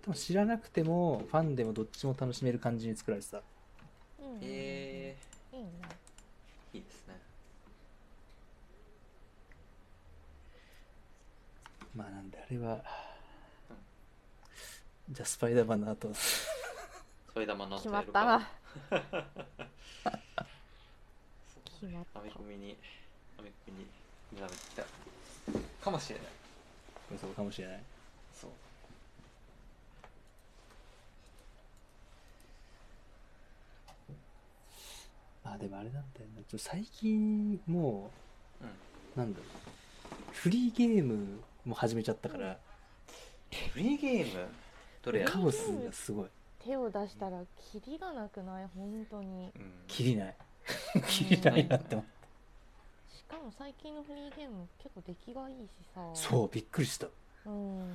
多分知らなくてもファンでもどっちも楽しめる感じに作られてた
うん
え
いいね
ー、いいですね
まあなんであれは
うん
じゃあスパイダーマンの後
スパイダーマンの後
決
や
まった
るか
な決まっ
アメコミにアメコミに目覚めてきたかもしれない
そうかもしれないでもあれなんだよな。ちょ最近、も
うん
う、なんだろう。フリーゲームも始めちゃったから、
フリーゲームどれや
カオスがすごい。
手を出したらキリがなくない本当 に
うん
切りない。切りないなって思っ
しかも最近のフリーゲーム結構出来がいいしさ
た。そう、びっくりした。
ううんっ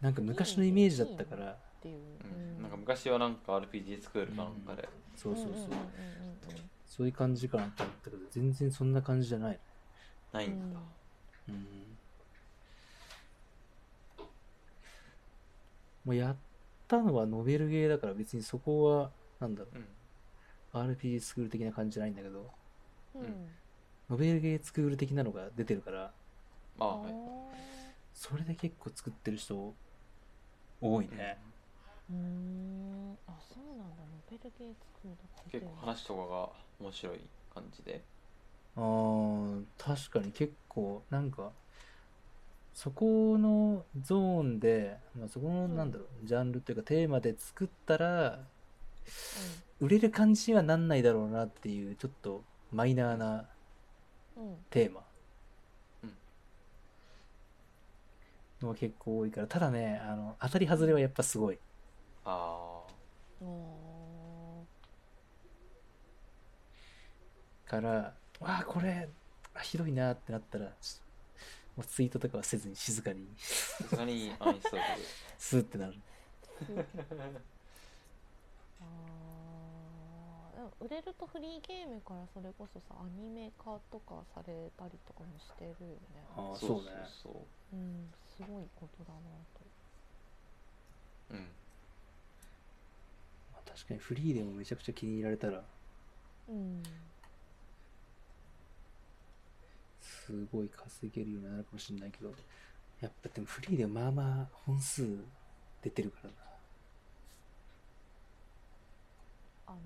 なんか昔のイメージだったから、
ていう、
うんなんか昔はなんか RPG スクールかなんかで、
そうそうそう。
んんんうんうん
そういう感じかなって思ったけど、全然そんな感じじゃない。
ないんだ、
うん。もうやったのはノベルゲーだから別にそこは、なんだろ
うん
う、RPG スクール的な感じじゃないんだけど、
うんうん
ノベルゲースクール的なのが出てるから、
まあ
あ
はい
それで結構作ってる人多いね。
ーうーんあそうなんだノベルゲー作るとか
結構話とかが面白い感じで
あー確かに結構なんかそこのゾーンで、まあ、そこの
うん
なんだろう、ジャンルっていうかテーマで作ったら売れる感じにはなんないだろうなっていうちょっとマイナーな
うんうん
テーマ
うん
のが結構多いからただねあの当たり外れはやっぱすごい
あ
お
からわあこれあひどいなってなったらちょもうツイートとかはせずに静かに
あさすが にアンインストール
スーってなる
ー
で
あーでも売れるとフリーゲームからそれこそさアニメ化とかされたりとかもしてるよね
あ
そ
あ
うそうそ
うんすごいことだなと
ううん
まあ確かにフリーでもめちゃくちゃ気に入られたら
うん
すごい稼げるようになるかもしれないけどやっぱでもフリーでまあまあ本数出てるからな
あの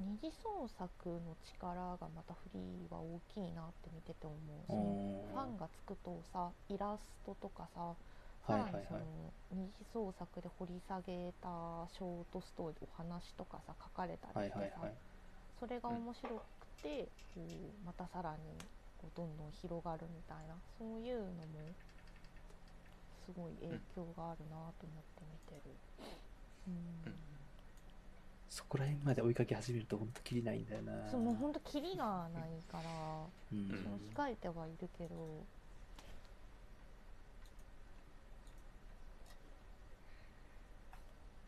二次創作の力がまたフリーは大きいなって見てて思うそのファンがつくとさイラストとかささ
は
ら
いは
に
いはい
その二次創作で掘り下げたショートストーリーお話とかさ書かれた
は
り
い
して
はいは
さ
い
それが面白くて、こうまたさらにこうどんどん広がるみたいなそういうのもすごい影響があるなと思って見てる。うん
そこら辺まで追いかけ始めると本当きりないんだよな
そうもうほんとキリがないから
うん
うん
その控えてはいるけど、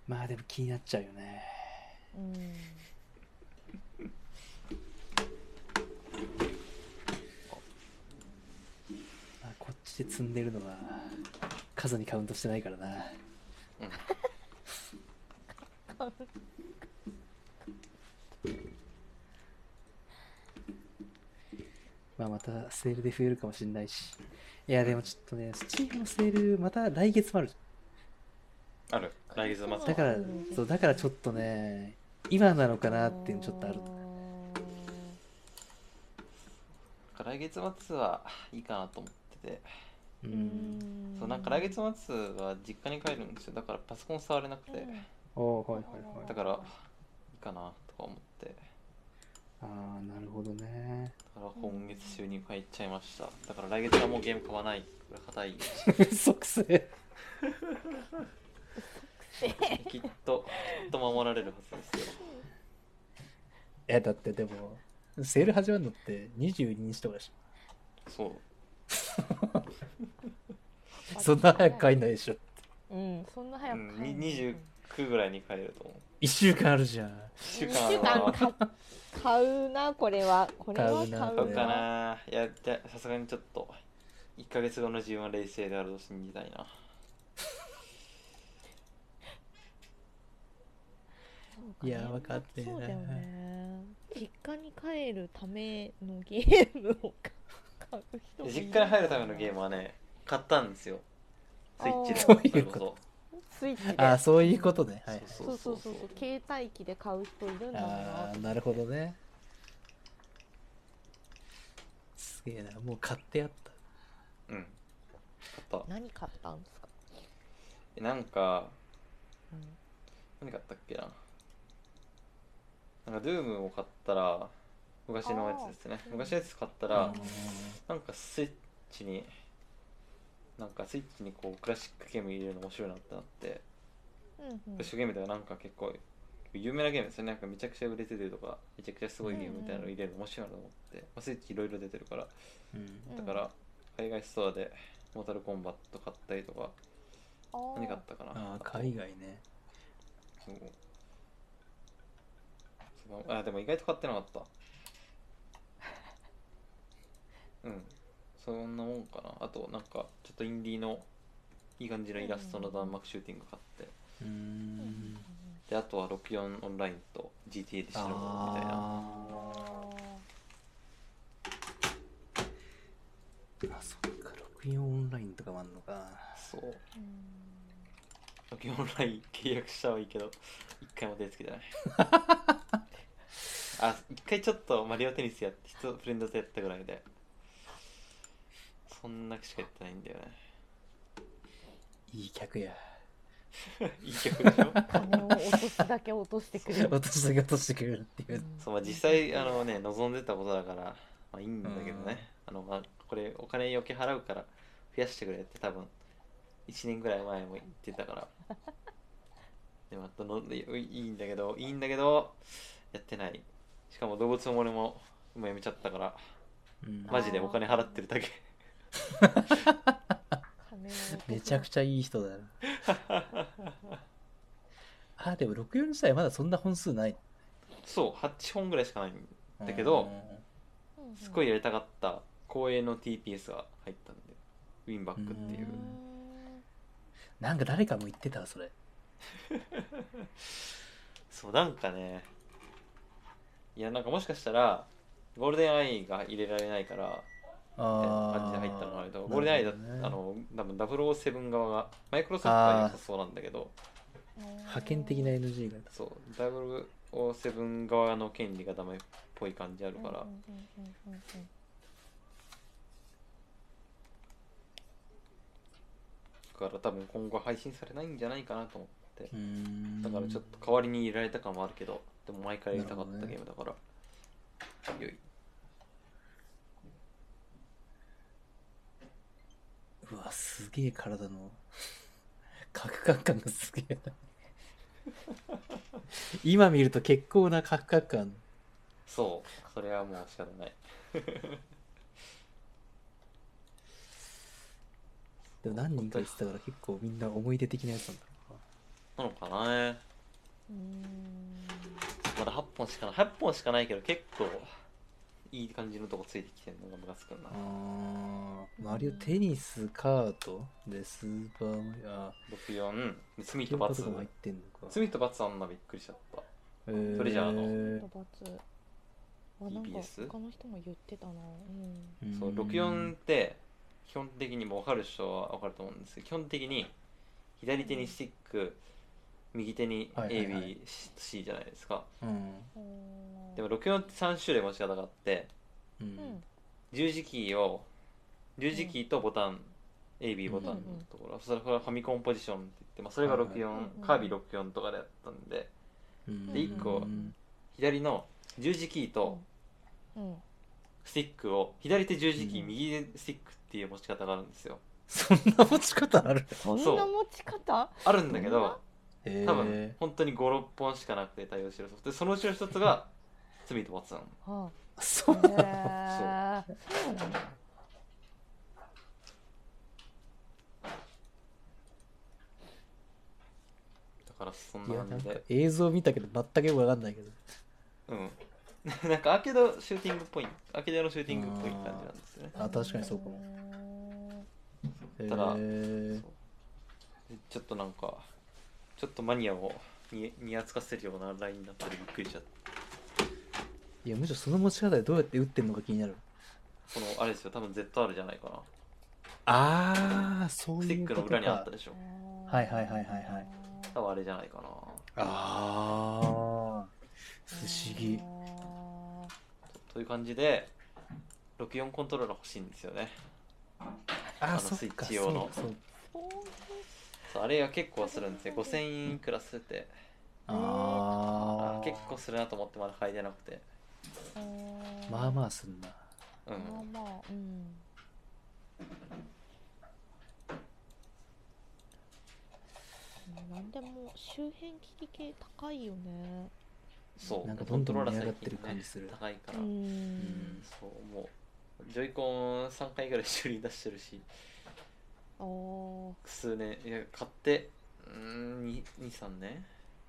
まあでも気になっちゃうよね
うん、
まあこっちで積んでるのは数にカウントしてないからな
うん
まあまたセールで増えるかもしれないしいやでもちょっとねスチームのセールまた来月もある
ある来月末
だから
うん、
そう、だからちょっとね、今なのかなっていうのちょっとある。
来月末はいいかなと思ってて、
う。
うん
そうなんか来月末は実家に帰るんですよだからパソコン触れなくて、
うん
おーはいはいはい。
だからいいかなとか思ってだ
ああ、なるほどね。
から今月収入入っちゃいましただから来月はもうゲーム買わないこれ硬い
嘘くせえ。
きっときっと守られるはずですよ
いや、だってでも、セール始まるのって22日とかだし。
そう
そんな早く帰んないで しょ。
うんそんな早く
うんに29ぐらいに帰ると思う
1週間あるじゃん。
1
1週
週間は
間買買うなこれはこれは買うな
買う
買うかないやじゃあさすがにちょっと1ヶ月後の自分は冷静であると信じたいな
そうか
いやわかってる
そ
な
うだよね実家に帰るためのゲームを買う人もい
実
い
家に入るためのゲームはね買ったんですよスイッチで
あー
それこそ
スイッチで
ああ、そういうことね。はい。
そうそうそうそう携帯機で買う人いるんだろう
あ
な
あ、なるほどね。すげえな、もう買ってやった。
うん買っ
何買ったんですか、
たなんか
うん
何買ったっけななんか Doom を買ったら昔のやつですね
あー
昔のやつ買った
あ
らなんかスイッチになんかスイッチにこうクラシックゲーム入れるの面白いなってなって
うんうん
クラシックゲームではなんか結構有名なゲームですよねなんかめちゃくちゃ売れてるとかめちゃくちゃすごいゲームみたいなの入れるの面白いなと思って、まあ、スイッチいろいろ出てるから
うん
うん
だから海外ストアでモータルコンバット買ったりとか
あー
何買ったかな
あー海外ね
そうそうあでも意外と買ってなかったうんそんなもんかなあとなんかちょっとインディーのいい感じのイラストの弾幕シューティング買って
うー
うんうんうん
ん
であとは64オンラインと GTA で死ぬものみたい
あ
な
あ
ー
ーあそっか64オンラインとかもあんのか
そう
うん
64オンライン契約したはいいけど一回も手つけてないあ一回ちょっとマリオテニスやって人フレンドとやったぐらいでそんなしかやってないんだよね
いい客や
いい曲でしょ
金を落とすだけ落としてくれる。
私だけ落としてくれるっていう
そう、まあ、実際あのね望んでたことだからまあいいんだけどねあの、まあ、これお金余計払うから増やしてくれって多分1年ぐらい前も言ってたから でもあとのいいいんだけどいいんだけどやってないしかも動物も俺も今やめちゃったから
うん
マジでお金払ってるだけ
金を落 とす
めちゃくちゃいい人だなあでも64自体まだそんな本数ない
そう8本ぐらいしかないだけど
うんうん
すごいやりたかった公営の TPS が入ったんでウィンバックっていう
う
ー
ん
ん
なんか誰かも言ってたわそれ
そうなんかねいやなんかもしかしたらゴールデンアイが入れられないからみたいな感じで入ったのもあるけどゴールデンアイだ、あの多分007側がマイクロソフトは良さそうなんだけど
派遣的な NG が
そう007側の権利がダメっぽい感じあるから、
うんうんうんうんうんうん
だから多分今後配信されないんじゃないかなと思って
うーん
だからちょっと代わりに入れられた感もあるけどでも毎回やりたかったゲームだから、よい
とうわすげえ体のカクカク感がすげえな今見ると結構なカクカク感
そうそれはもう仕方ない
でも何人か言ってたから結構みんな思い出的なやつなんだろ
なのかなね
うーん
まだ8本しかない8本しかないけど結構いい感じのとこついてきてるのがムカつくな
うなあーマリオテニスカートでスーパーマリオあ
64で罪
キ
と
ンパ
罰
とかも入ってんのか
罪と罰あんなびっくりしちゃった
えー
トレジャーの
ちょっと罰あなんか
TPS
他の人も言ってたなうん
そう64って基本的にもう分かる人は分かると思うんですけど基本的に左手にスティック右手に
はいはいはい
ABC じゃないですか
うん
おー
でも64って3種類間違いがあって
う
うんん
十字キーを十字キーとボタン AB ボタンのところ、それがファミコンポジションって言って、まあ、それが
はいはい
64、
うん
カービィ64とかでやったんで
うん
で一個
うん
左の十字キーと
うん
スティックを左手十字キー、
うん
右手スティックっていう持ち方があるんですよ
そんな持ち方ある
そんな持ち方
あるんだけど
へ
多分本当に56本しかなくて対応してるソフトでそのうちの一つが罪と罰なの
は
そ
あ、へ
う
ーそうなんだ
だからそん
い
な
やな
感
ん
じ
か
で
映像見たけど全くよく分かんないけど
うん なんかアーケードシューティングっぽいアーケードのシューティングっぽい感じなんですよね
あ確かにそうかも
も
ただ
へー
そうでちょっとなんかちょっとマニアをににやつかせるようなラインになったりびっくりしちゃった
いやむしろその持ち方でどうやって打ってんのか気になる
このあれですよ多分 ZR じゃないかな
ああそう
スティックの裏にあったでしょ
はいはいはいはいはい
多分あれじゃないかな
ああ不思議
という感じで64コントローラー欲しいんですよね
あ
の
ーそっ
スイッ
か
チ用の
そうかそうか
そうあれが結構するんですよ5000円いくらするって
あ
あ
ー
結構するなと思ってまだ書いてなくて
まあまあすんな。
うん
まあまあうん何でも周辺機器系高いよね
そう
なんかどんどん
コントローラー
値上が
最近
ってる感じする
ね高いから、
うん
そうもうジョイコン3回ぐらい修理出してるし
あー
数年いや買って23年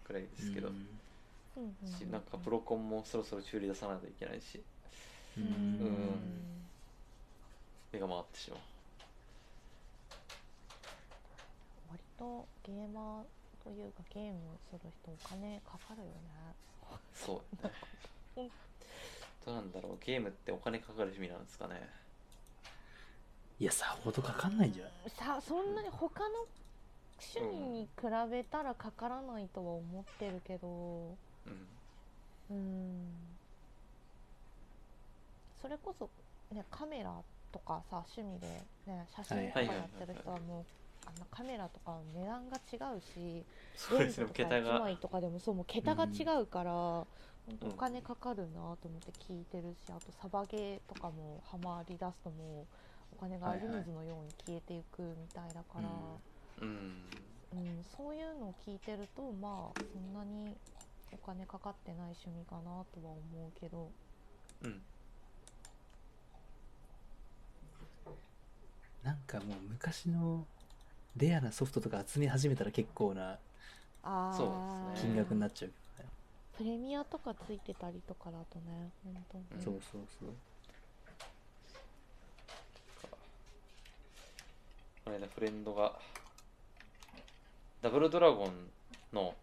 くらいですけど、
うん
うんうん
しなんかプロコンもそろそろ修理出さないといけないし
う
うん
ん目が回ってしまう
割とゲーマーというかゲームする人お金かかるよね
そ うね
うん
どうなんだろうゲームってお金かかる趣味なんですかね
いや、さほどかかんないんじゃない
さそんなに他の趣味に比べたらかからないとは思ってるけど
うん
うんそれこそ、ね、カメラとかさ趣味で、ね、写真とか
はい
はい
やってる人はもうあのカメラとかの値段が違うし
そうですね
レンズとか
桁
一
が
枚とかでもそうもう桁が違うから、ほんと
うん
お金かかるなと思って聞いてるしあとサバゲーとかもハマりだすともうお金が
はい
湯
はい
水のように消えていくみたいだから、
うん
うんそういうのを聞いてるとまあそんなにお金かかってない趣味かなとは思うけど
うん
なんかもう昔のレアなソフトとか集め始めたら結構な
あー
そうですね
金額になっちゃうけどね。
プレミアとかついてたりとかだとね本当に、
うん
そうそうそう。
この間フレンドがダブルドラゴンの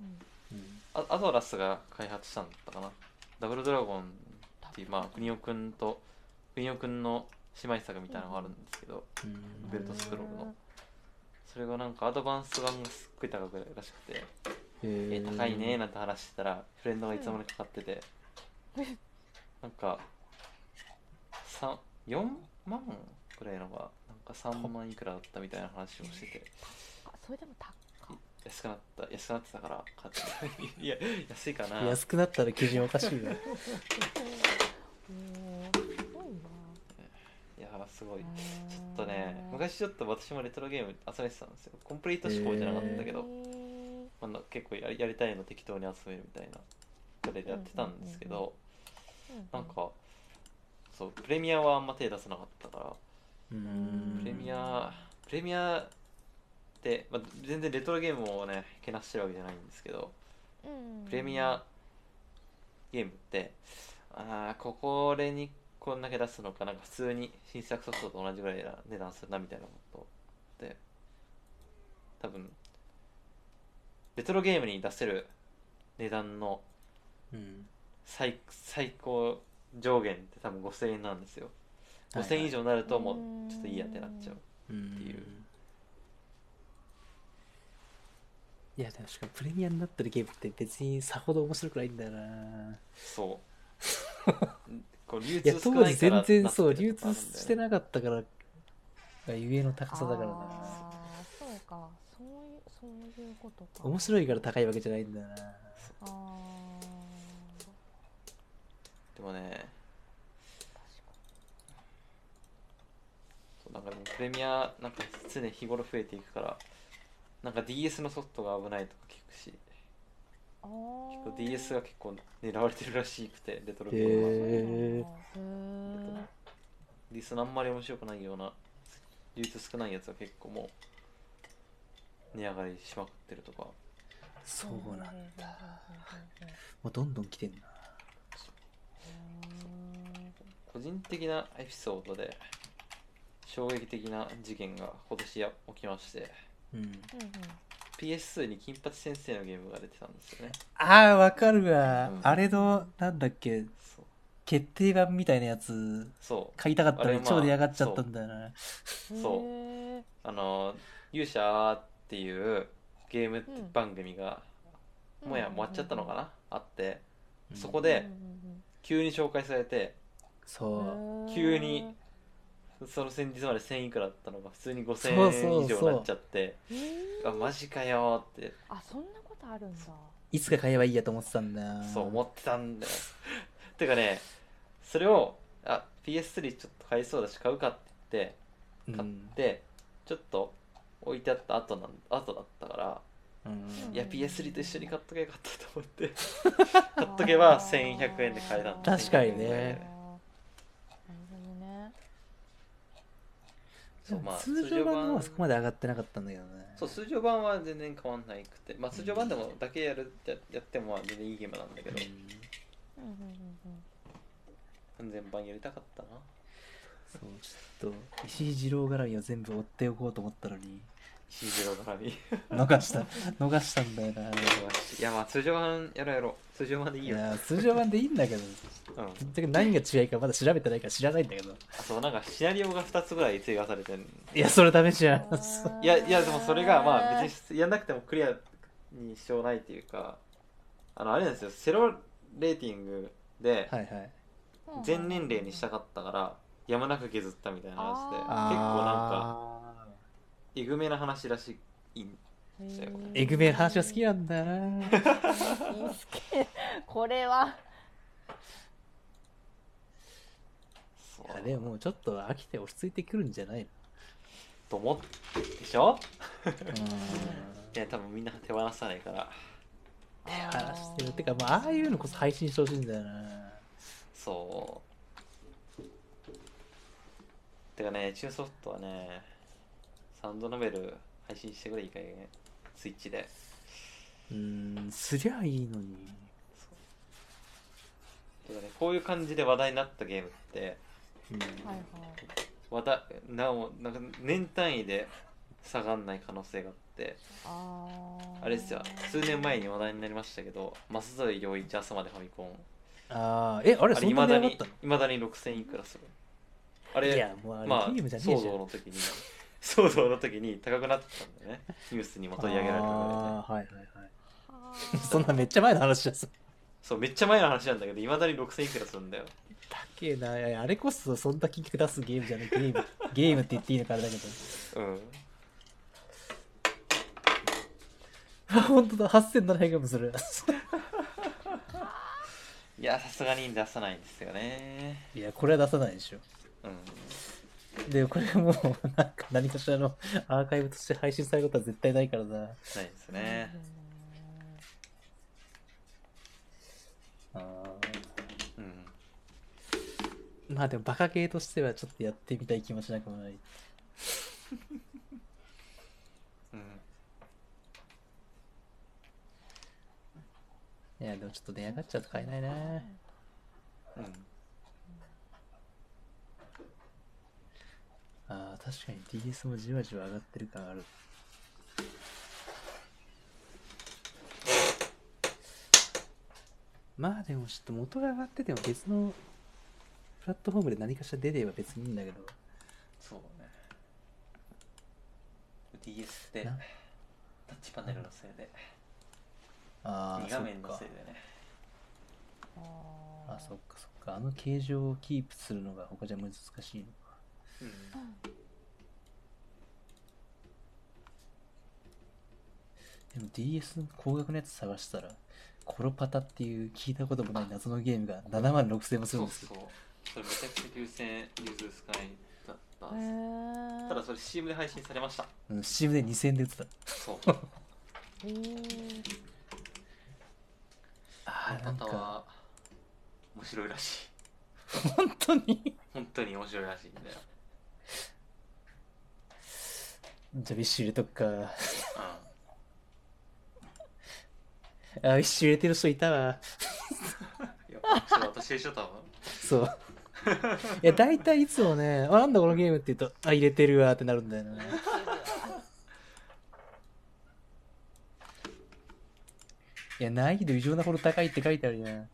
うん
うん
あアトラスが開発したんだったかなダブルドラゴンっていうまあ国尾くんと国尾くんの姉妹作みたいなのがあるんですけど、
うん
ベルトスクロールのそれがなんかアドバンス版がすっごい高くらしくて、
へ
え
ー
高いねーなんて話してたらフレンドがいつもにかかってて、なんかさん4万くらいのがなんか3万いくらだったみたいな話をしてて
あそれでも高っ
安くなった安くなってたから買って いや安いかな
安くなったら基準おかしい よ。
おーすごいない
やすごい
ち
ちょっとね昔ちょっと私もレトロゲーム集めてたんですよコンプリート志向じゃなかったけど、まあな結構やりやりたいの適当に集めるみたいなそれでやってたんですけど、
うんうん
なんかそうプレミアはあんま手出さなかったから
う
プレ
ん
ミアプレミアって、まあ、全然レトロゲームをねけなしてるわけじゃないんですけどプレミアゲームってあーここれにこんだけ出すのかなんか普通に新作ソフトと同じぐらいな値段するなみたいなことで多分レトロゲームに出せる値段の
うん
最最高上限って多分5000円なんですよ
はいはい
5000以上になるともうちょっといいやってなっちゃう
って
いう
いやでもしかもプレミアになってるゲームって別にさほど面白くないんだよな
そう こう流
いや
通少
当
な
時
いから
全然そう
なって
流
るとこあ
通
るんだよね
してなかったからがゆえの高さだからな
あーそうかそういうそういうことか
面白いから高いわけじゃないんだよな
あー
でもね
確か
そうなんかでもプレミアなんか常に日頃増えていくからなんか DS のソフトが危ないとか聞くし
あー
結構 DS が結構狙われてるらしくてレトロゲ
へ
ームは、
ー
そうなんだへー
DS のあんまり面白くないような流通少ないやつは結構もう値上がりしまくってるとか
そうな
う
ん
ん
だ
うん
もうどんどん来てんな
うんうんうん
個人的なエピソードで衝撃的な事件が今年や起きまして
うん
うんうん
PS2 に金八先生のゲームが出てたんですよね
ああわかるわ、
うん
あれのなんだっけ
そう
決定版みたいなやつ
そう
買いたかったの
あれ
に
まあ
超出やがっちゃったんだよ
へ
そう
な、
ー
あの「勇者」っていうゲーム番組が、もうや
うんうんうんうん
終わっちゃったのかなあって
うん
そこで
うんうん
急に紹介されて
そう
うんへー
急にその先日まで1000いくらだったのが普通に
そうそう
5000円以上になっちゃって
へー
あマジかよーって
あそんなことあるんだ
いつか買えばいいやと思ってたんだよ
そう思ってたんだよ。てかね、それを、あ、PS3 ちょっと買いそうだし買うかって
う
言って、買っ
ん
て、ちょっと置いてあった後なん後だったから、
うん
いや、
うん
PS3 と一緒に買っとけばよかったと思って、買っとけば1100円で買えたんだ
確かにね
1100円ぐら
な
い
る
で
ほどね
そうまあ
通常版の方はそこまで上がってなかったんだけどね
そう通常版は全然変わんないくて、まあ、通常版でもだけやるややってもまあ全然いいゲームなんだけど
うん
うんうんうん
完全版やりたかったな
そうちょっと石井二郎絡みを全部追っておこうと思ったのに
石井次郎絡み い
逃した逃したんだよなあれ
やまあ通常版やろうやろう通常版でいい
い
よ、
や通常版でいいんだけど
うん、
ぶっちゃけ何が違いかまだ調べてないから知らないんだけど
あそうなんかシナリオが2つぐらい追加されてる
いやそれダメじゃん
あ
そう
ー
いやいやでもそれがまあ別にやんなくてもクリアにしようないっていうかあのあれなんですよセロレーティングで
はいはい
全年齢にしたかったからやむなく削ったみたいな話で結構
あー
なんか
んか
えぐめな話らしいん
へー
エグメの話が好きなんだ
い
な
いっすけどこれは
そう
あでももうちょっと飽きて落ち着いてくるんじゃないの
と思ってでしょ
うん
いや多分みんな手放さないから
話してるてかまあああいうのこそ配信してほしいんだよな
そうてかねチューンソフトはねサウンドノベル配信してくれいいかげんスイッチで
うーんすりゃいいのに
てかねこういう感じで話題になったゲームって
うん
はいはい
わたなおなんか年単位で下がんない可能性があって
あー
あれですよ数年前に話題になりましたけど舛添良一朝までファミコン
ああえあ
あれ
れそ
い
ん
ま
なに
だ
上がっ
に
たの
いまだに6000いくらするあれ
いやもうあれ
まあ、
ゲームじゃねえ
騒
じゃん
動の時に、騒動の時に高くなったんだ よね。ニュースにも取り上げられたからね。
あーはいはいはい
は
そんなめっちゃ前の話だす
そう、めっちゃ前の話なんだけど、いまだに6000いくらするんだよ。
だけなあれこそそんな金額出すゲームじゃないゲーム ゲームって言っていいのかあれだけど
うん。
あ本当だ8700円もする
いや、さすがに出さないんですよね。
いやこれは出さないでしょ
うん。
でこれもうなんか何かしらのアーカイブとして配信されることは絶対ないからな
ないですね。
あ
うん。
ーまあでもバカ系としてはちょっとやってみたい気もしなくもない
うん。
いやでもちょっと値上がっちゃうと買えないな
うん。
あー確かに DS もじわじわ上がってる感あるまあでもちょっと元が上がってても別のプラットフォームで何かしら出てれば別にいいんだけど
そうね。DS って
な、
タッチパネルのせいで、
ああ
2画面のせいでね。
あそっかそっかあの形状をキープするのが他じゃ難しいのか
うん。
でも DS の高額のやつ探したらコロパタっていう聞いたこともない謎のゲームが7万6000円もす
そ
るん
う
です
そ
よ
う。それめちゃくちゃ優先、融通使いだった
へ。ー
ただそれ CM で配信されました。
うん Steam で2000円で売ってた
そう。
へー
あー
あ
なん
と
か
は面白いらしい
本当に
本当に面白いらしいんだよ、
じゃあビッシュ入れとくか
う
あビッシュ入れてる人いたわ
ん、いやそれ私でしょ多分
そう いや大体いつもね「あなんだこのゲーム」って言うと「あ入れてるわ」ってなるんだよ ねいや難易度異常なほど高いって書いてあるじゃん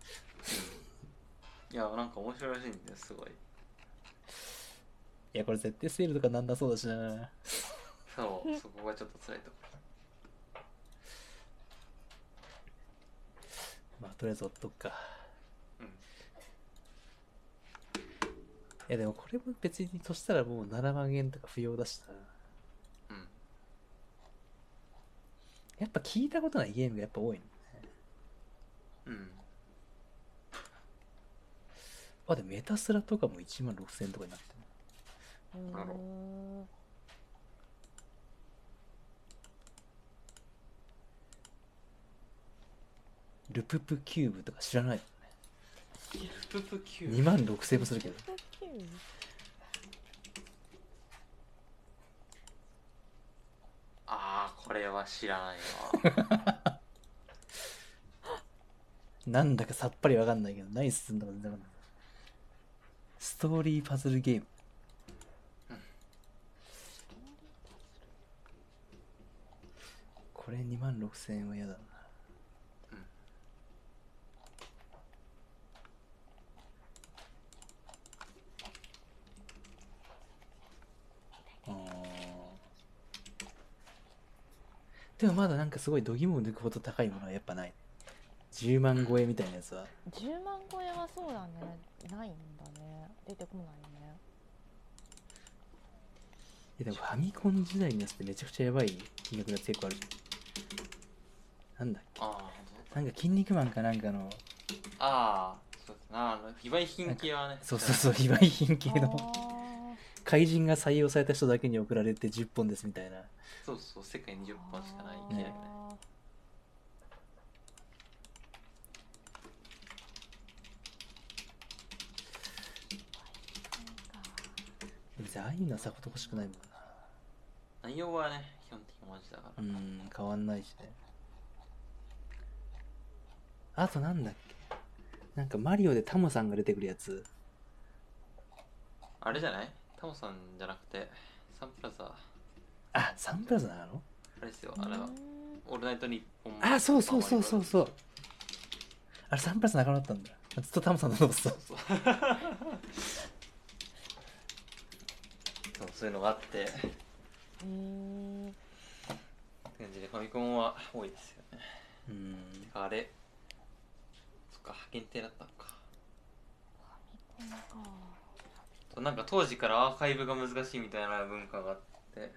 いやなんか面白いらしいんだよすごい
いや、これ絶対セールとかなんだそうだしな。
そうそこがちょっと辛いとこ
まあ、とりあえず追っとくか。
うん
いや、でもこれも別に、そしたらもう7万円とか不要だしな。
うん
やっぱ聞いたことないゲームがやっぱ多いの。あ、で、メタスラとかも1万6000とかになってる。
なるほど
うん
ルププキューブとか知らない。
ププキュ
2万6000もするけど。
ああこれは知らないわ
なんだかさっぱりわかんないけど、何進んだか全然わかんない。ストーリーパズルゲーム。これ2万6000円は嫌だな。あーでもまだなんかすごい度肝を抜くほど高いものはやっぱない。10万超えみたいなやつは
10万超えはそうだねないんだね出てこないね
いやでもファミコン時代のやつってめちゃくちゃやばい金額のやつ結構あるじゃん。なんだっけ
あ
なんか筋肉マンかなんかの、
あああそうだなあの非売品系はね
そうそうそう、非売品系の
あ
怪人が採用された人だけに送られて10本ですみたいな。
そうそう世界20
ー
本しかない系だよね
あ
別にああいうのはさほど欲しくないもんな。
内容はね基本的に同じだか
う
ら、
ん、変わんないしね。あとなんだっけなんかマリオでタモさんが出てくるやつ。
あれじゃないタモさんじゃなくてサンプラザあ
あ、サンプラザなの
れですよ
ー
あれは
うーん
オールナイトニッポン
あ、そうそうそうそうそう。あれサンプラザなくなったんだ。ずっとタモさんのノース
そうそうそういうのがあってって
えー
感じでファミコンは多いですよね
うん。
あれそっか限定だったのか
ファミコンか
そうなんか当時からアーカイブが難しいみたいな文化があって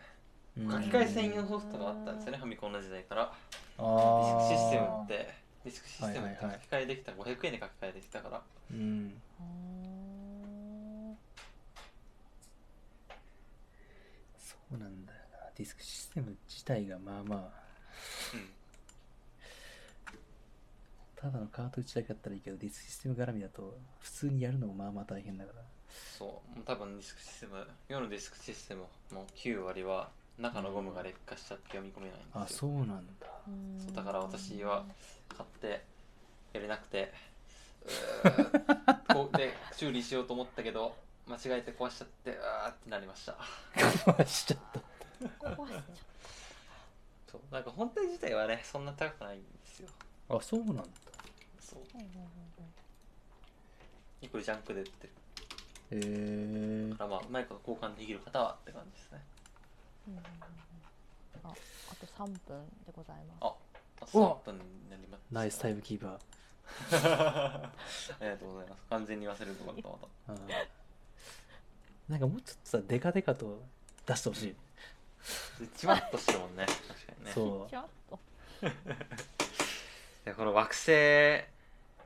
書
書き換え専用ソフトがあったんですよねファミコンの時代からディスクシステムってディスクシステムって書き換えできた、500円で書き換えできたから
うん
うーん
そうなんだよなディスクシステム自体がまあまあ
うん
ただのカート打ちだけだったらいいけどディスクシステム絡みだと普通にやるのもまあまあ大変だから
そうもう多分ディスクシステム世のディスクシステムの9割は中のゴムが劣化しちゃって読み込めないんですよ
あそうなんだ
うーん
そうだから私は買ってやれなくてうーこうで修理しようと思ったけど間違えて壊しちゃってうーってなりました
壊しちゃった
壊しちゃっ
そうなんか本体自体はねそんな高くないんですよ
あそうなんだ
そう
たうんうんうんうん
結構ジャンクで売ってる
へえ
からまあうまいこと交換できる方はって感じですね
うんうんうんうんあ、あと三分でございます。
ああ3分になります
ナイスタイ
ム
ムキーパー
ありがとうございます完全に忘れるとこだったまた
あーなんかもうちょっとさデカデカと出してほしい、
ちまっとしてるもんね確かにね
そう
ちょっと。
いやこの惑星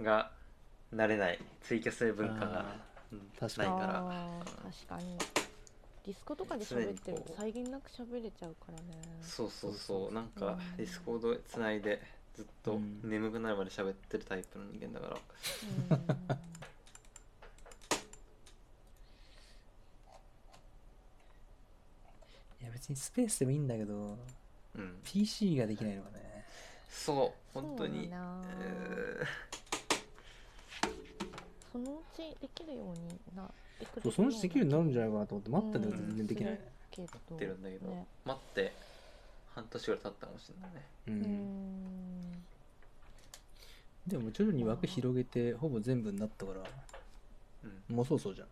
が慣れないツイキャスという文化が
あ
うん
確か
ない
に
から
あー確かに。ディスコとかで
常に
喋ってる
ことう
際限なく喋れちゃうからね。
そうそうそうなん
う
か
ん
ディスコードつないでずっと
うん
眠くなるまで喋ってるタイプの人間だから
うん
いや別にスペースでもいいんだけど
うん、
PC ができないのがね
そう 本当に
そうだな
う
あ
ー
そのうちできるようになってくれ
そうそのうちできるようになるんじゃないかなと思って待ってんだけど
うん
全然できない、。
けど。
待ってるんだけど、
ね
待って半年ぐらい経ったかもしれないね
う
うんん。
でも徐々に枠広げてほぼ全部になったから
う
もうそうそうじゃ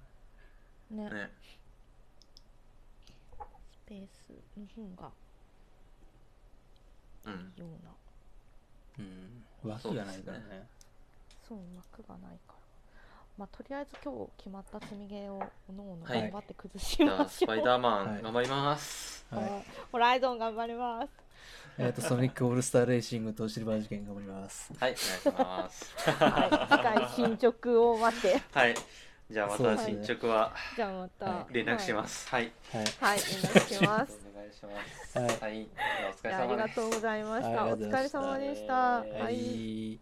ん
ね
ん、ね
スペースの方が
うん
いいような。
うん枠がないからね
そ
そ
う
う幕がないから。まあとりあえず今日決まった積みゲーをおのおの
はい
頑張って崩し
じゃ
ま
あ
し
ス
ょう
パイ。ダーマ
はい
ン頑張ります、
はい
あホライゾン頑張ります。
えっ、とソニックオールスターレーシングとシルバー事件頑張ります
はいお願いします
はい、次回進捗を待って。
はい。じゃあま
そう
た
です
進
ね
捗は
じゃあまた。
は
連絡しますす。はい。
はい。
はい、連絡します。
お願いします。
はい
はい。じゃあお疲
い
れ
やあり
様
が
です
とうございまし
は
た。
いあ
お
り
疲
がとうござい
れ
ま
様
した
でした。
は
はい。
い